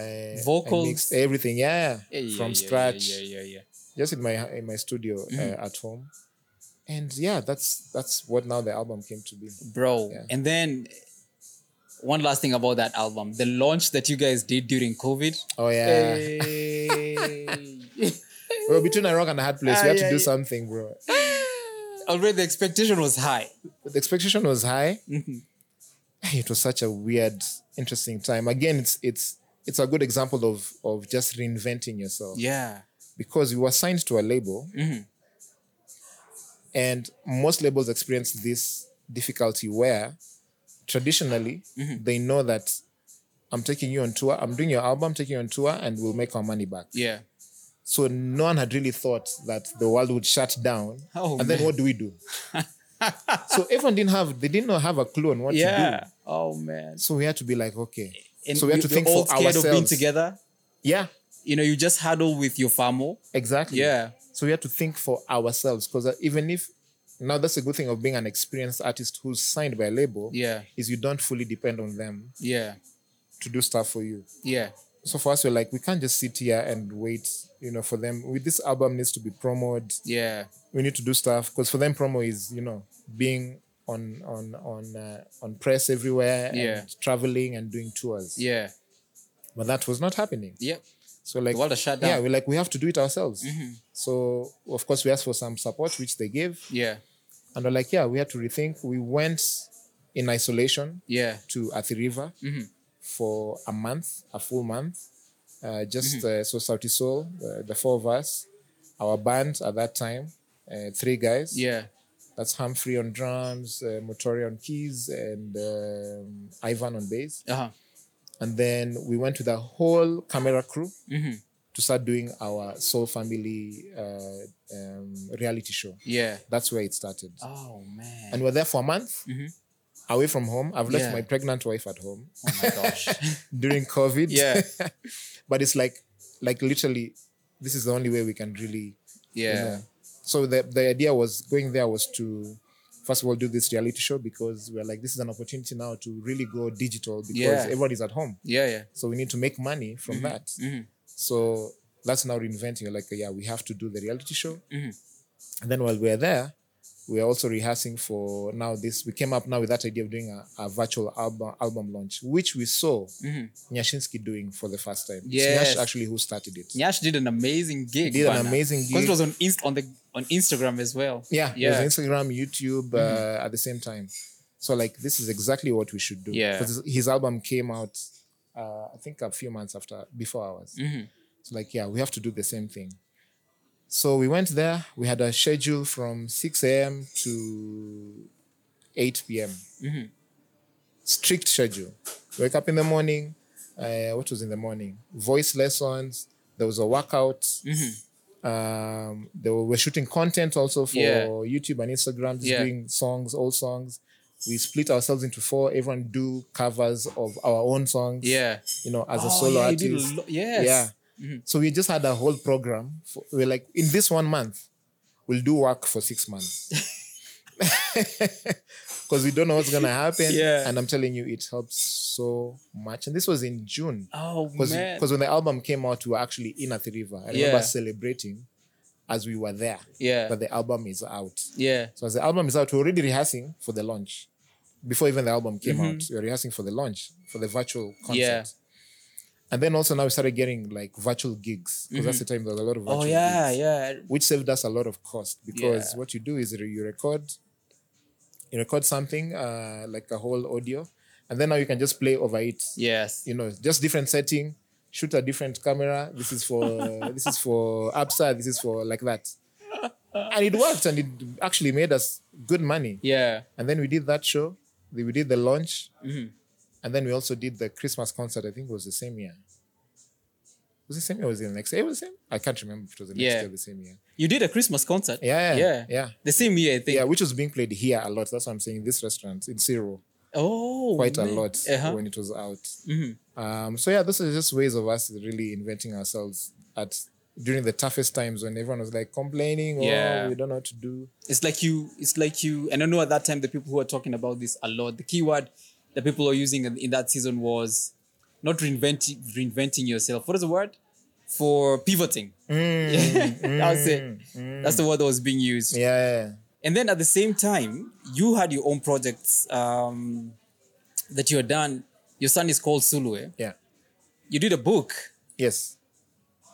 Speaker 2: Uh, I
Speaker 1: Vocals.
Speaker 2: mixed everything, yeah,
Speaker 1: Yeah, yeah,
Speaker 2: from
Speaker 1: yeah,
Speaker 2: scratch,
Speaker 1: Yeah. Mm-hmm. Yeah. Yeah.
Speaker 2: just in my in my studio uh, at home, and yeah, that's that's what now the album came to be.
Speaker 1: bro
Speaker 2: Yeah.
Speaker 1: and then one last thing about that album the launch that you guys did during covid
Speaker 2: Oh yeah, *laughs*
Speaker 1: Hey.
Speaker 2: well between a rock and a hard place,
Speaker 1: Ah,
Speaker 2: we had
Speaker 1: yeah,
Speaker 2: to do
Speaker 1: yeah.
Speaker 2: something, bro.
Speaker 1: already the expectation was high
Speaker 2: The expectation was high.
Speaker 1: Mm-hmm.
Speaker 2: It was such a weird, interesting time. Again, it's it's it's a good example of of just reinventing yourself.
Speaker 1: yeah
Speaker 2: because we were signed to a label
Speaker 1: Mm-hmm.
Speaker 2: and most labels experience this difficulty where traditionally
Speaker 1: Mm-hmm.
Speaker 2: they know that i'm taking you on tour i'm doing your album taking you on tour and we'll make our money back
Speaker 1: yeah
Speaker 2: so no one had really thought that the world would shut down
Speaker 1: Oh,
Speaker 2: and then
Speaker 1: man.
Speaker 2: what do we
Speaker 1: *laughs*
Speaker 2: do so everyone didn't have they didn't have a clue on what to do
Speaker 1: yeah oh man
Speaker 2: so we had to be like okay
Speaker 1: and
Speaker 2: so we had
Speaker 1: you-
Speaker 2: to
Speaker 1: you're
Speaker 2: think
Speaker 1: all
Speaker 2: for
Speaker 1: scared
Speaker 2: ourselves
Speaker 1: of being together
Speaker 2: yeah
Speaker 1: you know you just huddle with your famo
Speaker 2: Exactly.
Speaker 1: Yeah.
Speaker 2: So we had to think for ourselves because even if now that's a good thing of being an experienced artist who's signed by a label,
Speaker 1: Yeah.
Speaker 2: is you don't fully depend on them
Speaker 1: yeah
Speaker 2: to do stuff for you.
Speaker 1: yeah
Speaker 2: so for us, we're like, we can't just sit here and wait, you know, for them. With this album needs to be promoted.
Speaker 1: Yeah.
Speaker 2: We need to do stuff because for them, promo is you know being on on on uh, on press everywhere
Speaker 1: Yeah.
Speaker 2: and traveling and doing tours.
Speaker 1: Yeah.
Speaker 2: But that was not happening.
Speaker 1: Yep.
Speaker 2: So like
Speaker 1: The world has shut
Speaker 2: Yeah,
Speaker 1: down. Mm-hmm.
Speaker 2: we're like we have to do it ourselves. So of course we asked for some support, which they gave,
Speaker 1: Yeah.
Speaker 2: and we're like, yeah, we had to rethink. We went in isolation
Speaker 1: Yeah.
Speaker 2: to Athi River for a month, a full month. Uh, just uh, so Sauti Soul, uh, the four of us, our band at that time, uh, three guys.
Speaker 1: Yeah.
Speaker 2: That's Humphrey on drums, uh, Motori on keys, and um, Ivan on bass.
Speaker 1: Uh huh.
Speaker 2: And then we went with the whole camera crew to start doing our Soul Family uh, um, reality show.
Speaker 1: Yeah.
Speaker 2: That's where it started.
Speaker 1: Oh man.
Speaker 2: And we're there for a month, away from home. I've left
Speaker 1: Mm-hmm. Yeah.
Speaker 2: my pregnant wife at home
Speaker 1: Oh
Speaker 2: *laughs*
Speaker 1: my gosh.
Speaker 2: during COVID.
Speaker 1: Yeah.
Speaker 2: *laughs* but it's like, like literally, this is the only way we can really. you
Speaker 1: Yeah.
Speaker 2: know. So the the idea was going there was to. First of all, do this reality show because we're like, this is an opportunity now to really go digital because
Speaker 1: Yeah. Mm-hmm.
Speaker 2: everybody's at home.
Speaker 1: Yeah. Yeah.
Speaker 2: So we need to make money from that. So that's now reinventing. Like, yeah, we have to do the reality show.
Speaker 1: Mm-hmm.
Speaker 2: And then while we're there, we're also rehearsing for now this. We came up now with that idea of doing a, a virtual album album launch, which we saw
Speaker 1: Mm-hmm.
Speaker 2: Nyashinsky doing for the first time. It's
Speaker 1: Yes.
Speaker 2: Nyash actually who started it.
Speaker 1: Nyash did an amazing gig.
Speaker 2: Did an
Speaker 1: man.
Speaker 2: amazing
Speaker 1: 'Cause
Speaker 2: gig.
Speaker 1: it was on Inst- on the on Instagram as well.
Speaker 2: Yeah,
Speaker 1: Yeah. Mm-hmm.
Speaker 2: There's Instagram, YouTube uh, at the same time. So like this is exactly what we should do.
Speaker 1: Yeah.
Speaker 2: 'Cause his- his album came out, uh, I think a few months after before ours.
Speaker 1: Mm-hmm.
Speaker 2: So like yeah, we have to do the same thing. So we went there. We had a schedule from six a.m. to eight p.m.
Speaker 1: Mm-hmm.
Speaker 2: Strict schedule. Wake up in the morning. Uh, what was in the morning? Voice lessons. There was a workout. Um, they were, were shooting content also for
Speaker 1: Mm-hmm. Yeah.
Speaker 2: YouTube and Instagram, just
Speaker 1: Yeah.
Speaker 2: doing songs, old songs. We split ourselves into four. Everyone do covers of our own songs.
Speaker 1: Yeah.
Speaker 2: you know, as
Speaker 1: Oh,
Speaker 2: a solo
Speaker 1: yeah, you
Speaker 2: artist.
Speaker 1: did a lo- yes. Mm-hmm.
Speaker 2: Yeah. So we just had a whole program. For, we're like, in this one month, we'll do work for six months. *laughs* Because we don't know what's going to happen.
Speaker 1: Yeah.
Speaker 2: And I'm telling you, it helps so much. And this was in June.
Speaker 1: Oh man.
Speaker 2: Because when the album came out, we were actually in at the river. I remember
Speaker 1: Yeah.
Speaker 2: celebrating as we were there.
Speaker 1: Yeah.
Speaker 2: But the album is out.
Speaker 1: yeah.
Speaker 2: So as the album is out, we're already rehearsing for the launch. Before even the album came out, we we're rehearsing for the launch, for the virtual concert.
Speaker 1: Mm-hmm. Yeah.
Speaker 2: And then also now we started getting like virtual gigs. Because that's the time there was a lot of virtual
Speaker 1: Oh yeah.
Speaker 2: gigs.
Speaker 1: Yeah.
Speaker 2: Which saved us a lot of cost because
Speaker 1: Yeah.
Speaker 2: what you do is re- you record, you record something, uh, like a whole audio, and then now you can just play over it
Speaker 1: Yes.
Speaker 2: you know, just different setting, shoot a different camera. This is for *laughs* this is for Absa, this is for like that. And it worked and it actually made us good money.
Speaker 1: Yeah.
Speaker 2: And then we did that show, we did the launch,
Speaker 1: Mm-hmm.
Speaker 2: and then we also did the Christmas concert, I think it was the same year. Was it the same year or was it the next year? It was the same. I can't remember if it was the next
Speaker 1: Yeah.
Speaker 2: year or the same year.
Speaker 1: You did a Christmas concert.
Speaker 2: Yeah, yeah,
Speaker 1: Yeah.
Speaker 2: yeah.
Speaker 1: The same year, I think.
Speaker 2: Yeah, which was being played here a lot. That's what I'm saying. This restaurant in Ciro
Speaker 1: Oh.
Speaker 2: quite a
Speaker 1: man.
Speaker 2: lot
Speaker 1: Uh-huh. Mm-hmm.
Speaker 2: when it was out. Um, so yeah, those are just ways of us really inventing ourselves at during the toughest times when everyone was like complaining or
Speaker 1: Yeah.
Speaker 2: we don't know what to do.
Speaker 1: It's like you, it's like you, and I know at that time the people who were talking about this a lot, the keyword that people were using in, in that season was not reinventing reinventing yourself. What is the word? For pivoting. *laughs* That's it. That's the word that was being used.
Speaker 2: Mm, Yeah,
Speaker 1: And then at the same time, you had your own projects um, that you had done. Your son is called Sulue.
Speaker 2: yeah,
Speaker 1: You did a book
Speaker 2: yes,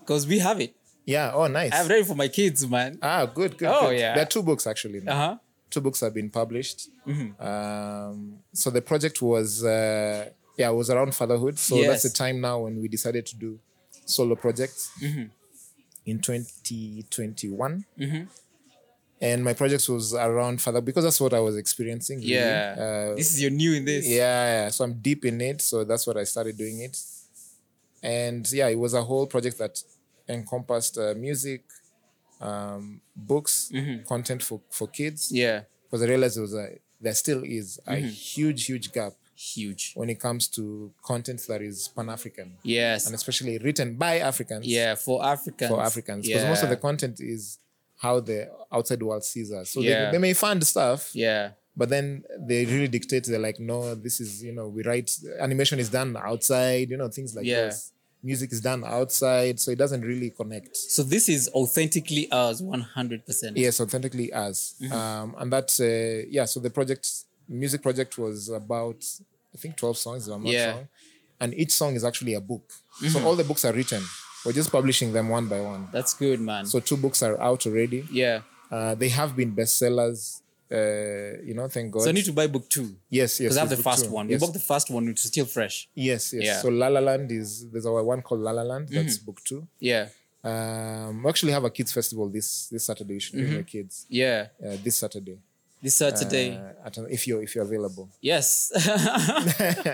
Speaker 1: because we have it.
Speaker 2: yeah. Oh, nice.
Speaker 1: I have read it for my kids, man.
Speaker 2: ah, good, good.
Speaker 1: Oh,
Speaker 2: good.
Speaker 1: yeah.
Speaker 2: There are two books actually.
Speaker 1: Uh
Speaker 2: Now.
Speaker 1: huh.
Speaker 2: Two books have been published.
Speaker 1: Mm-hmm.
Speaker 2: Um, so the project was uh, yeah, it was around fatherhood. So
Speaker 1: Yes.
Speaker 2: that's the time now when we decided to do solo projects
Speaker 1: Mm-hmm.
Speaker 2: in 2021. And my projects was around father because that's what I was experiencing. really.
Speaker 1: Yeah.
Speaker 2: Uh,
Speaker 1: this is you're new in this.
Speaker 2: yeah, yeah. So I'm deep in it. So that's what I started doing it. And yeah, it was a whole project that encompassed uh, music, um, books,
Speaker 1: Mm-hmm.
Speaker 2: content for, for kids.
Speaker 1: Yeah.
Speaker 2: Because I realized there, was a, there still is a
Speaker 1: Mm-hmm.
Speaker 2: huge, huge gap
Speaker 1: Huge.
Speaker 2: when it comes to content that is Pan African
Speaker 1: Yes.
Speaker 2: and especially written by Africans
Speaker 1: Yeah, for Africans.
Speaker 2: for Africans. Because most of the content is how the outside world sees us. So
Speaker 1: Yeah.
Speaker 2: they, they may fund stuff,
Speaker 1: yeah,
Speaker 2: but then they really dictate they're like no this is you know we write animation is done outside you know things like
Speaker 1: Yeah.
Speaker 2: this music is done outside, so it doesn't really connect.
Speaker 1: So this is authentically us, one hundred percent.
Speaker 2: Yes, authentically us.
Speaker 1: Mm-hmm.
Speaker 2: Um, and that, uh, yeah, so the project, music project was about, I think, 12 songs, if I'm not
Speaker 1: Yeah. Mm-hmm.
Speaker 2: wrong. And each song is actually a book. So all the books are written. We're just publishing them one by one.
Speaker 1: That's good, man.
Speaker 2: So two books are out already.
Speaker 1: yeah.
Speaker 2: Uh, they have been bestsellers. Uh, you know, thank God.
Speaker 1: So I need to buy book two
Speaker 2: yes, yes.
Speaker 1: because I have the
Speaker 2: there's book
Speaker 1: first
Speaker 2: two.
Speaker 1: one.
Speaker 2: Yes.
Speaker 1: We bought the first one, which is still fresh.
Speaker 2: yes, yes.
Speaker 1: Yeah. Mm-hmm.
Speaker 2: So La La Land is there's our one called La La Land. That's book two.
Speaker 1: Yeah,
Speaker 2: Um, we actually have a kids festival this this Saturday. You
Speaker 1: Mm-hmm.
Speaker 2: should bring your kids
Speaker 1: yeah.
Speaker 2: uh, this Saturday.
Speaker 1: This Saturday.
Speaker 2: Uh, at, if you're if you're available, *laughs*
Speaker 1: yes. *laughs*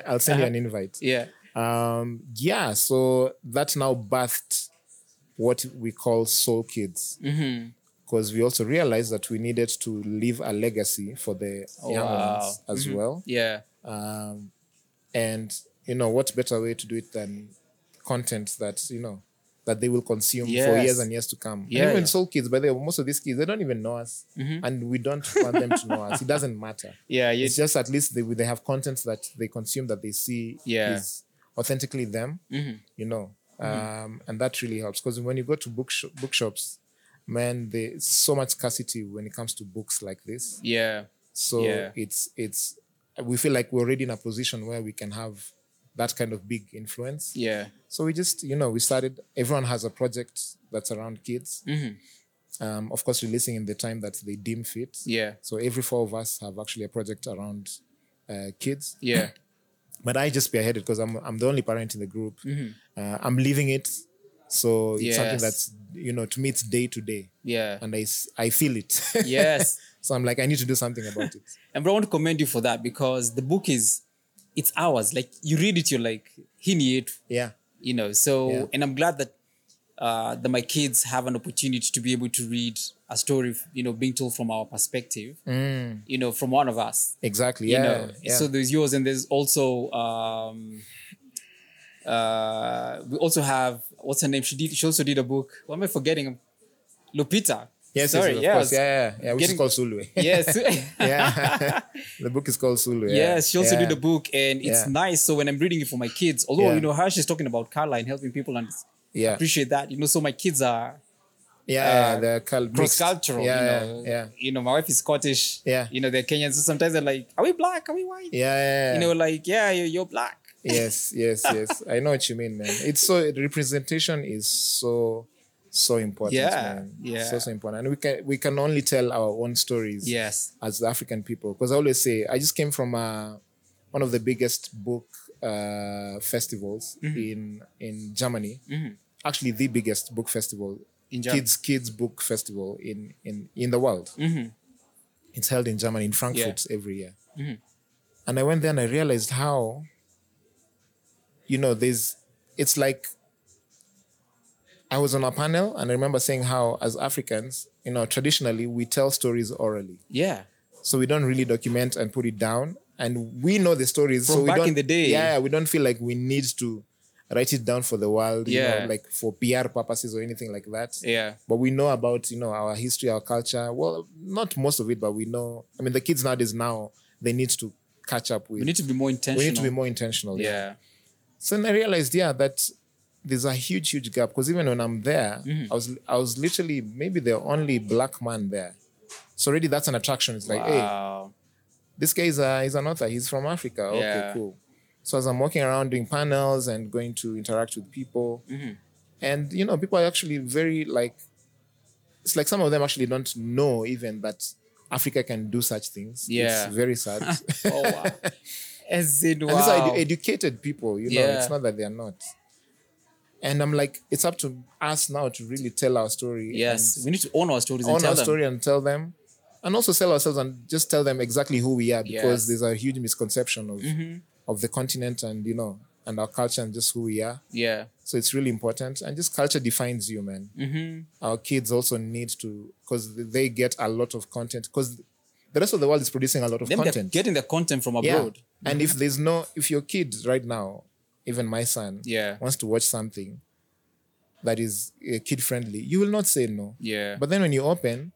Speaker 2: I'll send you an invite.
Speaker 1: yeah.
Speaker 2: Um, yeah, so that now birthed what we call Soul Kids.
Speaker 1: Mm-hmm.
Speaker 2: Because we also realized that we needed to leave a legacy for the young
Speaker 1: Oh, wow. Mm-hmm.
Speaker 2: ones as well.
Speaker 1: Yeah.
Speaker 2: Um, and you know, what better way to do it than content that you know that they will consume for
Speaker 1: Yes.
Speaker 2: years and years to come.
Speaker 1: Yeah, Mm-hmm.
Speaker 2: and even
Speaker 1: yeah.
Speaker 2: soul kids, by the way, most of these kids they don't even know us, and we don't want them to know us. It doesn't matter.
Speaker 1: Yeah. You,
Speaker 2: It's just at least they they have content that they consume that they see
Speaker 1: Yeah. Mm-hmm.
Speaker 2: is authentically them. You know, um, and that really helps because when you go to book bookshops. Man, there's so much scarcity when it comes to books like this.
Speaker 1: yeah.
Speaker 2: So
Speaker 1: Yeah.
Speaker 2: it's it's we feel like we're already in a position where we can have that kind of big influence.
Speaker 1: Yeah.
Speaker 2: So we just you know we started. Everyone has a project that's around kids.
Speaker 1: Mm-hmm.
Speaker 2: Um, of course, releasing in the time that they deem fit.
Speaker 1: Yeah.
Speaker 2: So every four of us have actually a project around uh, kids.
Speaker 1: Yeah.
Speaker 2: *clears throat* But I just spearheaded because I'm I'm the only parent in the group. Uh, I'm living it, so it's something
Speaker 1: Mm-hmm. Yes.
Speaker 2: that's you know to me it's day to day,
Speaker 1: Yeah.
Speaker 2: and I s- I feel it. *laughs*
Speaker 1: Yes.
Speaker 2: so I'm like I need to do something about it.
Speaker 1: And bro, I want to commend you for that because the book is, it's ours. Like you read it, you're like, he need it,
Speaker 2: Yeah.
Speaker 1: you know. So,
Speaker 2: Yeah.
Speaker 1: and I'm glad that uh, that my kids have an opportunity to be able to read a story, you know, being told from our perspective, you know, from one of us.
Speaker 2: Exactly.
Speaker 1: You
Speaker 2: Mm. Yeah.
Speaker 1: know,
Speaker 2: yeah.
Speaker 1: so there's yours, and there's also um, uh, we also have what's her name? She did. She also did a book. What am I forgetting? Lupita.
Speaker 2: yes,
Speaker 1: sorry.
Speaker 2: yes, yes, of
Speaker 1: yeah,
Speaker 2: course. Yeah, yeah, yeah. Which
Speaker 1: getting-
Speaker 2: is called Sulu. *laughs*
Speaker 1: Yes. *laughs*
Speaker 2: yeah. *laughs* the book is called Sulu. Yeah.
Speaker 1: Yes, she also
Speaker 2: yeah.
Speaker 1: did a book, and it's
Speaker 2: Yeah.
Speaker 1: nice. So when I'm reading it for my kids, although
Speaker 2: Yeah.
Speaker 1: you know how she's talking about color and helping people and
Speaker 2: Yeah.
Speaker 1: appreciate that, you know, so my kids are
Speaker 2: Yeah,
Speaker 1: uh,
Speaker 2: yeah. The col-
Speaker 1: cross
Speaker 2: mixed.
Speaker 1: cultural.
Speaker 2: Yeah,
Speaker 1: you know,
Speaker 2: yeah, yeah.
Speaker 1: you know, my wife is Scottish.
Speaker 2: Yeah.
Speaker 1: you know, they're Kenyans. So sometimes they're like, "Are we black? Are we white?"
Speaker 2: Yeah, yeah, yeah.
Speaker 1: You know, like, yeah, you're, you're black.
Speaker 2: yes, yes, yes.
Speaker 1: *laughs*
Speaker 2: I know what you mean, man. It's so representation is so so important,
Speaker 1: Yeah,
Speaker 2: man.
Speaker 1: yeah.
Speaker 2: So so important. And we can we can only tell our own stories
Speaker 1: Yes.
Speaker 2: as African people. Because I always say I just came from uh, one of the biggest book uh, festivals in in Germany. Actually the biggest book festival
Speaker 1: In Germany.
Speaker 2: kids kids book festival in in in the world. It's held in Germany in Frankfurt every year. And I went there and I realized how you know, there's it's like I was on a panel and I remember saying how as Africans, you know, traditionally we tell stories orally.
Speaker 1: Yeah.
Speaker 2: So we don't really document and put it down. And we know the stories. so we
Speaker 1: back
Speaker 2: don't,
Speaker 1: in the day.
Speaker 2: Yeah, we don't feel like we need to write it down for the world, you
Speaker 1: Yeah.
Speaker 2: know, like for PR purposes or anything like that.
Speaker 1: Yeah.
Speaker 2: But we know about, you know, our history, our culture. Well, not most of it, but we know. I mean, the kids nowadays now, they need to catch up with.
Speaker 1: We need to be more intentional.
Speaker 2: we need to be more intentional.
Speaker 1: Yeah.
Speaker 2: So then I realized, yeah, that there's a huge, huge gap. Because even when I'm there,
Speaker 1: Mm-hmm.
Speaker 2: I was I was literally maybe the only black man there. So already that's an attraction. It's like, hey,
Speaker 1: Wow.
Speaker 2: this guy is a, he's an author. He's from Africa. Okay,
Speaker 1: Yeah.
Speaker 2: cool. So as I'm walking around doing panels and going to interact with people,
Speaker 1: Mm-hmm.
Speaker 2: and you know, people are actually very like, it's like some of them actually don't know even that Africa can do such things.
Speaker 1: Yeah.
Speaker 2: it's very
Speaker 1: *laughs*
Speaker 2: sad. *laughs*
Speaker 1: oh wow. As in,
Speaker 2: And these are
Speaker 1: wow.
Speaker 2: edu- educated people, you know,
Speaker 1: Yeah.
Speaker 2: it's not that they're not. And I'm like, it's up to us now to really tell our story.
Speaker 1: yes,
Speaker 2: and
Speaker 1: we need to own our stories. and
Speaker 2: Own
Speaker 1: tell
Speaker 2: our
Speaker 1: them.
Speaker 2: story and tell them. And also sell ourselves and just tell them exactly who we are
Speaker 1: Yes. Mm-hmm.
Speaker 2: because there's a huge misconception of, of the continent and, you know, and our culture and just who we are.
Speaker 1: Yeah.
Speaker 2: So it's really important. And just culture defines you, man.
Speaker 1: Mm-hmm.
Speaker 2: Our kids also need to, because they get a lot of content, because the rest of the world is producing a lot of
Speaker 1: Then they're
Speaker 2: content.
Speaker 1: getting the content from abroad. Mm-hmm.
Speaker 2: And if there's no, if your kid right now, even my son,
Speaker 1: Yeah.
Speaker 2: wants to watch something that is uh, kid friendly, you will not say no.
Speaker 1: Yeah. Mm-hmm.
Speaker 2: But then when you open,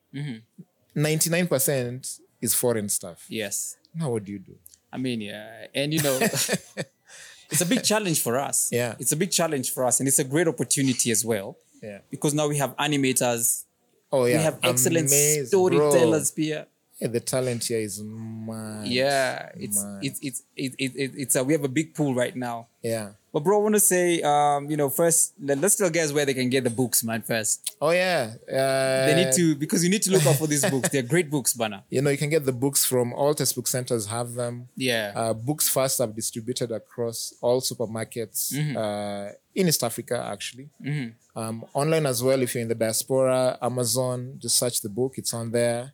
Speaker 2: 99% is foreign stuff.
Speaker 1: yes.
Speaker 2: Now what do you do? *laughs*
Speaker 1: I mean, yeah, and you know, it's a big challenge for us.
Speaker 2: Yeah.
Speaker 1: It's a big challenge for us. And it's a great opportunity as well.
Speaker 2: Yeah.
Speaker 1: Because now we have animators,
Speaker 2: Oh yeah.
Speaker 1: we have excellent
Speaker 2: Amazing,
Speaker 1: storytellers here.
Speaker 2: bro. Yeah, the talent here is mad.
Speaker 1: Yeah. It's
Speaker 2: Mad.
Speaker 1: it's it's it, it, it, it's a, we have a big pool right now.
Speaker 2: yeah.
Speaker 1: But bro, I want to say, um, you know, first let, let's tell guys where they can get the books, man. First,
Speaker 2: Oh yeah. Uh,
Speaker 1: they need to because you need to look out for these books. They're great books,
Speaker 2: *laughs*
Speaker 1: banner.
Speaker 2: You know, you can get the books from all textbook centers. Have them.
Speaker 1: Yeah,
Speaker 2: Uh, books first have distributed across all supermarkets
Speaker 1: Mm-hmm.
Speaker 2: uh, in East Africa, actually. Um, online as well, if you're in the diaspora, Amazon, just search the book, it's on there.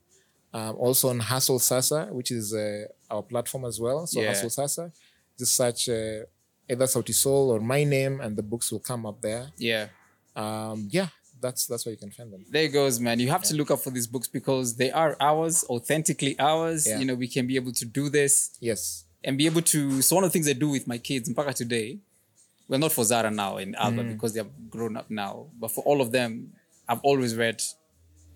Speaker 2: Um, also on Hustle Sasa, which is uh, our platform as well. So,
Speaker 1: Yeah.
Speaker 2: Hustle Sasa, just search uh, either Sauti Soul or my name, and the books will come up there.
Speaker 1: yeah.
Speaker 2: Um, yeah, that's that's where you can find them.
Speaker 1: There it goes, man. You have to look out for these books because they are ours, authentically ours.
Speaker 2: Yeah.
Speaker 1: You know, we can be able to do this
Speaker 2: Yes.
Speaker 1: and be able to. So one of the things I do with my kids, in Mpaka today, well, not for Zara now and Alba
Speaker 2: Mm.
Speaker 1: because they have grown up now, but for all of them, I've always read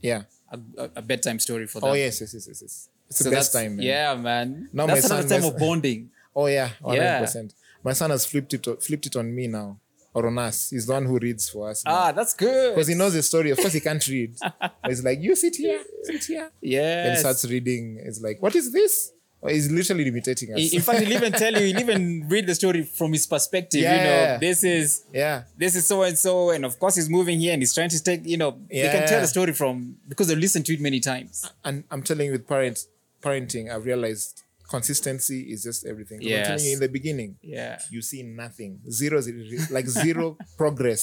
Speaker 2: Yeah.
Speaker 1: a, a, a bedtime story for them.
Speaker 2: Oh, yes, yes, yes, yes. yes. It's
Speaker 1: So
Speaker 2: the best
Speaker 1: that's-
Speaker 2: time. man.
Speaker 1: Yeah, man.
Speaker 2: Now
Speaker 1: that's
Speaker 2: my son-
Speaker 1: another time
Speaker 2: my
Speaker 1: of
Speaker 2: son-
Speaker 1: bonding.
Speaker 2: Oh yeah,
Speaker 1: Yeah.
Speaker 2: 100%. My son has flipped it flipped it on me now or on us. He's the one who reads for us.
Speaker 1: Ah, that's good.
Speaker 2: Because he knows the story. Of course, he can't
Speaker 1: *laughs*
Speaker 2: read. but he's like, you sit here, sit here. And
Speaker 1: Yes.
Speaker 2: starts reading. It's like, what is this? Or He's literally imitating us.
Speaker 1: In in fact, he'll even tell you, he'll even read the story from his perspective. You know,
Speaker 2: Yeah.
Speaker 1: this is
Speaker 2: *laughs* yeah.
Speaker 1: this is so and so, and of course he's moving here and he's trying to take. You know, they can tell
Speaker 2: Yeah.
Speaker 1: the story from because they've listened to it many times.
Speaker 2: And I'm telling you, with parents, parenting, I've realized consistency is just everything. 'Cause I'm
Speaker 1: Yes.
Speaker 2: telling you, in the beginning,
Speaker 1: Yeah.
Speaker 2: you see nothing. Zero, zero like zero
Speaker 1: *laughs*
Speaker 2: progress.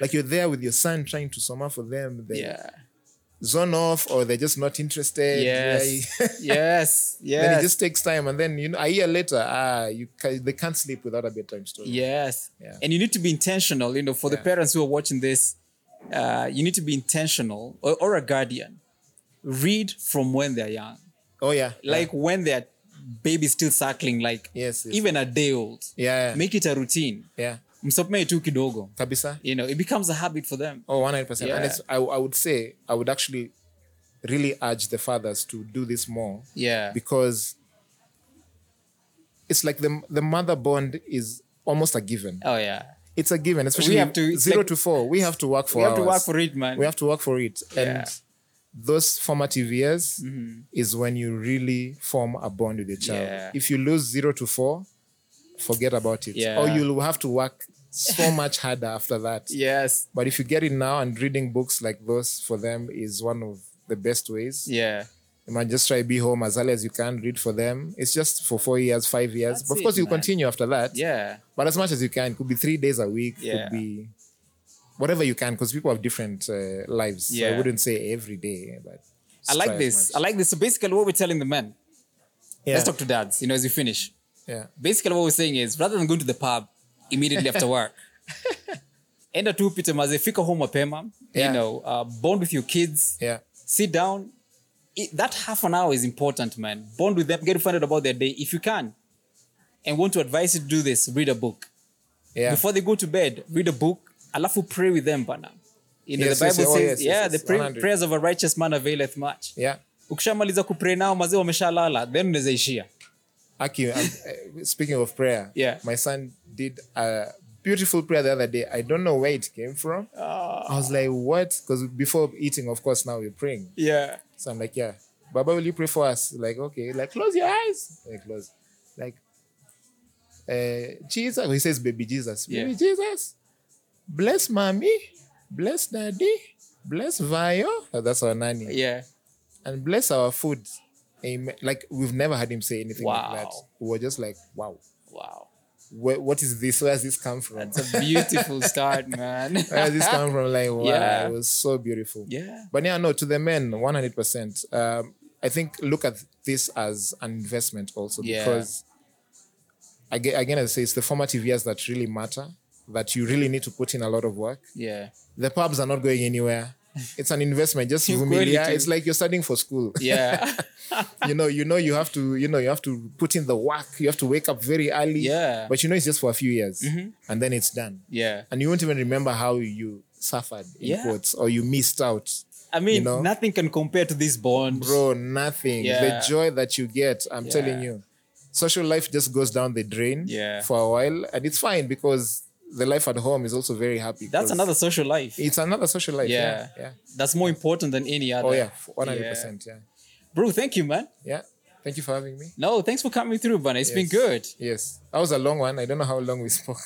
Speaker 2: Like you're there with your son trying to sum up for them. They
Speaker 1: Yeah.
Speaker 2: zone off or they're just not interested.
Speaker 1: Yes.
Speaker 2: Yeah. *laughs*
Speaker 1: yes.
Speaker 2: then
Speaker 1: Yes.
Speaker 2: it just takes time and then you know a year later ah you ca- they can't sleep without a bedtime story
Speaker 1: yes.
Speaker 2: Yeah.
Speaker 1: And you need to be intentional. You know, for the
Speaker 2: Yeah.
Speaker 1: parents who are watching this, uh, you need to be intentional or, or a guardian. Read from when they're young,
Speaker 2: oh yeah
Speaker 1: like when they're baby still suckling, like
Speaker 2: Yes, yes.
Speaker 1: even a day old.
Speaker 2: yeah yeah,
Speaker 1: Make it a routine.
Speaker 2: yeah.
Speaker 1: msomee tu kidogo
Speaker 2: kabisa
Speaker 1: you know it becomes a habit for them
Speaker 2: oh 100%
Speaker 1: Yeah.
Speaker 2: and it's I, I would say i would actually really urge the fathers to do this more
Speaker 1: yeah
Speaker 2: because it's like the the mother bond is almost a given
Speaker 1: oh yeah
Speaker 2: it's a given especially
Speaker 1: have to- it's
Speaker 2: zero
Speaker 1: like-
Speaker 2: to four we have to work for
Speaker 1: we have to
Speaker 2: hours.
Speaker 1: work for it man
Speaker 2: we have to work for it
Speaker 1: Yeah. Mm-hmm.
Speaker 2: and those formative years is when you really form a bond with your child
Speaker 1: Yeah.
Speaker 2: if you lose zero to four forget about it
Speaker 1: Yeah.
Speaker 2: or you'll have to work
Speaker 1: *laughs*
Speaker 2: so much harder after that
Speaker 1: yes
Speaker 2: but if you get it now and reading books like those for them is one of the best ways
Speaker 1: yeah
Speaker 2: you might just try be home as early as you can read for them it's just for four years five years
Speaker 1: That's
Speaker 2: but of course
Speaker 1: it,
Speaker 2: you
Speaker 1: man.
Speaker 2: continue after that
Speaker 1: yeah
Speaker 2: but as much as you can could be three days a week
Speaker 1: Yeah.
Speaker 2: could be whatever you can because people have different uh, lives so
Speaker 1: Yeah.
Speaker 2: i wouldn't say every day but
Speaker 1: i like this i like this so basically what we're telling the men
Speaker 2: yeah.
Speaker 1: let's talk to dads you know as you finish
Speaker 2: yeah
Speaker 1: basically what we're saying is rather than going to the pub immediately after
Speaker 2: *laughs*
Speaker 1: work enda tu pite maze fika home mapema you
Speaker 2: Yeah.
Speaker 1: know uh, bond with your kids
Speaker 2: yeah
Speaker 1: sit down it, that half an hour is important man bond with them get to find out about their day if you can and want to advise you to do this read a book
Speaker 2: yeah
Speaker 1: before they go to bed read a book alafu pray with them bana you know
Speaker 2: Yes,
Speaker 1: the
Speaker 2: yes,
Speaker 1: bible
Speaker 2: oh,
Speaker 1: says
Speaker 2: yes, yes,
Speaker 1: yeah
Speaker 2: yes,
Speaker 1: the pray-
Speaker 2: 100.
Speaker 1: prayers of a righteous man availeth much
Speaker 2: yeah
Speaker 1: ukishamaliza kupray nao mazee wameshalala then unawezaishia
Speaker 2: Aki, I'm, uh, speaking of prayer
Speaker 1: Yeah.
Speaker 2: my son did a beautiful prayer the other day i don't know where it came from
Speaker 1: Ah.
Speaker 2: i was like what because before eating of course now we're praying
Speaker 1: yeah
Speaker 2: So I'm like, yeah, Baba, will you pray for us? Like, okay, like close your eyes. Like close. Like uh Jesus. He says, baby Jesus. Baby
Speaker 1: Yeah.
Speaker 2: Jesus. Bless mommy. Bless daddy. Bless Vio. Oh, that's our nanny.
Speaker 1: yeah
Speaker 2: And bless our food. Amen. Like we've never had him say anything like that.
Speaker 1: Wow.
Speaker 2: We were just like, wow,
Speaker 1: wow
Speaker 2: wh- what is this? Where's this come from?
Speaker 1: it's a beautiful *laughs* start man
Speaker 2: Where does this come from?
Speaker 1: *laughs*
Speaker 2: Like, wow,
Speaker 1: Yeah.
Speaker 2: it was so beautiful.
Speaker 1: Yeah.
Speaker 2: But yeah, no, to the men, 100%. Um, I think look at this as an investment also
Speaker 1: Yeah.
Speaker 2: because, again, again, I say it's the formative years that really matter, that you really need to put in a lot of work.
Speaker 1: yeah
Speaker 2: The pubs are not going
Speaker 1: *laughs*
Speaker 2: anywhere. It's an investment. Just
Speaker 1: You
Speaker 2: familiar.
Speaker 1: quality.
Speaker 2: It's like you're studying for school.
Speaker 1: yeah
Speaker 2: *laughs* you know, you know, you have to, you know, you have to put in the work. You have to wake up very early.
Speaker 1: Yeah. Mm-hmm.
Speaker 2: But you know, it's just for a few years, and then it's done
Speaker 1: yeah
Speaker 2: and you won't even remember how you suffered in
Speaker 1: Yeah.
Speaker 2: quotes or you missed out.
Speaker 1: i mean
Speaker 2: You know?
Speaker 1: nothing can compare to this bond
Speaker 2: Bro, nothing.
Speaker 1: Yeah.
Speaker 2: The joy that you get, I'm telling you. social life just goes down the drain
Speaker 1: Yeah.
Speaker 2: for a while, and it's fine because the life at home is also very happy.
Speaker 1: That's
Speaker 2: 'cause
Speaker 1: another social life.
Speaker 2: It's another social life. Yeah,
Speaker 1: Yeah.
Speaker 2: yeah.
Speaker 1: That's more important than any other.
Speaker 2: Oh yeah, one hundred percent. Yeah,
Speaker 1: Bro, thank you, man.
Speaker 2: yeah. Thank you for having me.
Speaker 1: No, thanks for coming through, man. It's been
Speaker 2: Yes.
Speaker 1: good.
Speaker 2: Yes, that was a long one. I don't know how long we
Speaker 1: *laughs*
Speaker 2: spoke.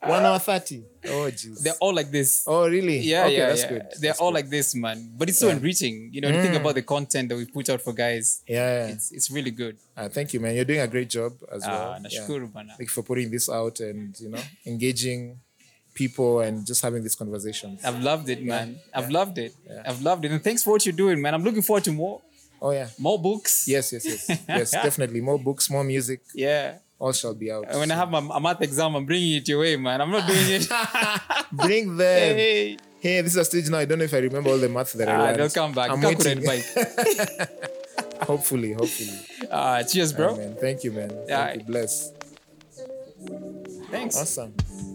Speaker 2: one hour thirty. Oh jeez.
Speaker 1: They're all like this.
Speaker 2: Oh really?
Speaker 1: Yeah,
Speaker 2: Okay,
Speaker 1: yeah,
Speaker 2: that's
Speaker 1: yeah.
Speaker 2: good.
Speaker 1: They're
Speaker 2: That's
Speaker 1: all
Speaker 2: good. Mm.
Speaker 1: like this, man. But it's so enriching. You know, to think about the content that we put out for guys.
Speaker 2: Yeah. yeah.
Speaker 1: It's it's really good.
Speaker 2: Uh, thank you, man. You're doing a great job as
Speaker 1: Ah,
Speaker 2: well. Yeah.
Speaker 1: nashukuru bana.
Speaker 2: Thank you for putting this out and you know engaging people and just having these conversations.
Speaker 1: I've loved it, man. I've loved it. I've loved it. And thanks for what you're doing, man. I'm looking forward to more
Speaker 2: Oh yeah.
Speaker 1: more books.
Speaker 2: Yes, yes,
Speaker 1: *laughs*
Speaker 2: yes, yes. definitely more books, more music.
Speaker 1: Yeah.
Speaker 2: All shall be out.
Speaker 1: When I have my, my math exam, I'm bringing it your way, man. I'm not doing it.
Speaker 2: Bring them. *laughs* Hey.
Speaker 1: hey.
Speaker 2: this is a stage now. I don't know if I remember all the math that I
Speaker 1: Ah,
Speaker 2: learned.
Speaker 1: they'll come back.
Speaker 2: I'm
Speaker 1: Calculate
Speaker 2: waiting.
Speaker 1: bike.
Speaker 2: *laughs* hopefully, hopefully.
Speaker 1: Ah, cheers, bro.
Speaker 2: Amen. Thank you, man. Thank
Speaker 1: Aye.
Speaker 2: you. Bless.
Speaker 1: Thanks.
Speaker 2: Awesome.